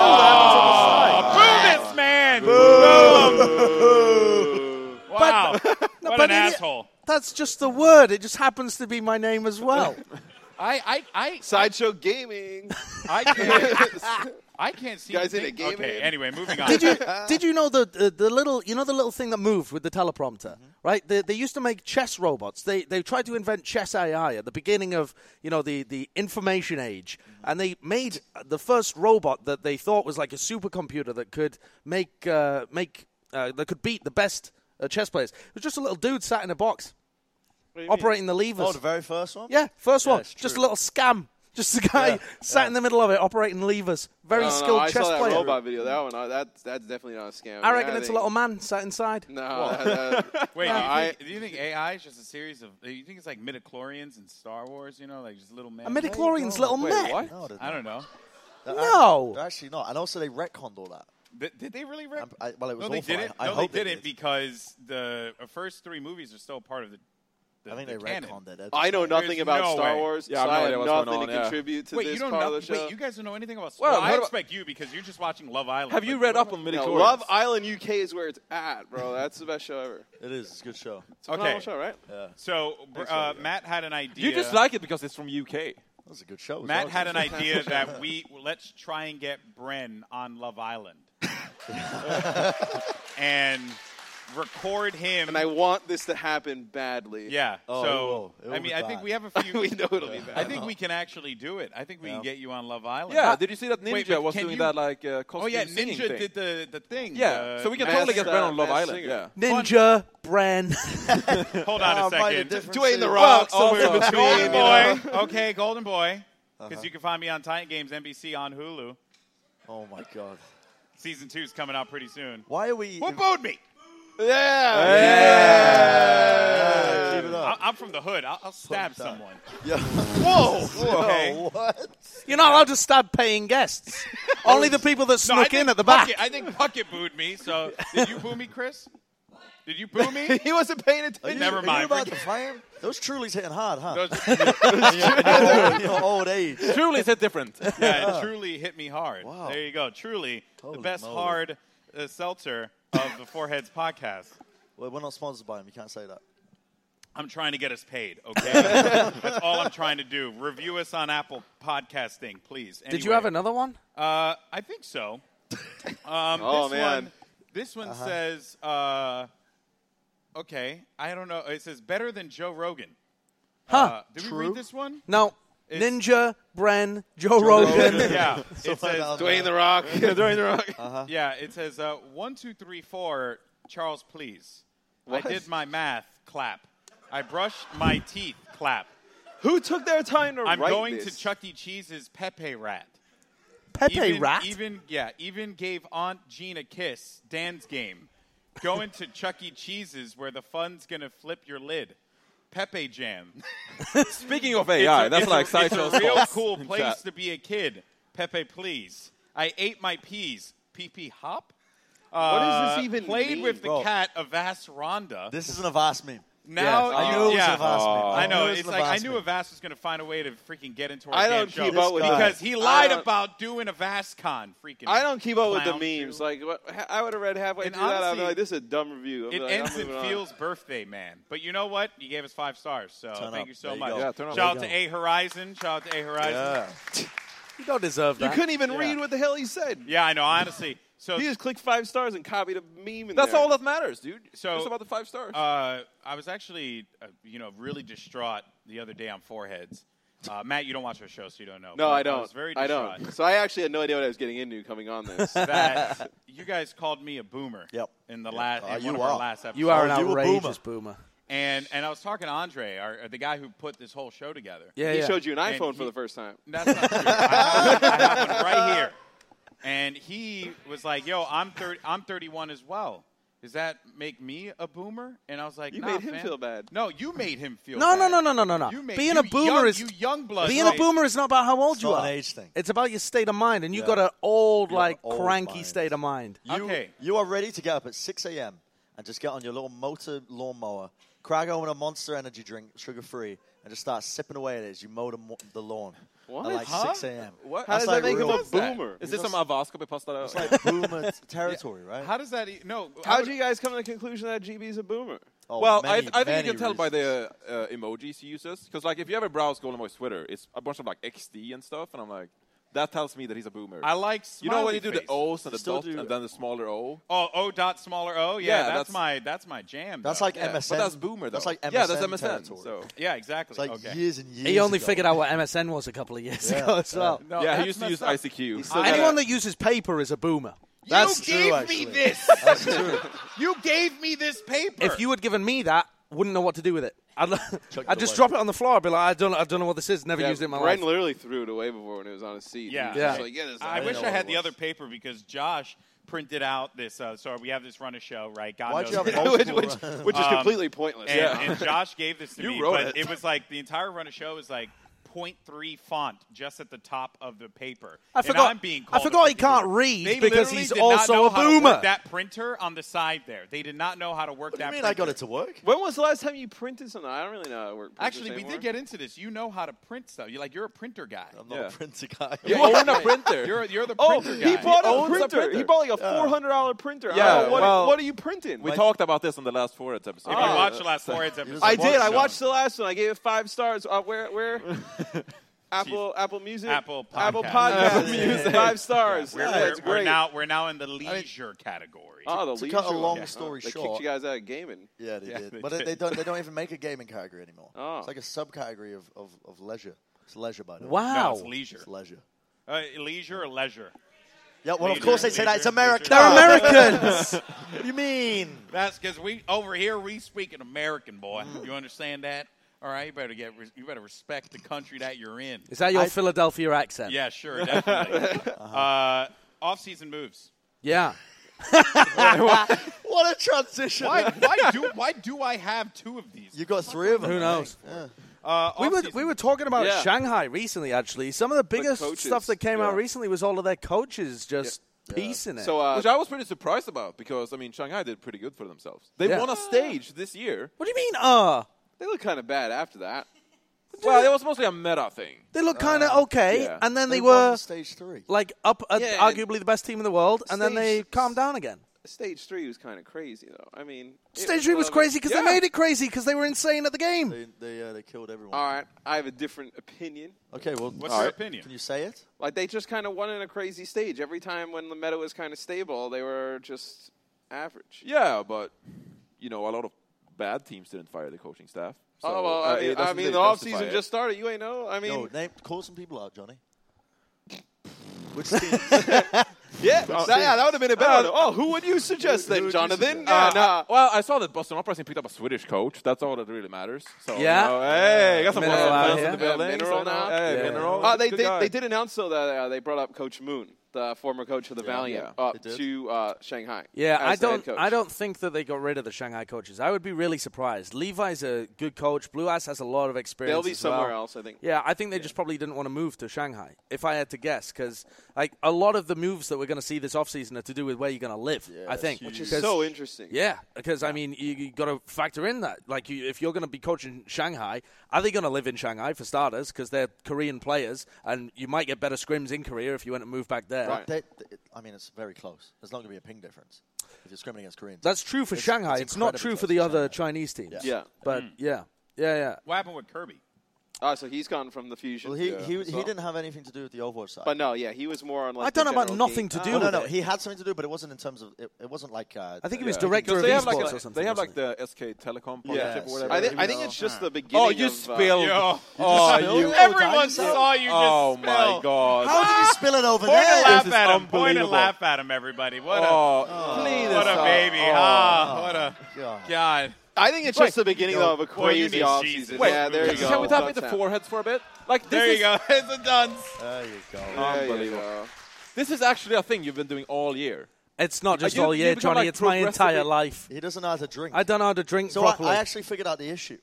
[SPEAKER 1] Boo this man! Wow, what
[SPEAKER 3] but
[SPEAKER 1] an
[SPEAKER 3] it-
[SPEAKER 1] asshole!
[SPEAKER 3] That's just the word. It just happens to be my name as well.
[SPEAKER 1] I, I,
[SPEAKER 2] Sideshow gaming.
[SPEAKER 1] I, I can't. I can't see.
[SPEAKER 2] Guys in
[SPEAKER 1] think-
[SPEAKER 2] a game
[SPEAKER 1] Okay.
[SPEAKER 2] head.
[SPEAKER 1] Anyway, moving on.
[SPEAKER 3] did you did you know the, the the little you know the little thing that moved with the teleprompter? Right? They, they used to make chess robots. They they tried to invent chess AI at the beginning of you know the the information age, and they made the first robot that they thought was like a supercomputer that could make uh, make uh, that could beat the best uh, chess players. It was just a little dude sat in a box. Operating the levers.
[SPEAKER 4] Oh, the very first one.
[SPEAKER 3] Yeah, first
[SPEAKER 4] Yeah,
[SPEAKER 3] one.
[SPEAKER 4] it's
[SPEAKER 3] Just a
[SPEAKER 4] true.
[SPEAKER 3] little scam. Just a guy
[SPEAKER 4] Yeah,
[SPEAKER 3] sat
[SPEAKER 4] yeah.
[SPEAKER 3] in the middle of it operating levers. Very
[SPEAKER 2] No, no,
[SPEAKER 3] skilled
[SPEAKER 2] I
[SPEAKER 3] chess
[SPEAKER 2] saw that
[SPEAKER 3] player.
[SPEAKER 2] robot video. That one, uh, that, that's definitely not a scam.
[SPEAKER 3] I reckon
[SPEAKER 2] Yeah,
[SPEAKER 3] it's a
[SPEAKER 2] think-
[SPEAKER 3] little man sat inside.
[SPEAKER 2] No, that- that-
[SPEAKER 1] Wait, do, you
[SPEAKER 2] Uh, I-
[SPEAKER 1] think, do you think AI is just a series of? Do you think it's like midichlorians in Star Wars? You know, like just little men.
[SPEAKER 3] A midichlorian's little
[SPEAKER 5] Wait,
[SPEAKER 3] man.
[SPEAKER 5] what?
[SPEAKER 4] No, they're
[SPEAKER 1] I don't know.
[SPEAKER 4] not. They're
[SPEAKER 3] No.
[SPEAKER 4] act- they're actually not. And also, they retconned all that.
[SPEAKER 1] Th- Did they really? Rip?
[SPEAKER 4] I- well, it was
[SPEAKER 1] no, they
[SPEAKER 4] awful. I-
[SPEAKER 1] didn't.
[SPEAKER 4] I
[SPEAKER 1] no,
[SPEAKER 4] hope
[SPEAKER 1] they
[SPEAKER 4] they
[SPEAKER 1] didn't
[SPEAKER 4] did.
[SPEAKER 1] because the uh, first three movies are still part of the. the
[SPEAKER 4] I think
[SPEAKER 1] the
[SPEAKER 4] they
[SPEAKER 1] canon.
[SPEAKER 4] retconned it. They're
[SPEAKER 2] I
[SPEAKER 4] just
[SPEAKER 2] know
[SPEAKER 4] like-
[SPEAKER 2] nothing about
[SPEAKER 1] no
[SPEAKER 2] Star
[SPEAKER 1] way.
[SPEAKER 2] Wars,
[SPEAKER 5] Yeah, I
[SPEAKER 2] so
[SPEAKER 5] have no
[SPEAKER 2] I
[SPEAKER 5] idea
[SPEAKER 2] have
[SPEAKER 5] what's going
[SPEAKER 2] nothing
[SPEAKER 5] on,
[SPEAKER 2] to
[SPEAKER 5] yeah.
[SPEAKER 2] contribute to
[SPEAKER 1] Wait,
[SPEAKER 2] this
[SPEAKER 1] you don't
[SPEAKER 2] part
[SPEAKER 1] know?
[SPEAKER 2] of the show.
[SPEAKER 1] Wait, you guys don't know anything about.
[SPEAKER 5] Well,
[SPEAKER 1] Well, I
[SPEAKER 5] what about-
[SPEAKER 1] expect you because you're just watching Love Island.
[SPEAKER 5] Have
[SPEAKER 1] but
[SPEAKER 5] you read
[SPEAKER 1] what
[SPEAKER 5] up on
[SPEAKER 2] No,
[SPEAKER 5] midichlorians?
[SPEAKER 2] Love Island UK is where it's at, bro. That's the best show ever.
[SPEAKER 4] It is. It's a good show.
[SPEAKER 2] It's a phenomenal
[SPEAKER 1] Okay.
[SPEAKER 2] show, right?
[SPEAKER 1] about- So br- uh, Matt had an idea.
[SPEAKER 5] You just like it because it's from UK.
[SPEAKER 4] That was a good show.
[SPEAKER 1] Matt had an
[SPEAKER 4] idea.
[SPEAKER 1] idea that we let's try and get Bren on Love Island, and record him.
[SPEAKER 2] And I want this to happen badly.
[SPEAKER 1] yeah.
[SPEAKER 4] Oh, it
[SPEAKER 1] so
[SPEAKER 4] will. It will
[SPEAKER 1] I mean,
[SPEAKER 4] be
[SPEAKER 1] I think
[SPEAKER 4] bad.
[SPEAKER 1] we have a few.
[SPEAKER 2] we know it'll be bad.
[SPEAKER 1] I think we can actually do it. I think we can get you on Love Island.
[SPEAKER 5] Yeah, did you see that Ninja
[SPEAKER 1] Wait, but
[SPEAKER 5] was
[SPEAKER 1] can
[SPEAKER 5] doing
[SPEAKER 1] you-
[SPEAKER 5] that like uh, costume
[SPEAKER 1] Oh yeah,
[SPEAKER 5] singing
[SPEAKER 1] Ninja
[SPEAKER 5] thing?
[SPEAKER 1] did the the thing.
[SPEAKER 5] yeah,
[SPEAKER 1] uh,
[SPEAKER 5] so we can
[SPEAKER 1] Matt-
[SPEAKER 5] totally get
[SPEAKER 2] uh,
[SPEAKER 5] Brent on Love
[SPEAKER 2] mass
[SPEAKER 5] Island.
[SPEAKER 2] singer.
[SPEAKER 5] Yeah.
[SPEAKER 3] Ninja, Bren.
[SPEAKER 1] Hold on a second.
[SPEAKER 2] Dwayne the Rock
[SPEAKER 5] Well,
[SPEAKER 2] somewhere
[SPEAKER 5] also-
[SPEAKER 2] in between.
[SPEAKER 1] Golden
[SPEAKER 2] you know?
[SPEAKER 1] Boy. okay, Golden Boy. Because you can find me on Titan Games NBC on Hulu.
[SPEAKER 4] Oh my god.
[SPEAKER 1] Season two's coming out pretty soon.
[SPEAKER 4] Why are we?
[SPEAKER 1] Who booed me?
[SPEAKER 2] Yeah.
[SPEAKER 4] Yeah, keep it
[SPEAKER 1] I-
[SPEAKER 4] up.
[SPEAKER 1] I'm from the hood. I'll, I'll stab someone.
[SPEAKER 4] Yeah.
[SPEAKER 1] Whoa. Okay.
[SPEAKER 4] Oh, what?
[SPEAKER 3] You're not allowed to stab paying guests. Only the people that
[SPEAKER 1] No, I
[SPEAKER 3] snuck
[SPEAKER 1] think
[SPEAKER 3] in at the
[SPEAKER 1] Puckett-
[SPEAKER 3] back.
[SPEAKER 1] I think Puckett booed me. So did you boo me, Chris? Did you boo me?
[SPEAKER 2] He wasn't paying
[SPEAKER 4] Are you,
[SPEAKER 2] attention.
[SPEAKER 1] Never
[SPEAKER 4] are
[SPEAKER 1] mind.
[SPEAKER 4] You about to fire him? Those Truly's hitting hard, huh?
[SPEAKER 1] Those-
[SPEAKER 4] In your old age.
[SPEAKER 5] Truly, is it different?
[SPEAKER 1] yeah, it truly hit me hard.
[SPEAKER 4] Wow.
[SPEAKER 1] There you go. Truly,
[SPEAKER 4] Holy
[SPEAKER 1] the best
[SPEAKER 4] moly.
[SPEAKER 1] hard uh, seltzer of the Foreheads podcast.
[SPEAKER 4] Well, we're not sponsored by him. You can't say that.
[SPEAKER 1] I'm trying to get us paid, okay? That's all I'm trying to do. Review us on Apple Podcasting, please.
[SPEAKER 3] Did you have
[SPEAKER 1] Anyway.
[SPEAKER 3] another one?
[SPEAKER 1] Uh, I think so. Um,
[SPEAKER 2] Oh,
[SPEAKER 1] this
[SPEAKER 2] man.
[SPEAKER 1] One, this one says, uh, okay, I don't know. It says better than Joe Rogan.
[SPEAKER 3] Huh.
[SPEAKER 1] Uh, did we
[SPEAKER 2] True.
[SPEAKER 1] read this one?
[SPEAKER 3] no.
[SPEAKER 1] It's-
[SPEAKER 3] Ninja, Bren, Joe, Rogan.
[SPEAKER 1] yeah. It
[SPEAKER 4] Something
[SPEAKER 1] says,
[SPEAKER 4] else.
[SPEAKER 2] Dwayne the Rock.
[SPEAKER 5] Dwayne The Rock.
[SPEAKER 1] yeah, it says uh, one, two, three, four. Charles, please. I did my math. Clap. I brushed my teeth. Clap.
[SPEAKER 2] Who took their time to
[SPEAKER 1] I'm
[SPEAKER 2] write
[SPEAKER 1] going
[SPEAKER 2] this?
[SPEAKER 1] to Chuck E. Cheese's Pepe Rat.
[SPEAKER 3] Pepe
[SPEAKER 1] even,
[SPEAKER 3] Rat.
[SPEAKER 1] Even yeah, even gave Aunt Jean a kiss. Dan's game. Going to Chuck E. Cheese's where the fun's gonna flip your lid. Pepe Jam.
[SPEAKER 5] Speaking of AI,
[SPEAKER 1] It's a-
[SPEAKER 5] that's
[SPEAKER 1] it's
[SPEAKER 5] like
[SPEAKER 1] a, it's
[SPEAKER 5] sideshow
[SPEAKER 1] a real
[SPEAKER 5] spots
[SPEAKER 1] cool
[SPEAKER 5] in
[SPEAKER 1] place
[SPEAKER 5] chat.
[SPEAKER 1] to be a kid. Pepe, please. I ate my peas. Pee pee hop. What
[SPEAKER 2] does this even
[SPEAKER 1] Played
[SPEAKER 2] mean?
[SPEAKER 1] with the
[SPEAKER 4] Bro.
[SPEAKER 1] cat Avast Rhonda.
[SPEAKER 4] This is an Avast meme.
[SPEAKER 1] now
[SPEAKER 4] I
[SPEAKER 1] you-
[SPEAKER 4] knew it was
[SPEAKER 1] yeah. Oh.
[SPEAKER 4] a Voss meme.
[SPEAKER 1] I know.
[SPEAKER 4] knew it was
[SPEAKER 1] It's
[SPEAKER 4] a
[SPEAKER 1] like I
[SPEAKER 4] Voss
[SPEAKER 1] knew
[SPEAKER 4] meme.
[SPEAKER 1] Avast was going to find a way to freaking get into our
[SPEAKER 2] I
[SPEAKER 1] damn
[SPEAKER 2] don't
[SPEAKER 1] show
[SPEAKER 2] keep up with
[SPEAKER 1] because
[SPEAKER 2] that.
[SPEAKER 1] he
[SPEAKER 2] I
[SPEAKER 1] lied
[SPEAKER 2] don't-
[SPEAKER 1] about doing a VastCon. Freaking.
[SPEAKER 2] I don't keep up with the
[SPEAKER 1] clown dude.
[SPEAKER 2] memes. Like what, I would have read halfway
[SPEAKER 1] And
[SPEAKER 2] through that. I'd be
[SPEAKER 1] honestly,
[SPEAKER 2] like, "This is a dumb review." I'm
[SPEAKER 1] It
[SPEAKER 2] like, I'm
[SPEAKER 1] ends in
[SPEAKER 2] moving on.
[SPEAKER 1] Phil's birthday, man. But you know what? You gave us five stars, so
[SPEAKER 4] Turn
[SPEAKER 1] thank
[SPEAKER 4] up.
[SPEAKER 1] you so
[SPEAKER 4] There you
[SPEAKER 1] much.
[SPEAKER 4] go.
[SPEAKER 5] Yeah, turn up.
[SPEAKER 1] Shout out
[SPEAKER 4] There
[SPEAKER 1] to A Horizon. Shout out to A Horizon. Yeah,
[SPEAKER 4] Yeah.
[SPEAKER 3] you don't deserve
[SPEAKER 2] You
[SPEAKER 3] that.
[SPEAKER 2] couldn't even
[SPEAKER 4] Yeah.
[SPEAKER 2] read what the hell he said.
[SPEAKER 1] I know. Honestly, so
[SPEAKER 2] He just clicked five stars and copied a meme. In
[SPEAKER 5] That's
[SPEAKER 2] there.
[SPEAKER 5] all that matters, dude.
[SPEAKER 1] So-
[SPEAKER 5] Just about the five stars.
[SPEAKER 1] uh, I was actually, uh, you know, really distraught the other day on Foreheads. Uh, Matt, you don't watch our show, so you don't know.
[SPEAKER 2] No,
[SPEAKER 1] But
[SPEAKER 2] I don't.
[SPEAKER 1] was very
[SPEAKER 2] I
[SPEAKER 1] distraught
[SPEAKER 2] don't. So I actually had no idea what I was getting into coming on this.
[SPEAKER 1] that you guys called me a boomer.
[SPEAKER 4] Yep.
[SPEAKER 1] In the
[SPEAKER 4] Yep.
[SPEAKER 1] last,
[SPEAKER 4] Uh,
[SPEAKER 1] in
[SPEAKER 4] you
[SPEAKER 1] one of our
[SPEAKER 4] are.
[SPEAKER 1] last episodes.
[SPEAKER 3] You are an
[SPEAKER 4] Oh, you a
[SPEAKER 3] outrageous boomer.
[SPEAKER 1] And and I was talking to Andre, our, the guy who put this whole show together.
[SPEAKER 3] Yeah,
[SPEAKER 2] He
[SPEAKER 3] yeah.
[SPEAKER 2] showed you an
[SPEAKER 1] And
[SPEAKER 2] iPhone for
[SPEAKER 1] he-
[SPEAKER 2] the first time.
[SPEAKER 1] That's not true. I have, I have one right here. And he was like, "Yo, I'm 30, I'm 31 as well. Does that make me a boomer?" And I was like,
[SPEAKER 2] You
[SPEAKER 1] nah,
[SPEAKER 2] made him
[SPEAKER 1] fam.
[SPEAKER 2] feel bad.
[SPEAKER 1] No, you made him feel
[SPEAKER 3] No,
[SPEAKER 1] bad.
[SPEAKER 3] no, no, no, no, no, no.
[SPEAKER 1] You made,
[SPEAKER 3] Being
[SPEAKER 1] you
[SPEAKER 3] a boomer
[SPEAKER 1] young,
[SPEAKER 3] is
[SPEAKER 1] you young blood.
[SPEAKER 3] being a
[SPEAKER 1] right?
[SPEAKER 3] boomer is not about how old
[SPEAKER 4] It's
[SPEAKER 3] you
[SPEAKER 4] not
[SPEAKER 3] are.
[SPEAKER 4] an age thing.
[SPEAKER 3] It's about your state of mind, and you
[SPEAKER 4] Yeah.
[SPEAKER 3] got an old,
[SPEAKER 4] You're
[SPEAKER 3] like
[SPEAKER 4] an old
[SPEAKER 3] cranky
[SPEAKER 4] mind.
[SPEAKER 3] state of mind.
[SPEAKER 4] You,
[SPEAKER 1] Okay.
[SPEAKER 4] you are ready to get up at 6 a.m. and just get on your little motor lawnmower, crack open a monster energy drink, sugar free, and just start sipping away at it as you mow the, mo- the lawn
[SPEAKER 2] What?
[SPEAKER 4] at like
[SPEAKER 2] Huh?
[SPEAKER 4] 6 a.m.
[SPEAKER 5] What?
[SPEAKER 2] How
[SPEAKER 4] That's
[SPEAKER 2] does that
[SPEAKER 4] like
[SPEAKER 2] make him
[SPEAKER 4] real-
[SPEAKER 2] a boomer?
[SPEAKER 5] is this some Avascopy pasta?
[SPEAKER 4] It's like boomer t- territory, right?
[SPEAKER 1] How does that? E- no,
[SPEAKER 2] How would you guys come to the conclusion that GB's a boomer?
[SPEAKER 4] Oh,
[SPEAKER 5] well,
[SPEAKER 4] many,
[SPEAKER 5] I, I think
[SPEAKER 4] many
[SPEAKER 5] you can tell by
[SPEAKER 4] reasons.
[SPEAKER 5] the uh, emojis he uses. Because like, if you ever browse Golden Boy's Twitter, it's a bunch of like XD and stuff, and I'm like, that tells me that he's a boomer.
[SPEAKER 1] I like
[SPEAKER 5] you know when you do
[SPEAKER 1] smiley
[SPEAKER 5] the O's and the
[SPEAKER 4] Still
[SPEAKER 5] dot
[SPEAKER 4] do-
[SPEAKER 5] and then the smaller O.
[SPEAKER 1] Oh, O dot smaller O. Yeah,
[SPEAKER 5] Yeah,
[SPEAKER 1] that's,
[SPEAKER 5] that's-
[SPEAKER 1] my that's my jam.
[SPEAKER 4] That's
[SPEAKER 1] though.
[SPEAKER 4] like
[SPEAKER 5] Yeah,
[SPEAKER 4] MSN.
[SPEAKER 5] But that's boomer. Though.
[SPEAKER 4] That's like MSN.
[SPEAKER 5] Yeah, that's MSN.
[SPEAKER 4] territory.
[SPEAKER 5] So
[SPEAKER 1] yeah, exactly.
[SPEAKER 4] It's like
[SPEAKER 1] okay.
[SPEAKER 4] years and years.
[SPEAKER 3] He only
[SPEAKER 4] ago.
[SPEAKER 3] figured out what MSN was a couple of years
[SPEAKER 4] Yeah.
[SPEAKER 3] ago as well.
[SPEAKER 1] No,
[SPEAKER 5] yeah,
[SPEAKER 1] that's
[SPEAKER 5] he used to
[SPEAKER 1] messed
[SPEAKER 5] use
[SPEAKER 1] up.
[SPEAKER 5] ICQ.
[SPEAKER 2] still got
[SPEAKER 3] Anyone
[SPEAKER 2] it.
[SPEAKER 3] that uses paper is a boomer.
[SPEAKER 4] That's
[SPEAKER 1] you
[SPEAKER 4] true,
[SPEAKER 1] gave
[SPEAKER 4] actually.
[SPEAKER 1] me this. you gave me this paper.
[SPEAKER 3] If you had given me that, wouldn't know what to do with it. I'd, I'd
[SPEAKER 4] the
[SPEAKER 3] just
[SPEAKER 4] light.
[SPEAKER 3] drop it on the floor. I'd be like, I don't, I don't know what this is. Never used it in my
[SPEAKER 2] Bren
[SPEAKER 3] life.
[SPEAKER 2] literally threw it away before when it was on his seat.
[SPEAKER 1] Yeah.
[SPEAKER 2] He was just
[SPEAKER 3] Yeah.
[SPEAKER 2] like, yeah this
[SPEAKER 1] I
[SPEAKER 2] is-
[SPEAKER 1] wish
[SPEAKER 4] know
[SPEAKER 1] I
[SPEAKER 4] what
[SPEAKER 1] had
[SPEAKER 4] it
[SPEAKER 1] the
[SPEAKER 4] was.
[SPEAKER 1] other paper because Josh printed out this. Uh, so we have this run a show, right? God knows
[SPEAKER 4] Why'd you have
[SPEAKER 1] where-
[SPEAKER 4] multiple
[SPEAKER 2] which, which, which is completely pointless.
[SPEAKER 1] Um, and,
[SPEAKER 5] Yeah.
[SPEAKER 1] and Josh gave this to
[SPEAKER 5] You
[SPEAKER 1] me,
[SPEAKER 5] wrote
[SPEAKER 1] but
[SPEAKER 5] it.
[SPEAKER 1] it. was like the entire run a show was like 0.3 font just at the top of the paper.
[SPEAKER 3] I
[SPEAKER 1] And
[SPEAKER 3] forgot-
[SPEAKER 1] I'm being
[SPEAKER 3] I
[SPEAKER 1] called a
[SPEAKER 3] forgot he
[SPEAKER 1] freaking boomer.
[SPEAKER 3] can't read
[SPEAKER 1] They
[SPEAKER 3] because
[SPEAKER 1] literally
[SPEAKER 3] he's
[SPEAKER 1] did not
[SPEAKER 3] also
[SPEAKER 1] know
[SPEAKER 3] a
[SPEAKER 1] how to work
[SPEAKER 3] boomer.
[SPEAKER 1] that printer on the side there. They did not know how to work
[SPEAKER 4] What do
[SPEAKER 1] that
[SPEAKER 4] you mean
[SPEAKER 1] printer.
[SPEAKER 4] I got it to work?
[SPEAKER 2] When was the last time you printed something? I don't really know how to work. printers
[SPEAKER 1] Actually, we
[SPEAKER 2] anymore.
[SPEAKER 1] did get into this. You know how to print stuff. You're like you're a printer guy.
[SPEAKER 4] I'm not
[SPEAKER 5] Yeah.
[SPEAKER 4] a printer guy.
[SPEAKER 5] You own a printer.
[SPEAKER 1] You're you're the
[SPEAKER 2] Oh,
[SPEAKER 1] printer guy.
[SPEAKER 2] he bought
[SPEAKER 5] He
[SPEAKER 2] a
[SPEAKER 5] owns a
[SPEAKER 2] printer.
[SPEAKER 5] printer.
[SPEAKER 2] He bought like a four hundred dollar printer. I
[SPEAKER 5] Yeah,
[SPEAKER 2] don't know, what,
[SPEAKER 5] well-
[SPEAKER 2] what are you printing?
[SPEAKER 5] we
[SPEAKER 2] Like,
[SPEAKER 5] talked about this on the last four episode.
[SPEAKER 1] If you
[SPEAKER 2] Ah.
[SPEAKER 1] watch the last four heads episode,
[SPEAKER 2] Oh. I
[SPEAKER 4] Watch
[SPEAKER 2] did. I
[SPEAKER 4] it.
[SPEAKER 2] watched the last one. I gave it five stars. Uh, where? Where? Apple. Apple Music.
[SPEAKER 1] Apple
[SPEAKER 2] Apple
[SPEAKER 1] Podcast.
[SPEAKER 2] Podcast. Five stars.
[SPEAKER 1] We're,
[SPEAKER 4] Yeah,
[SPEAKER 1] we're-
[SPEAKER 2] That's
[SPEAKER 1] we're
[SPEAKER 2] great.
[SPEAKER 1] now we're now in the leisure category.
[SPEAKER 2] Oh, the
[SPEAKER 4] To cut a
[SPEAKER 2] leisure
[SPEAKER 4] long
[SPEAKER 2] one.
[SPEAKER 4] story
[SPEAKER 2] they
[SPEAKER 4] short-
[SPEAKER 2] kicked you guys out of gaming.
[SPEAKER 4] Yeah, they
[SPEAKER 1] Yeah,
[SPEAKER 4] did.
[SPEAKER 1] they
[SPEAKER 4] but they-
[SPEAKER 1] did.
[SPEAKER 4] they don't. They don't even make a gaming category anymore.
[SPEAKER 2] Oh.
[SPEAKER 4] It's like a subcategory of, of, of leisure. It's leisure, by the way.
[SPEAKER 1] no,
[SPEAKER 3] Wow.
[SPEAKER 1] it's leisure.
[SPEAKER 4] It's leisure.
[SPEAKER 1] Uh, leisure or leisure?
[SPEAKER 4] Yeah, well,
[SPEAKER 1] Leisure,
[SPEAKER 4] of course they say that. It's
[SPEAKER 1] leisure,
[SPEAKER 4] America.
[SPEAKER 3] They're Americans.
[SPEAKER 4] What do you mean?
[SPEAKER 1] That's because we over here we speak in American, boy.
[SPEAKER 2] Mm.
[SPEAKER 1] You understand that? All right, you better get you better respect the country that you're in.
[SPEAKER 3] Is that your Philadelphia accent?
[SPEAKER 1] Yeah, sure, definitely.
[SPEAKER 2] Uh-huh.
[SPEAKER 1] uh, off-season moves.
[SPEAKER 3] Yeah.
[SPEAKER 4] What a transition.
[SPEAKER 1] Why, why do why do I have two of these?
[SPEAKER 4] You got three of them.
[SPEAKER 3] Who
[SPEAKER 4] right?
[SPEAKER 3] knows?
[SPEAKER 4] Yeah.
[SPEAKER 1] Uh,
[SPEAKER 3] We were,
[SPEAKER 1] off-season-
[SPEAKER 3] we were talking about
[SPEAKER 2] Yeah.
[SPEAKER 3] Shanghai recently, actually. Some of the biggest
[SPEAKER 2] coaches,
[SPEAKER 3] stuff that came out
[SPEAKER 2] yeah.
[SPEAKER 3] recently was all of their coaches just piecing it.
[SPEAKER 2] So, uh,
[SPEAKER 5] Which I was pretty surprised about because I mean Shanghai did pretty good for themselves. They
[SPEAKER 3] Yeah.
[SPEAKER 5] won a stage this year.
[SPEAKER 3] what do you mean, uh?
[SPEAKER 2] they look kind of bad after that.
[SPEAKER 5] Well, it was mostly a meta thing.
[SPEAKER 3] They look kind of okay,
[SPEAKER 5] yeah.
[SPEAKER 3] and then they,
[SPEAKER 4] won
[SPEAKER 3] were
[SPEAKER 4] stage three.
[SPEAKER 3] like up at
[SPEAKER 2] Yeah, and-
[SPEAKER 3] arguably the best team in the world, and then
[SPEAKER 4] Stage
[SPEAKER 3] they
[SPEAKER 4] six.
[SPEAKER 3] calmed down again.
[SPEAKER 2] Stage three was kind of crazy, though. I mean, it
[SPEAKER 3] Stage three was
[SPEAKER 2] lovely.
[SPEAKER 3] crazy because
[SPEAKER 2] Yeah.
[SPEAKER 3] they made it crazy because they were insane at the game.
[SPEAKER 4] They they, uh, they killed everyone.
[SPEAKER 2] All right, I have a different opinion.
[SPEAKER 4] Okay, well,
[SPEAKER 1] What's
[SPEAKER 4] all
[SPEAKER 1] your
[SPEAKER 4] right.
[SPEAKER 1] opinion?
[SPEAKER 4] Can you say it?
[SPEAKER 2] Like they just kind of won in a crazy stage. Every time when the meta was kind of stable, they were just average.
[SPEAKER 5] Yeah, but you know, a lot of bad teams didn't fire the coaching staff. So,
[SPEAKER 2] oh well,
[SPEAKER 5] uh,
[SPEAKER 2] I
[SPEAKER 5] it
[SPEAKER 2] mean, I
[SPEAKER 5] doesn't
[SPEAKER 2] mean
[SPEAKER 5] really
[SPEAKER 2] the off
[SPEAKER 5] justify
[SPEAKER 2] season
[SPEAKER 5] it.
[SPEAKER 2] just started. You ain't know. I mean,
[SPEAKER 4] No, name, call some people out, Johnny. Which team? Oh,
[SPEAKER 2] yeah, that, yeah, that would have been a better. one.
[SPEAKER 5] Uh,
[SPEAKER 2] oh, who would you suggest
[SPEAKER 4] who
[SPEAKER 2] then,
[SPEAKER 4] would you
[SPEAKER 2] Jonathan?
[SPEAKER 4] suggest?
[SPEAKER 2] Yeah,
[SPEAKER 5] Uh,
[SPEAKER 2] nah.
[SPEAKER 5] Well, I saw that Boston Uprising picked up a Swedish coach. That's all that really matters. So,
[SPEAKER 3] Yeah.
[SPEAKER 5] You know, hey, got some
[SPEAKER 3] Mineral
[SPEAKER 5] Boston
[SPEAKER 3] out
[SPEAKER 5] fans
[SPEAKER 3] here.
[SPEAKER 5] in the
[SPEAKER 2] Yeah,
[SPEAKER 5] building.
[SPEAKER 2] Mineral
[SPEAKER 5] so,
[SPEAKER 2] now.
[SPEAKER 5] Hey,
[SPEAKER 3] Yeah.
[SPEAKER 5] Mineral.
[SPEAKER 2] Uh, they,
[SPEAKER 5] good
[SPEAKER 2] they,
[SPEAKER 5] guy.
[SPEAKER 2] they did announce though that uh, they brought up Coach Moon, the former coach of the Valiant,
[SPEAKER 5] yeah,
[SPEAKER 2] up
[SPEAKER 4] they did.
[SPEAKER 2] to uh, Shanghai.
[SPEAKER 3] Yeah,
[SPEAKER 2] as
[SPEAKER 3] I
[SPEAKER 2] the head
[SPEAKER 3] don't.
[SPEAKER 2] coach.
[SPEAKER 3] I don't think that they got rid of the Shanghai coaches. I would be really surprised. Levi's a good coach. Blue Ass has a lot of experience.
[SPEAKER 2] They'll be
[SPEAKER 3] as
[SPEAKER 2] somewhere
[SPEAKER 3] well.
[SPEAKER 2] else, I think.
[SPEAKER 3] Yeah, I think they just probably didn't want to move to Shanghai. If I had to guess, because like a lot of the moves that we're going to see this offseason are to do with where you're going to live. I think,
[SPEAKER 4] Which
[SPEAKER 2] Which is
[SPEAKER 3] 'Cause-
[SPEAKER 2] so interesting.
[SPEAKER 3] Yeah, because I mean, you, you got to factor in that. Like, you, if you're going to be coaching Shanghai, are they going to live in Shanghai for starters? Because they're Korean players, and you might get better scrims in Korea if you went to move back there.
[SPEAKER 4] But they, they- I mean, it's very close. There's not going to be a ping difference if you're scrimming against Koreans.
[SPEAKER 3] That's true for
[SPEAKER 4] It's-
[SPEAKER 3] Shanghai. It's,
[SPEAKER 4] it's
[SPEAKER 3] not
[SPEAKER 4] incredibly
[SPEAKER 3] true for
[SPEAKER 4] close
[SPEAKER 3] the
[SPEAKER 4] to
[SPEAKER 3] other
[SPEAKER 4] Shanghai.
[SPEAKER 3] Chinese teams.
[SPEAKER 4] Yeah.
[SPEAKER 2] Yeah.
[SPEAKER 3] But yeah, yeah, yeah.
[SPEAKER 1] What happened with Kirby?
[SPEAKER 2] Uh, so he's gone from the fusion.
[SPEAKER 4] well, he,
[SPEAKER 2] to-
[SPEAKER 4] he,
[SPEAKER 2] so-
[SPEAKER 4] he didn't have anything to do with the Overwatch side. Oh,
[SPEAKER 2] But no, yeah, he was more on like.
[SPEAKER 3] I don't
[SPEAKER 2] the
[SPEAKER 3] know about
[SPEAKER 2] general
[SPEAKER 3] nothing
[SPEAKER 2] game.
[SPEAKER 3] to do
[SPEAKER 4] no, no,
[SPEAKER 3] with
[SPEAKER 4] no.
[SPEAKER 3] it.
[SPEAKER 4] He had something to do, but it wasn't in terms of. It, it wasn't like. Uh,
[SPEAKER 3] I think he
[SPEAKER 4] uh,
[SPEAKER 3] was
[SPEAKER 5] Yeah.
[SPEAKER 3] director
[SPEAKER 5] 'Cause
[SPEAKER 3] of
[SPEAKER 5] they have
[SPEAKER 3] esports
[SPEAKER 5] like a-
[SPEAKER 3] or something.
[SPEAKER 5] They have like
[SPEAKER 3] wasn't
[SPEAKER 5] the SK Telecom partnership
[SPEAKER 4] Yes.
[SPEAKER 5] or whatever.
[SPEAKER 2] I,
[SPEAKER 5] you
[SPEAKER 2] think, I think
[SPEAKER 5] know.
[SPEAKER 2] it's just the beginning.
[SPEAKER 5] Oh, you
[SPEAKER 2] of, uh,
[SPEAKER 5] spilled.
[SPEAKER 1] Yo.
[SPEAKER 5] Oh,
[SPEAKER 4] spilled
[SPEAKER 5] you.
[SPEAKER 4] it?
[SPEAKER 1] Everyone
[SPEAKER 4] Diamond
[SPEAKER 1] saw you just
[SPEAKER 5] Oh my
[SPEAKER 1] spill.
[SPEAKER 5] God.
[SPEAKER 4] How did you spill it over
[SPEAKER 1] Point and
[SPEAKER 4] there?
[SPEAKER 1] laugh
[SPEAKER 5] is
[SPEAKER 1] at him. Point and
[SPEAKER 5] unbelievable.
[SPEAKER 1] laugh at him, everybody. What
[SPEAKER 5] Oh,
[SPEAKER 1] a
[SPEAKER 5] clean
[SPEAKER 1] what
[SPEAKER 5] this
[SPEAKER 1] a
[SPEAKER 5] up.
[SPEAKER 1] baby.
[SPEAKER 5] Oh.
[SPEAKER 1] Ah, what a
[SPEAKER 4] God.
[SPEAKER 1] God.
[SPEAKER 2] I think it's just the beginning though of a
[SPEAKER 1] Boy, you
[SPEAKER 2] crazy
[SPEAKER 1] need
[SPEAKER 2] offseason.
[SPEAKER 1] Jesus.
[SPEAKER 5] Wait,
[SPEAKER 2] yeah, there you go.
[SPEAKER 5] Can we tap
[SPEAKER 2] Done
[SPEAKER 5] into
[SPEAKER 2] tap.
[SPEAKER 5] foreheads for a bit? Like this
[SPEAKER 1] There
[SPEAKER 5] is,
[SPEAKER 1] you go. it's a dunce.
[SPEAKER 4] There you go.
[SPEAKER 2] There you
[SPEAKER 5] Unbelievable.
[SPEAKER 2] go.
[SPEAKER 5] This is actually a thing you've been doing all year.
[SPEAKER 3] it? It's not just
[SPEAKER 5] you-
[SPEAKER 3] all
[SPEAKER 5] you
[SPEAKER 3] year,
[SPEAKER 5] become,
[SPEAKER 3] Johnny.
[SPEAKER 5] like,
[SPEAKER 3] it's my entire
[SPEAKER 5] progressively-
[SPEAKER 3] life.
[SPEAKER 4] He doesn't know how to drink.
[SPEAKER 3] I don't know how to drink
[SPEAKER 4] so I,
[SPEAKER 3] properly.
[SPEAKER 4] I actually figured out the issue.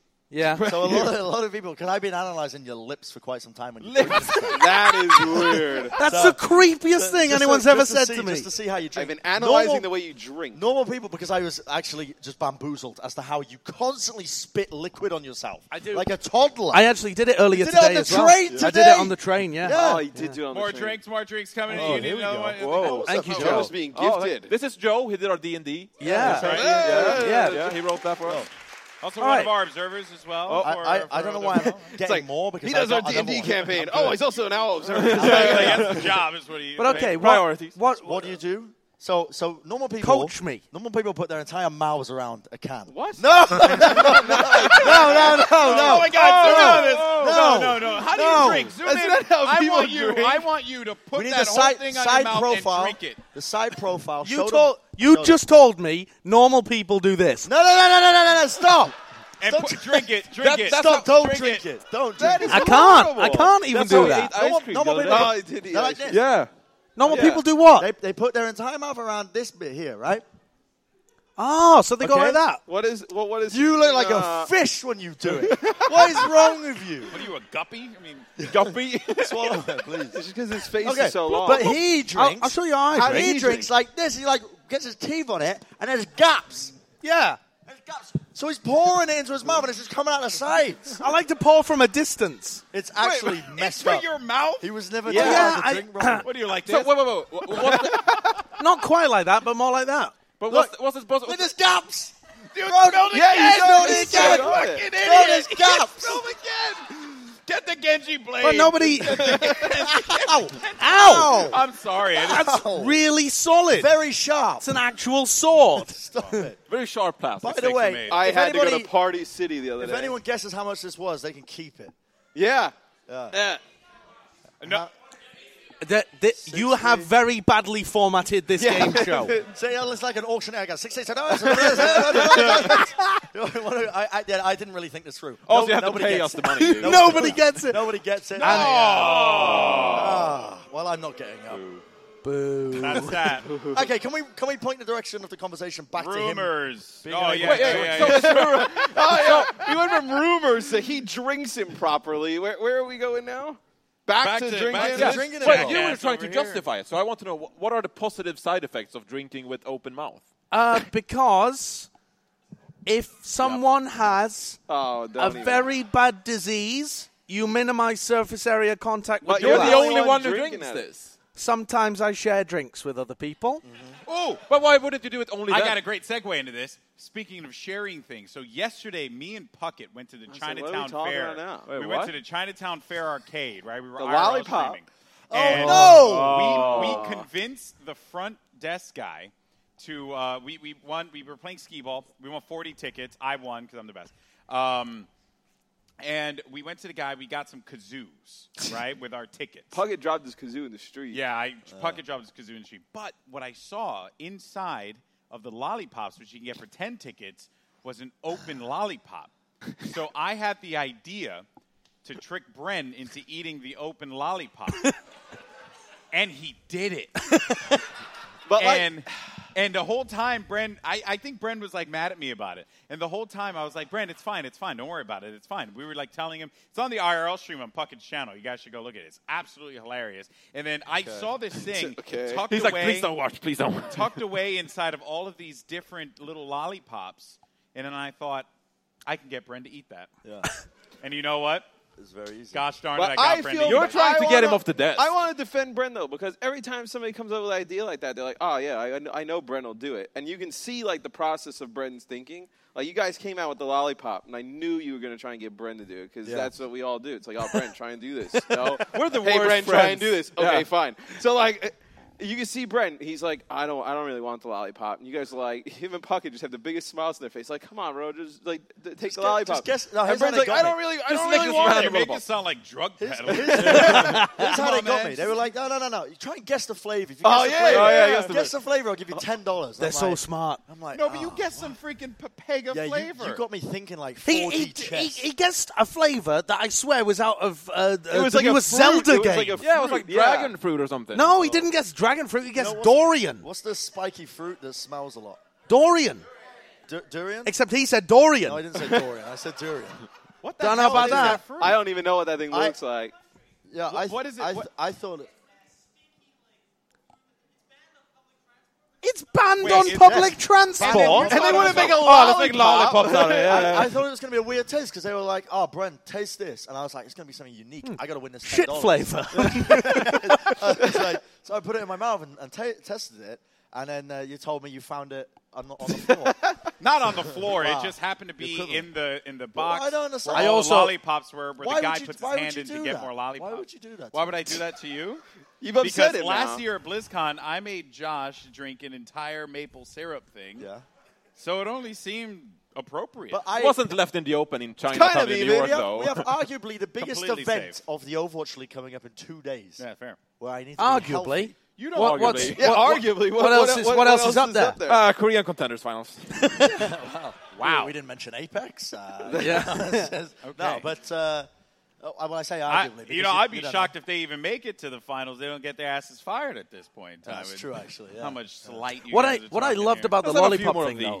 [SPEAKER 3] yeah.
[SPEAKER 4] So a lot of, a lot of people, because I've been analysing your lips for quite some time. When you drink.
[SPEAKER 2] that is weird.
[SPEAKER 3] That's the creepiest thing
[SPEAKER 4] Just to-
[SPEAKER 3] anyone's
[SPEAKER 4] just
[SPEAKER 3] ever
[SPEAKER 4] to
[SPEAKER 3] said
[SPEAKER 4] see-
[SPEAKER 3] to me.
[SPEAKER 4] Just to see how you drink.
[SPEAKER 2] I've been analyzing
[SPEAKER 4] Normal-
[SPEAKER 2] the way you drink.
[SPEAKER 4] normal people because I was actually just bamboozled as to how you constantly spit liquid on yourself. I
[SPEAKER 1] do.
[SPEAKER 4] Like a toddler.
[SPEAKER 3] I actually did it earlier
[SPEAKER 4] did it
[SPEAKER 3] today
[SPEAKER 4] on the
[SPEAKER 3] as well.
[SPEAKER 4] train
[SPEAKER 3] I did
[SPEAKER 4] today.
[SPEAKER 3] it on the train. Yeah.
[SPEAKER 4] Yeah.
[SPEAKER 2] oh, he did do it on
[SPEAKER 1] More
[SPEAKER 2] the train.
[SPEAKER 1] drinks, more drinks coming in.
[SPEAKER 4] Oh,
[SPEAKER 1] You
[SPEAKER 4] here
[SPEAKER 1] need
[SPEAKER 4] we
[SPEAKER 1] another
[SPEAKER 4] go.
[SPEAKER 1] one.
[SPEAKER 5] Whoa.
[SPEAKER 3] Thank you,
[SPEAKER 2] Joe's
[SPEAKER 3] Joe.
[SPEAKER 2] being
[SPEAKER 5] Oh,
[SPEAKER 2] gifted.
[SPEAKER 5] this is Joe. He did our D and D.
[SPEAKER 3] Yeah.
[SPEAKER 1] Yeah.
[SPEAKER 3] Yeah.
[SPEAKER 5] Yeah, he wrote that for us.
[SPEAKER 1] Also,
[SPEAKER 3] All
[SPEAKER 1] one
[SPEAKER 3] right.
[SPEAKER 1] of our observers as well.
[SPEAKER 4] I,
[SPEAKER 1] for-
[SPEAKER 4] Oh, I,
[SPEAKER 1] for
[SPEAKER 4] I don't know
[SPEAKER 1] other-
[SPEAKER 4] why I'm
[SPEAKER 2] It's
[SPEAKER 4] getting
[SPEAKER 2] like
[SPEAKER 4] more because
[SPEAKER 2] he does
[SPEAKER 4] I
[SPEAKER 2] our
[SPEAKER 4] got
[SPEAKER 2] D
[SPEAKER 4] another
[SPEAKER 2] and D
[SPEAKER 4] one.
[SPEAKER 2] campaign. Oh, he's also now observer.
[SPEAKER 1] Like, that's the job is what he.
[SPEAKER 3] But okay, what,
[SPEAKER 5] Priorities.
[SPEAKER 3] What,
[SPEAKER 4] What do you do? So, so normal people
[SPEAKER 3] Coach me.
[SPEAKER 4] Normal people put their entire mouths around a can.
[SPEAKER 2] What?
[SPEAKER 4] No, no, no, no, no.
[SPEAKER 1] Oh my God! zoom in
[SPEAKER 4] no.
[SPEAKER 1] on this. no, no, no. How do
[SPEAKER 4] No.
[SPEAKER 1] you drink? Zoom
[SPEAKER 2] That's
[SPEAKER 1] in.
[SPEAKER 2] not how
[SPEAKER 1] I
[SPEAKER 2] people
[SPEAKER 1] want you.
[SPEAKER 2] drink.
[SPEAKER 1] I want you to put
[SPEAKER 4] We need
[SPEAKER 1] that
[SPEAKER 4] the
[SPEAKER 1] whole
[SPEAKER 4] side,
[SPEAKER 1] thing on your
[SPEAKER 4] side
[SPEAKER 1] mouth
[SPEAKER 4] profile.
[SPEAKER 1] and drink it.
[SPEAKER 4] The side profile.
[SPEAKER 3] You
[SPEAKER 4] Show them-
[SPEAKER 3] told
[SPEAKER 4] show
[SPEAKER 3] you
[SPEAKER 4] them.
[SPEAKER 3] just told me normal people do this.
[SPEAKER 4] No, no, no, no, no, no, no! Stop!
[SPEAKER 1] And put, drink it. Drink
[SPEAKER 5] That-
[SPEAKER 1] it.
[SPEAKER 5] that's
[SPEAKER 4] Stop! Don't drink,
[SPEAKER 1] Drink
[SPEAKER 4] it. Don't drink it.
[SPEAKER 3] I can't. I can't even
[SPEAKER 5] That's how
[SPEAKER 3] do
[SPEAKER 5] he
[SPEAKER 3] that.
[SPEAKER 5] ate
[SPEAKER 4] No
[SPEAKER 5] ice
[SPEAKER 4] one-
[SPEAKER 5] cream
[SPEAKER 4] no one
[SPEAKER 5] the other
[SPEAKER 4] will
[SPEAKER 5] day.
[SPEAKER 4] do
[SPEAKER 2] oh, he did.
[SPEAKER 4] They're like
[SPEAKER 2] actually.
[SPEAKER 4] this.
[SPEAKER 5] Yeah.
[SPEAKER 3] Normal
[SPEAKER 5] Yeah.
[SPEAKER 3] people do what?
[SPEAKER 4] They, they put their entire mouth around this bit here, right?
[SPEAKER 3] oh, so they go
[SPEAKER 4] Okay.
[SPEAKER 3] like that.
[SPEAKER 2] What is? Well, what is?
[SPEAKER 4] You look like
[SPEAKER 2] uh,
[SPEAKER 4] a fish when you do it. what is wrong with you?
[SPEAKER 1] What are you, a guppy? I mean,
[SPEAKER 5] Guppy.
[SPEAKER 4] Swallow it, please.
[SPEAKER 2] Just because his face
[SPEAKER 4] Okay,
[SPEAKER 2] is so long.
[SPEAKER 4] but he drinks.
[SPEAKER 3] I'll, I'll show you how I
[SPEAKER 4] and
[SPEAKER 3] drink.
[SPEAKER 4] he drinks like this. He like gets his teeth on it, and there's gaps.
[SPEAKER 3] Yeah,
[SPEAKER 4] There's gaps. So he's pouring it into his mouth, and it's just coming out the sides.
[SPEAKER 3] I like to pour from a distance.
[SPEAKER 4] It's actually
[SPEAKER 1] Wait,
[SPEAKER 4] messed
[SPEAKER 1] into
[SPEAKER 4] up.
[SPEAKER 1] your mouth.
[SPEAKER 4] He was never
[SPEAKER 3] Yeah,
[SPEAKER 4] yeah,
[SPEAKER 3] I-
[SPEAKER 4] to drink properly.
[SPEAKER 1] What do you like
[SPEAKER 5] so
[SPEAKER 1] this?
[SPEAKER 5] wait, wait, wait. What- What's the,
[SPEAKER 3] Not quite like that, but more like that.
[SPEAKER 5] but what's, what's this? What's
[SPEAKER 4] Look, there's
[SPEAKER 5] this?
[SPEAKER 4] gaps.
[SPEAKER 1] Dude,
[SPEAKER 4] Bro,
[SPEAKER 1] smell the
[SPEAKER 4] yeah, you
[SPEAKER 1] gas!
[SPEAKER 4] smelled it
[SPEAKER 1] You're
[SPEAKER 4] again.
[SPEAKER 1] a Fucking
[SPEAKER 4] Smell it.
[SPEAKER 1] idiot!
[SPEAKER 4] Smell it.
[SPEAKER 1] Smell again! Get the Genji blade.
[SPEAKER 3] But nobody.
[SPEAKER 4] Ow!
[SPEAKER 3] Ow!
[SPEAKER 1] I'm sorry. I just-
[SPEAKER 3] That's really solid.
[SPEAKER 4] Very sharp.
[SPEAKER 3] it's an actual sword.
[SPEAKER 4] Stop it.
[SPEAKER 5] Very sharp plastic.
[SPEAKER 4] By
[SPEAKER 5] It's
[SPEAKER 4] the
[SPEAKER 5] like-
[SPEAKER 4] way,
[SPEAKER 2] I
[SPEAKER 4] if
[SPEAKER 2] had
[SPEAKER 4] anybody,
[SPEAKER 2] to go to Party City the other
[SPEAKER 4] if
[SPEAKER 2] day.
[SPEAKER 4] anyone guesses how much this was, they can keep it.
[SPEAKER 2] yeah.
[SPEAKER 4] Yeah.
[SPEAKER 2] Yeah.
[SPEAKER 1] no,
[SPEAKER 3] The- the- you have very badly formatted this
[SPEAKER 2] Yeah.
[SPEAKER 3] game show.
[SPEAKER 4] Say, oh, it's like an auctioneer. I got six, eight, seven, oh, it's- You know what I, I, yeah, I didn't really think this through.
[SPEAKER 5] also you have to
[SPEAKER 4] nobody
[SPEAKER 5] pay us
[SPEAKER 4] gets
[SPEAKER 5] the
[SPEAKER 4] it.
[SPEAKER 5] money. dude.
[SPEAKER 3] nobody gets it.
[SPEAKER 4] Nobody gets it. Ah, well, I'm not getting up.
[SPEAKER 3] Boo.
[SPEAKER 1] that's that.
[SPEAKER 4] Okay, can we can we point the direction of the conversation back to him?
[SPEAKER 1] Rumors. Oh yeah,
[SPEAKER 4] like,
[SPEAKER 1] yeah,
[SPEAKER 5] Wait,
[SPEAKER 1] yeah,
[SPEAKER 5] wait,
[SPEAKER 1] yeah.
[SPEAKER 5] so- so-
[SPEAKER 2] Oh, yeah. we went from rumors that he drinks improperly. Where, where are we going now? Back,
[SPEAKER 1] Back
[SPEAKER 2] to,
[SPEAKER 1] to-
[SPEAKER 2] drinking.
[SPEAKER 1] back to
[SPEAKER 4] Yeah.
[SPEAKER 2] Drink-
[SPEAKER 4] drinking it
[SPEAKER 5] But
[SPEAKER 4] all.
[SPEAKER 5] you were
[SPEAKER 1] Gas
[SPEAKER 5] trying
[SPEAKER 1] over
[SPEAKER 5] to
[SPEAKER 1] here.
[SPEAKER 5] justify it, so I want to know wh- what are the positive side effects of drinking with open mouth?
[SPEAKER 3] Uh, because if someone has
[SPEAKER 2] Oh, don't
[SPEAKER 3] a
[SPEAKER 2] even.
[SPEAKER 3] very bad disease, you minimize surface area contact with
[SPEAKER 2] But
[SPEAKER 3] your
[SPEAKER 5] You're
[SPEAKER 2] You're
[SPEAKER 5] the
[SPEAKER 2] the
[SPEAKER 3] mouth.
[SPEAKER 5] only
[SPEAKER 2] only
[SPEAKER 5] one who
[SPEAKER 2] drinking
[SPEAKER 5] drinks
[SPEAKER 2] at it.
[SPEAKER 5] this.
[SPEAKER 3] Sometimes I share drinks with other people.
[SPEAKER 2] Mm-hmm.
[SPEAKER 1] Oh,
[SPEAKER 5] But why wouldn't you do it only
[SPEAKER 1] I
[SPEAKER 5] then?
[SPEAKER 1] got a great segue into this. Speaking of sharing things, so yesterday me and Puckett went to the
[SPEAKER 2] so what are we
[SPEAKER 1] Chinatown
[SPEAKER 2] talking
[SPEAKER 1] Fair.
[SPEAKER 2] about now?
[SPEAKER 5] Wait,
[SPEAKER 1] we
[SPEAKER 5] what?
[SPEAKER 1] went to the Chinatown Fair arcade, right? We were
[SPEAKER 2] The
[SPEAKER 1] IRL
[SPEAKER 2] lollipop.
[SPEAKER 1] streaming.
[SPEAKER 4] Oh,
[SPEAKER 1] And
[SPEAKER 4] no!
[SPEAKER 1] We, we convinced the front desk guy to uh, we we won. We were playing skee ball. We won forty tickets. I won because I'm the best. Um, and we went to the guy. We got some kazoos, right, with our tickets.
[SPEAKER 2] Puckett dropped his kazoo in the street.
[SPEAKER 1] Yeah, I pocket dropped his kazoo in the street. But what I saw inside of the lollipops, which you can get for ten tickets, was an open lollipop. So I had the idea to trick Bren into eating the open lollipop, and he did it.
[SPEAKER 2] But like,
[SPEAKER 1] And and the whole time, Bren, I, I think Bren was like mad at me about it. And the whole time, I was like, Bren, it's fine, it's fine, don't worry about it, it's fine. We were like telling him it's on the IRL stream on Puckett's channel. You guys should go look at it. It's absolutely hilarious. And then I saw this thing
[SPEAKER 2] Okay.
[SPEAKER 1] tucked
[SPEAKER 5] He's
[SPEAKER 1] away,
[SPEAKER 5] like, please don't watch, please don't watch.
[SPEAKER 1] tucked away inside of all of these different little lollipops. And then I thought, I can get Bren to eat that.
[SPEAKER 4] Yeah,
[SPEAKER 1] And you know what?
[SPEAKER 4] it's very easy.
[SPEAKER 1] Gosh darn it, I
[SPEAKER 2] But
[SPEAKER 1] got
[SPEAKER 2] I
[SPEAKER 1] Bren
[SPEAKER 2] feel
[SPEAKER 1] to eat
[SPEAKER 5] You're
[SPEAKER 1] that.
[SPEAKER 2] bad.
[SPEAKER 5] trying
[SPEAKER 2] I
[SPEAKER 5] to get him
[SPEAKER 2] wanna-
[SPEAKER 5] off the desk.
[SPEAKER 2] I want to defend Bren though because every time somebody comes up with an idea like that, they're like, "Oh yeah, I, I know Bren will do it," and you can see like the process of Bren's thinking. Like you guys came out with the lollipop, and I knew you were going to try and get Bren to do it because
[SPEAKER 4] Yeah.
[SPEAKER 2] that's what we all do. It's like, "Oh, Bren, try and do this." No,
[SPEAKER 5] We're the
[SPEAKER 2] hey,
[SPEAKER 5] worst
[SPEAKER 2] Bren, try and
[SPEAKER 5] friends.
[SPEAKER 2] do this. Okay,
[SPEAKER 5] Yeah.
[SPEAKER 2] fine. So like. uh, You can see Bren. He's like, I don't, I don't really want the lollipop. And you guys are like, him and Puckett just have the biggest smiles on their face. Like, come on, bro, just like d- take the
[SPEAKER 4] guess-
[SPEAKER 2] lollipop.
[SPEAKER 4] just guess- no,
[SPEAKER 2] and
[SPEAKER 4] here's how
[SPEAKER 2] Bren's
[SPEAKER 4] they
[SPEAKER 2] like,
[SPEAKER 4] got
[SPEAKER 2] I don't
[SPEAKER 4] me.
[SPEAKER 2] really, I
[SPEAKER 5] Just
[SPEAKER 2] don't
[SPEAKER 5] make
[SPEAKER 2] really
[SPEAKER 5] this
[SPEAKER 2] want
[SPEAKER 5] round
[SPEAKER 2] it.
[SPEAKER 1] You make it
[SPEAKER 5] Lollipop.
[SPEAKER 1] sound like drug peddling. Come
[SPEAKER 4] That's how they
[SPEAKER 1] on,
[SPEAKER 4] got
[SPEAKER 1] man.
[SPEAKER 4] me. They were like, no, no, no, no. You try and guess the flavor. If you
[SPEAKER 2] Oh, yeah,
[SPEAKER 4] guess the flavor,
[SPEAKER 2] yeah, yeah, yeah.
[SPEAKER 4] guess the flavor. I'll give you ten dollars.
[SPEAKER 3] They're so smart.
[SPEAKER 4] I'm like,
[SPEAKER 1] No, but you
[SPEAKER 4] "Ah,
[SPEAKER 1] get some freaking Papega
[SPEAKER 4] yeah, you,
[SPEAKER 1] flavor.
[SPEAKER 4] you got me thinking like 4D
[SPEAKER 3] He, he, he,
[SPEAKER 4] chess.
[SPEAKER 3] he guessed a flavour that I swear was out of uh,
[SPEAKER 2] It was like a
[SPEAKER 3] a
[SPEAKER 2] fruit.
[SPEAKER 3] Zelda
[SPEAKER 2] It was
[SPEAKER 3] game.
[SPEAKER 2] like a
[SPEAKER 5] yeah, it was like
[SPEAKER 2] Fruit, yeah.
[SPEAKER 5] dragon fruit or something.
[SPEAKER 3] no, he didn't guess dragon fruit. He
[SPEAKER 4] No,
[SPEAKER 3] guessed
[SPEAKER 4] what's-
[SPEAKER 3] Dorian.
[SPEAKER 4] What's the spiky fruit that smells a lot?
[SPEAKER 3] Dorian.
[SPEAKER 4] Du- durian?
[SPEAKER 3] Except he said Dorian.
[SPEAKER 4] no, I didn't say durian. I said durian.
[SPEAKER 1] What the
[SPEAKER 3] Don't know
[SPEAKER 1] hell
[SPEAKER 3] about
[SPEAKER 1] is
[SPEAKER 3] that.
[SPEAKER 1] fruit?
[SPEAKER 2] I don't even know what that thing
[SPEAKER 4] I-
[SPEAKER 2] looks like.
[SPEAKER 4] Yeah, I, th-
[SPEAKER 1] what is it?
[SPEAKER 4] I, th-
[SPEAKER 1] What-
[SPEAKER 4] I thought it.
[SPEAKER 3] it's banned
[SPEAKER 1] Wait,
[SPEAKER 3] on
[SPEAKER 1] it's-
[SPEAKER 3] public
[SPEAKER 1] And then
[SPEAKER 3] transport.
[SPEAKER 1] you thought it was a-
[SPEAKER 5] Oh, the big lollipops out of it. Yeah, yeah.
[SPEAKER 4] I, I thought it was going to be a weird taste because they were like, "Oh, Brent, taste this," and I was like, "It's going to be something unique.
[SPEAKER 5] Hmm.
[SPEAKER 4] I got to win this."
[SPEAKER 3] Shit
[SPEAKER 4] $10."
[SPEAKER 3] flavour.
[SPEAKER 4] It's like- so I put it in my mouth and, and ta tested it, and then uh, you told me you found it on the, on the floor.
[SPEAKER 1] Not on the floor. It just happened to be
[SPEAKER 4] You're criminal.
[SPEAKER 1] in the in the box.
[SPEAKER 4] I don't understand.
[SPEAKER 1] Where
[SPEAKER 4] I
[SPEAKER 1] all
[SPEAKER 4] also-
[SPEAKER 1] the lollipops were where
[SPEAKER 4] Why
[SPEAKER 1] the
[SPEAKER 4] would
[SPEAKER 1] guy
[SPEAKER 4] you-
[SPEAKER 1] puts
[SPEAKER 4] why
[SPEAKER 1] his hand
[SPEAKER 4] would you
[SPEAKER 1] in to
[SPEAKER 4] do
[SPEAKER 1] get
[SPEAKER 4] that?
[SPEAKER 1] more
[SPEAKER 4] Why
[SPEAKER 1] lollipops.
[SPEAKER 4] would you do that
[SPEAKER 1] Why
[SPEAKER 4] to
[SPEAKER 1] would
[SPEAKER 4] me?
[SPEAKER 1] I do that to you?
[SPEAKER 2] You've upset
[SPEAKER 1] because
[SPEAKER 2] him
[SPEAKER 1] last
[SPEAKER 2] now.
[SPEAKER 1] year at BlizzCon, I made Josh drink an entire maple syrup thing.
[SPEAKER 4] yeah,
[SPEAKER 1] So it only seemed appropriate.
[SPEAKER 4] but I
[SPEAKER 5] It wasn't left in the open in China,
[SPEAKER 2] kind of
[SPEAKER 5] in New
[SPEAKER 2] even,
[SPEAKER 4] We
[SPEAKER 5] York,
[SPEAKER 4] have,
[SPEAKER 5] though.
[SPEAKER 4] we have arguably the biggest
[SPEAKER 1] Completely
[SPEAKER 4] event
[SPEAKER 1] safe.
[SPEAKER 4] of the Overwatch League coming up in two days.
[SPEAKER 1] yeah, fair.
[SPEAKER 4] Where I need to be
[SPEAKER 3] arguably.
[SPEAKER 4] healthy.
[SPEAKER 1] You don't
[SPEAKER 3] What- what's-
[SPEAKER 1] arguably.
[SPEAKER 2] Yeah,
[SPEAKER 3] what-
[SPEAKER 2] arguably.
[SPEAKER 3] what else is- what else is up there?
[SPEAKER 5] Uh, Korean contenders finals.
[SPEAKER 1] Wow.
[SPEAKER 4] We didn't mention Apex. Uh,
[SPEAKER 1] Okay.
[SPEAKER 4] No, but uh, oh, when I say
[SPEAKER 1] I,
[SPEAKER 4] arguably,
[SPEAKER 1] you
[SPEAKER 4] because
[SPEAKER 1] know, I'd be
[SPEAKER 4] you don't
[SPEAKER 1] shocked if they even make it to the finals. They don't get their asses fired at this point in time.
[SPEAKER 4] That's
[SPEAKER 1] It-
[SPEAKER 4] true, actually, yeah.
[SPEAKER 1] How much slight you
[SPEAKER 3] What I
[SPEAKER 1] guys are
[SPEAKER 3] what I
[SPEAKER 1] talking
[SPEAKER 3] loved
[SPEAKER 1] here.
[SPEAKER 3] about the
[SPEAKER 5] Let's have a few
[SPEAKER 3] lollipop
[SPEAKER 5] more
[SPEAKER 3] thing,
[SPEAKER 5] of
[SPEAKER 3] though.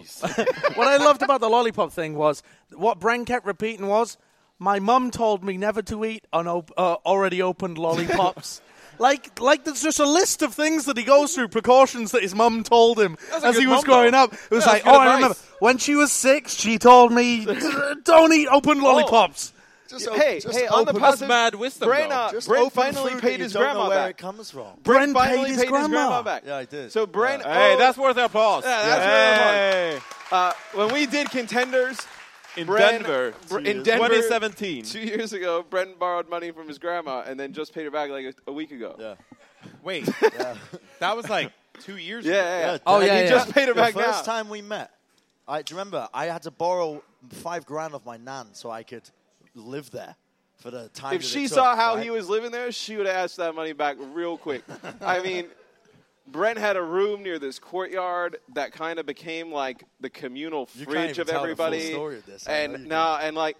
[SPEAKER 5] these.
[SPEAKER 3] what I loved about the lollipop thing was what Bren kept repeating was, "My mum told me never to eat on op- uh, already opened lollipops." like, like there's just a list of things that he goes through, precautions that his mum told him
[SPEAKER 5] a
[SPEAKER 3] as he
[SPEAKER 5] good
[SPEAKER 3] was
[SPEAKER 5] mum,
[SPEAKER 3] growing
[SPEAKER 5] though.
[SPEAKER 3] up. It was
[SPEAKER 5] Yeah,
[SPEAKER 3] like,
[SPEAKER 5] that's
[SPEAKER 3] "Oh,
[SPEAKER 5] good
[SPEAKER 3] I remember
[SPEAKER 5] advice."
[SPEAKER 3] when she was six, she told me don't eat open lollipops."
[SPEAKER 4] Just op-
[SPEAKER 2] hey,
[SPEAKER 4] just
[SPEAKER 2] hey, on the
[SPEAKER 4] open-
[SPEAKER 5] That's
[SPEAKER 2] positive,
[SPEAKER 5] mad wisdom,
[SPEAKER 2] Bren,
[SPEAKER 5] though.
[SPEAKER 2] uh,
[SPEAKER 4] just
[SPEAKER 2] Bren
[SPEAKER 4] open
[SPEAKER 2] finally
[SPEAKER 4] food
[SPEAKER 2] paid
[SPEAKER 4] that
[SPEAKER 2] his
[SPEAKER 4] you don't know
[SPEAKER 2] grandma
[SPEAKER 4] where
[SPEAKER 2] back.
[SPEAKER 4] it comes from.
[SPEAKER 3] Bren
[SPEAKER 2] finally
[SPEAKER 3] paid his grandma.
[SPEAKER 2] back.
[SPEAKER 4] Yeah, I did.
[SPEAKER 2] So Bren,
[SPEAKER 5] Hey,
[SPEAKER 2] oh,
[SPEAKER 5] that's worth the applause.
[SPEAKER 2] Yeah, that's
[SPEAKER 5] hey.
[SPEAKER 2] uh, when we did contenders
[SPEAKER 5] In
[SPEAKER 2] Bren-
[SPEAKER 5] Denver.
[SPEAKER 2] Br- in
[SPEAKER 5] Jeez.
[SPEAKER 2] Denver-
[SPEAKER 5] 2017.
[SPEAKER 2] two years ago, Bren borrowed money from his grandma and then just paid her back like a, a week ago.
[SPEAKER 4] yeah.
[SPEAKER 1] Wait, that was like two years
[SPEAKER 2] Yeah,
[SPEAKER 1] ago.
[SPEAKER 2] yeah, yeah.
[SPEAKER 3] Oh,
[SPEAKER 4] Dad,
[SPEAKER 3] yeah,
[SPEAKER 4] you
[SPEAKER 3] yeah.
[SPEAKER 2] uh, just paid her
[SPEAKER 4] the
[SPEAKER 2] back
[SPEAKER 4] first
[SPEAKER 2] now.
[SPEAKER 4] time we met, I do you remember I had to borrow five grand of my nan so I could live there for the time.
[SPEAKER 2] If
[SPEAKER 4] that it
[SPEAKER 2] she
[SPEAKER 4] took,
[SPEAKER 2] saw how
[SPEAKER 4] right?
[SPEAKER 2] he was living there, she would have asked that money back real quick. I mean, Brent had a room near this courtyard that kind of became like the communal
[SPEAKER 4] You can't
[SPEAKER 2] fridge
[SPEAKER 4] even
[SPEAKER 2] of
[SPEAKER 4] tell the full
[SPEAKER 2] everybody.
[SPEAKER 4] story of this. I know
[SPEAKER 2] And
[SPEAKER 4] you
[SPEAKER 2] no, and like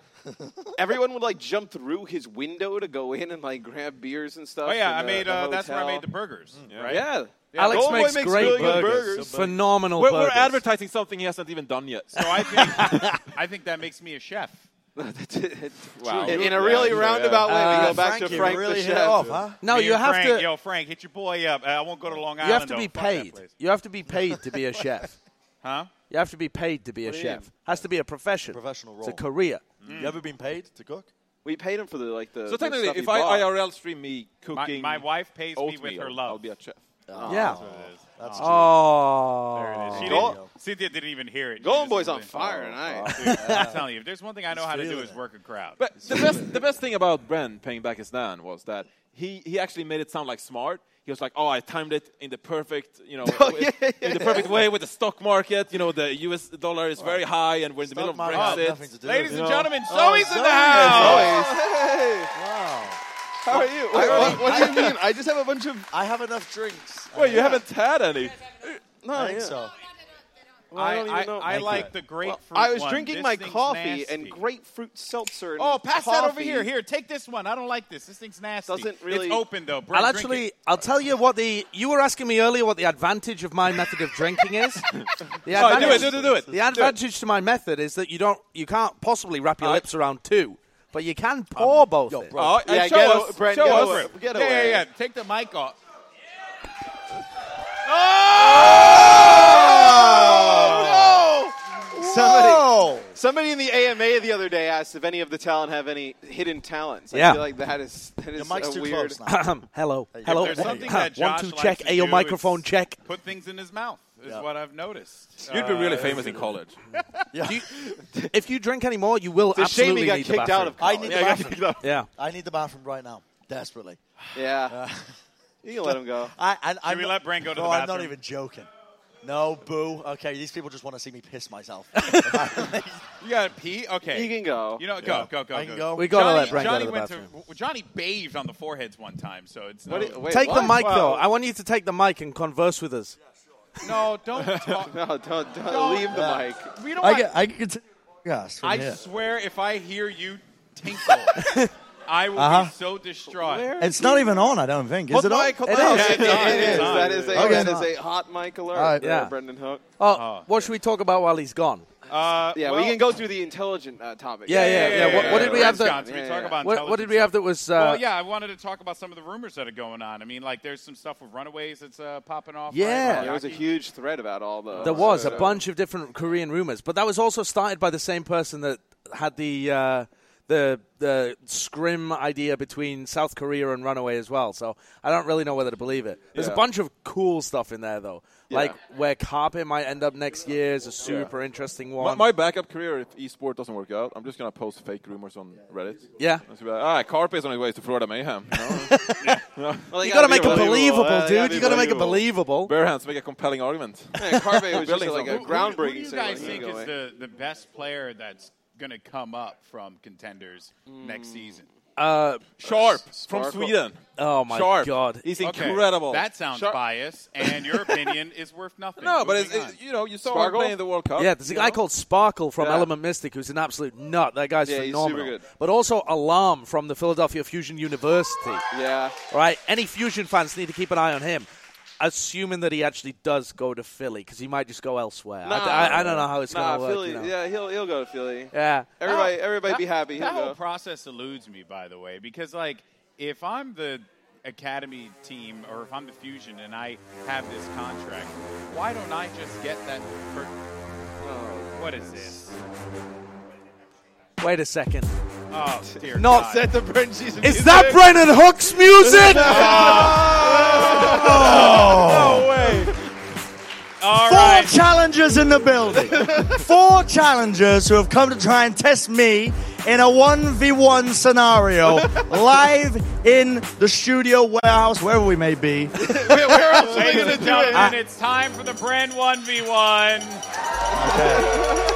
[SPEAKER 2] everyone would like jump through his window to go in and like grab beers and stuff.
[SPEAKER 1] Oh yeah, I
[SPEAKER 2] in the-
[SPEAKER 1] made.
[SPEAKER 2] the
[SPEAKER 1] Uh, that's where I
[SPEAKER 2] hotel.
[SPEAKER 1] made the burgers. Right?
[SPEAKER 2] Yeah.
[SPEAKER 3] Alex
[SPEAKER 2] Golden Boy
[SPEAKER 3] makes, great
[SPEAKER 2] really good
[SPEAKER 3] burgers. phenomenal
[SPEAKER 5] We're, we're
[SPEAKER 3] burgers.
[SPEAKER 5] advertising something he hasn't even done yet.
[SPEAKER 1] So I think I think that makes me a chef.
[SPEAKER 5] Wow.
[SPEAKER 2] In, in a
[SPEAKER 5] Yeah,
[SPEAKER 2] really
[SPEAKER 5] sure, yeah.
[SPEAKER 2] roundabout way, we
[SPEAKER 4] Uh,
[SPEAKER 2] go back
[SPEAKER 4] Frankie
[SPEAKER 2] to Frank
[SPEAKER 4] really
[SPEAKER 2] the
[SPEAKER 4] hit it
[SPEAKER 2] chef.
[SPEAKER 4] off, huh?
[SPEAKER 3] no,
[SPEAKER 1] Me
[SPEAKER 3] you
[SPEAKER 1] and
[SPEAKER 3] have
[SPEAKER 1] Frank,
[SPEAKER 3] to.
[SPEAKER 1] Yo, Frank, hit your boy up. Uh, I won't go to Long
[SPEAKER 3] you
[SPEAKER 1] Island.
[SPEAKER 3] have to be
[SPEAKER 1] though. Fuck that
[SPEAKER 3] paid.
[SPEAKER 1] place.
[SPEAKER 3] You have to be paid to be a chef.
[SPEAKER 1] huh?
[SPEAKER 3] You have to be paid to be a
[SPEAKER 4] do you
[SPEAKER 3] chef.
[SPEAKER 4] mean?
[SPEAKER 3] Has to be a profession.
[SPEAKER 4] Professional
[SPEAKER 3] It's a
[SPEAKER 4] role.
[SPEAKER 3] career.
[SPEAKER 4] You ever been paid to cook?
[SPEAKER 2] We paid him for the like the.
[SPEAKER 5] So
[SPEAKER 2] the
[SPEAKER 5] technically,
[SPEAKER 2] stuff he
[SPEAKER 5] if I
[SPEAKER 2] bought.
[SPEAKER 5] IRL stream me
[SPEAKER 1] My,
[SPEAKER 5] cooking,
[SPEAKER 1] my wife pays me with
[SPEAKER 5] oatmeal,
[SPEAKER 1] her
[SPEAKER 5] I'll
[SPEAKER 1] love.
[SPEAKER 5] be a chef.
[SPEAKER 3] yeah.
[SPEAKER 1] That's what it is.
[SPEAKER 4] That's
[SPEAKER 3] Oh.
[SPEAKER 1] There it is. She
[SPEAKER 4] Go-
[SPEAKER 1] didn't, Cynthia didn't even hear it. She
[SPEAKER 2] Golden
[SPEAKER 1] just
[SPEAKER 2] Boy's on
[SPEAKER 1] went,
[SPEAKER 2] fire tonight.
[SPEAKER 1] "Dude, I'm telling you, if there's one thing I know how to do
[SPEAKER 4] feeling
[SPEAKER 1] is
[SPEAKER 4] it.
[SPEAKER 1] work a crowd.
[SPEAKER 5] But the best, the best thing about Bren paying back his Dan was that he, he actually made it sound like smart. He was like, "Oh, I timed it in the perfect, you know,
[SPEAKER 2] Oh,
[SPEAKER 5] with-
[SPEAKER 2] yeah, yeah,
[SPEAKER 5] in the
[SPEAKER 2] yeah.
[SPEAKER 5] perfect way with the stock market. You know, the U.S. dollar is very high, and we're in the
[SPEAKER 4] Stock
[SPEAKER 5] middle
[SPEAKER 4] market
[SPEAKER 5] of Oh,
[SPEAKER 4] has
[SPEAKER 5] Brexit.
[SPEAKER 4] nothing to do
[SPEAKER 1] Ladies
[SPEAKER 4] with
[SPEAKER 1] and
[SPEAKER 4] it.
[SPEAKER 1] gentlemen,
[SPEAKER 4] Oh,
[SPEAKER 1] Zoe's in
[SPEAKER 4] Zoe
[SPEAKER 1] the
[SPEAKER 4] is-
[SPEAKER 1] house.
[SPEAKER 2] Hey,
[SPEAKER 4] Wow.
[SPEAKER 2] how are you? Wait, what, what do you mean? I just have a bunch of.
[SPEAKER 4] I have enough drinks.
[SPEAKER 5] Wait, you haven't had any?
[SPEAKER 2] No,
[SPEAKER 4] I think
[SPEAKER 2] yeah.
[SPEAKER 4] so.
[SPEAKER 2] I
[SPEAKER 1] I,
[SPEAKER 2] don't even
[SPEAKER 1] I,
[SPEAKER 2] know.
[SPEAKER 1] I
[SPEAKER 4] Thank
[SPEAKER 1] like
[SPEAKER 4] you.
[SPEAKER 1] the grapefruit.
[SPEAKER 2] I was
[SPEAKER 1] one.
[SPEAKER 2] drinking
[SPEAKER 1] This
[SPEAKER 2] my
[SPEAKER 1] thing's
[SPEAKER 2] coffee
[SPEAKER 1] nasty.
[SPEAKER 2] and grapefruit seltzer. And
[SPEAKER 1] Oh, pass that over
[SPEAKER 2] coffee.
[SPEAKER 1] here. Here, take this one. I don't like this. This thing's nasty.
[SPEAKER 2] Doesn't really-
[SPEAKER 1] It's open though. Brett,
[SPEAKER 3] I'll
[SPEAKER 1] drink
[SPEAKER 3] actually,
[SPEAKER 1] it.
[SPEAKER 3] I'll tell you what the you were asking me earlier what the advantage of my method of drinking is. The
[SPEAKER 5] Oh, do it, do it, do it.
[SPEAKER 3] The advantage to my method is that you don't, you can't possibly wrap your
[SPEAKER 5] I-
[SPEAKER 3] lips around two, but you can pour both.
[SPEAKER 4] yo,
[SPEAKER 3] in.
[SPEAKER 4] bro.
[SPEAKER 5] Oh,
[SPEAKER 2] Yeah,
[SPEAKER 5] and show
[SPEAKER 2] get
[SPEAKER 5] us,
[SPEAKER 2] o- Brent,
[SPEAKER 5] show
[SPEAKER 2] get
[SPEAKER 5] us.
[SPEAKER 2] over it.
[SPEAKER 1] Yeah,
[SPEAKER 2] Get
[SPEAKER 1] yeah,
[SPEAKER 2] away.
[SPEAKER 1] yeah. Take the mic off.
[SPEAKER 2] Somebody,
[SPEAKER 4] Whoa!
[SPEAKER 2] somebody in the AMA the other day asked if any of the talent have any hidden talents. I
[SPEAKER 3] Yeah.
[SPEAKER 2] feel like that is that is
[SPEAKER 4] Your mic's
[SPEAKER 2] a
[SPEAKER 4] too
[SPEAKER 2] weird.
[SPEAKER 4] close now.
[SPEAKER 3] hello,
[SPEAKER 4] Hey,
[SPEAKER 3] hello.
[SPEAKER 1] There's
[SPEAKER 4] There
[SPEAKER 1] something
[SPEAKER 4] you go.
[SPEAKER 1] that
[SPEAKER 3] one
[SPEAKER 1] Josh
[SPEAKER 3] two
[SPEAKER 1] likes
[SPEAKER 3] check.
[SPEAKER 1] to
[SPEAKER 3] Ayo,
[SPEAKER 1] do.
[SPEAKER 3] microphone
[SPEAKER 1] It's
[SPEAKER 3] check.
[SPEAKER 1] Put things in his mouth is
[SPEAKER 4] Yeah.
[SPEAKER 1] what I've noticed.
[SPEAKER 5] You'd be really
[SPEAKER 2] Uh,
[SPEAKER 5] famous in college.
[SPEAKER 4] Yeah.
[SPEAKER 3] Do you, if you drink any more, you will
[SPEAKER 2] It's a shame
[SPEAKER 3] absolutely
[SPEAKER 2] he got
[SPEAKER 3] need
[SPEAKER 2] kicked
[SPEAKER 3] the
[SPEAKER 2] out of
[SPEAKER 3] bathroom.
[SPEAKER 4] I
[SPEAKER 2] college.
[SPEAKER 4] need
[SPEAKER 5] Yeah, I
[SPEAKER 4] the
[SPEAKER 5] got
[SPEAKER 4] bathroom.
[SPEAKER 5] kicked out.
[SPEAKER 3] Yeah.
[SPEAKER 4] I need the bathroom right now, desperately.
[SPEAKER 2] Yeah, you can let him go.
[SPEAKER 4] I, I, I'm
[SPEAKER 1] we
[SPEAKER 4] not-
[SPEAKER 1] let Brent go to
[SPEAKER 4] bro,
[SPEAKER 1] the
[SPEAKER 4] I'm
[SPEAKER 1] bathroom?
[SPEAKER 4] not even joking. No, boo. Okay, these people just want to see me piss myself.
[SPEAKER 1] You got to pee? Okay.
[SPEAKER 2] He can go.
[SPEAKER 1] You know,
[SPEAKER 4] Yeah.
[SPEAKER 1] go, go, go.
[SPEAKER 4] I can go.
[SPEAKER 3] We gotta
[SPEAKER 1] Johnny,
[SPEAKER 3] let Brent
[SPEAKER 1] Johnny
[SPEAKER 3] go to the
[SPEAKER 1] went
[SPEAKER 3] bathroom.
[SPEAKER 1] to- well, Johnny bathed on the foreheads one time, so it's
[SPEAKER 2] What
[SPEAKER 1] no,
[SPEAKER 2] do- wait,
[SPEAKER 3] take the
[SPEAKER 2] what?
[SPEAKER 3] mic
[SPEAKER 2] Wow.
[SPEAKER 3] though. I want you to take the mic and converse with us.
[SPEAKER 1] no, don't talk.
[SPEAKER 2] No, don't don't,
[SPEAKER 1] Don't.
[SPEAKER 2] leave the
[SPEAKER 1] Yeah.
[SPEAKER 2] mic.
[SPEAKER 1] We don't.
[SPEAKER 4] I
[SPEAKER 1] want-
[SPEAKER 4] get, I can continue. Yes, from
[SPEAKER 1] I
[SPEAKER 4] here.
[SPEAKER 1] swear, if I hear you tinkle, I will be
[SPEAKER 4] Uh-huh.
[SPEAKER 1] so distraught.
[SPEAKER 2] Where?
[SPEAKER 4] It's not even on, I don't think. Is
[SPEAKER 5] Hold
[SPEAKER 4] it on?
[SPEAKER 5] mic, hold
[SPEAKER 4] It
[SPEAKER 5] mic.
[SPEAKER 4] is.
[SPEAKER 1] Yeah,
[SPEAKER 2] It is. That is a
[SPEAKER 4] Okay.
[SPEAKER 2] that is a hot mic alert.
[SPEAKER 4] All right.
[SPEAKER 2] there,
[SPEAKER 3] Yeah.
[SPEAKER 2] Brendan Hook.
[SPEAKER 3] Oh, what should we talk about while he's gone?
[SPEAKER 1] Uh,
[SPEAKER 2] Yeah,
[SPEAKER 1] well-
[SPEAKER 2] we can go through the intelligent uh, topic.
[SPEAKER 3] Yeah, yeah, yeah. What- what did we have
[SPEAKER 1] Red
[SPEAKER 3] that-
[SPEAKER 1] Scots, we
[SPEAKER 2] Yeah,
[SPEAKER 1] talk
[SPEAKER 2] yeah.
[SPEAKER 1] about
[SPEAKER 3] What, what did
[SPEAKER 1] intelligence.
[SPEAKER 3] we have that was? Uh,
[SPEAKER 1] Well, yeah, I wanted to talk about some of the rumors that are going on. I mean, like there's some stuff with Runaways that's uh, popping off. right?
[SPEAKER 3] Yeah.
[SPEAKER 2] There was a huge thread about all the.
[SPEAKER 3] There was a
[SPEAKER 2] so-
[SPEAKER 3] bunch of different Korean rumors, but that was also started by the same person that had the uh, the the scrim idea between South Korea and Runaway as well. So I don't really know whether to believe it. There's a
[SPEAKER 2] Yeah.
[SPEAKER 3] bunch of cool stuff in there though, like where Carpet might end up next year is a super interesting
[SPEAKER 5] My,
[SPEAKER 3] one.
[SPEAKER 5] my backup career, if esport doesn't work out, I'm just gonna post fake rumors on Reddit.
[SPEAKER 3] Yeah.
[SPEAKER 5] I'll be like, ah, Carpe is on his way to Florida Mayhem. You know?
[SPEAKER 2] Well, they
[SPEAKER 3] you got to
[SPEAKER 2] gotta be
[SPEAKER 3] make it believable,
[SPEAKER 2] Uh, they
[SPEAKER 3] dude. You got to make it believable.
[SPEAKER 5] Bare hands make a compelling argument.
[SPEAKER 2] Yeah, Carve was just
[SPEAKER 5] Building
[SPEAKER 2] like a
[SPEAKER 5] something.
[SPEAKER 1] Who
[SPEAKER 2] groundbreaking.
[SPEAKER 1] do you
[SPEAKER 2] singer when
[SPEAKER 1] guys
[SPEAKER 2] he
[SPEAKER 1] think
[SPEAKER 2] was
[SPEAKER 1] is
[SPEAKER 2] going.
[SPEAKER 1] the, the best player that's going to come up from contenders next
[SPEAKER 5] Mm.
[SPEAKER 1] season?
[SPEAKER 3] Uh,
[SPEAKER 5] Sharp from
[SPEAKER 2] Sparkle.
[SPEAKER 5] Sweden.
[SPEAKER 3] oh my
[SPEAKER 5] Sharp.
[SPEAKER 3] god.
[SPEAKER 5] He's
[SPEAKER 1] Okay,
[SPEAKER 5] incredible.
[SPEAKER 1] That sounds
[SPEAKER 5] Sharp-
[SPEAKER 1] biased, and your opinion is worth nothing.
[SPEAKER 5] No, but it's,
[SPEAKER 1] Moving
[SPEAKER 5] it, you know, you saw
[SPEAKER 2] Sparkle?
[SPEAKER 5] him playing the World Cup.
[SPEAKER 3] Yeah, there's a
[SPEAKER 5] you
[SPEAKER 3] guy
[SPEAKER 5] know?
[SPEAKER 3] called Sparkle from
[SPEAKER 2] Oh, Yeah.
[SPEAKER 3] Element Mystic who's an absolute nut. That guy's
[SPEAKER 2] Yeah, he's super
[SPEAKER 3] phenomenal.
[SPEAKER 2] good.
[SPEAKER 3] But also Alarm from the Philadelphia Fusion University.
[SPEAKER 2] Yeah.
[SPEAKER 3] All right, any Fusion fans need to keep an eye on him, assuming that he actually does go to Philly because he might just go elsewhere. I- I, I don't know how it's
[SPEAKER 2] Nah,
[SPEAKER 3] going to work.
[SPEAKER 2] Philly.
[SPEAKER 3] you know.
[SPEAKER 2] Yeah, he'll he'll go to Philly.
[SPEAKER 3] Yeah.
[SPEAKER 2] Everybody,
[SPEAKER 1] That-
[SPEAKER 2] everybody, be
[SPEAKER 1] Oh, that-
[SPEAKER 2] happy. He'll
[SPEAKER 1] That whole
[SPEAKER 2] go.
[SPEAKER 1] process eludes me, by the way, because like if I'm the academy team or if I'm the fusion and I have this contract, why don't I just get that? Per-
[SPEAKER 5] Oh,
[SPEAKER 1] what is this?
[SPEAKER 3] Wait a second.
[SPEAKER 1] Oh dear
[SPEAKER 3] Not
[SPEAKER 1] God.
[SPEAKER 2] Set the Brenchies.
[SPEAKER 3] Is that Brennan Hook's music?
[SPEAKER 1] All
[SPEAKER 4] Four
[SPEAKER 1] right.
[SPEAKER 4] challengers in the building. Four challengers who have come to try and test me in a 1v1 scenario live in the studio warehouse, wherever we may be.
[SPEAKER 1] Ladies and gentlemen, it's time for the brand 1v1.
[SPEAKER 4] Okay.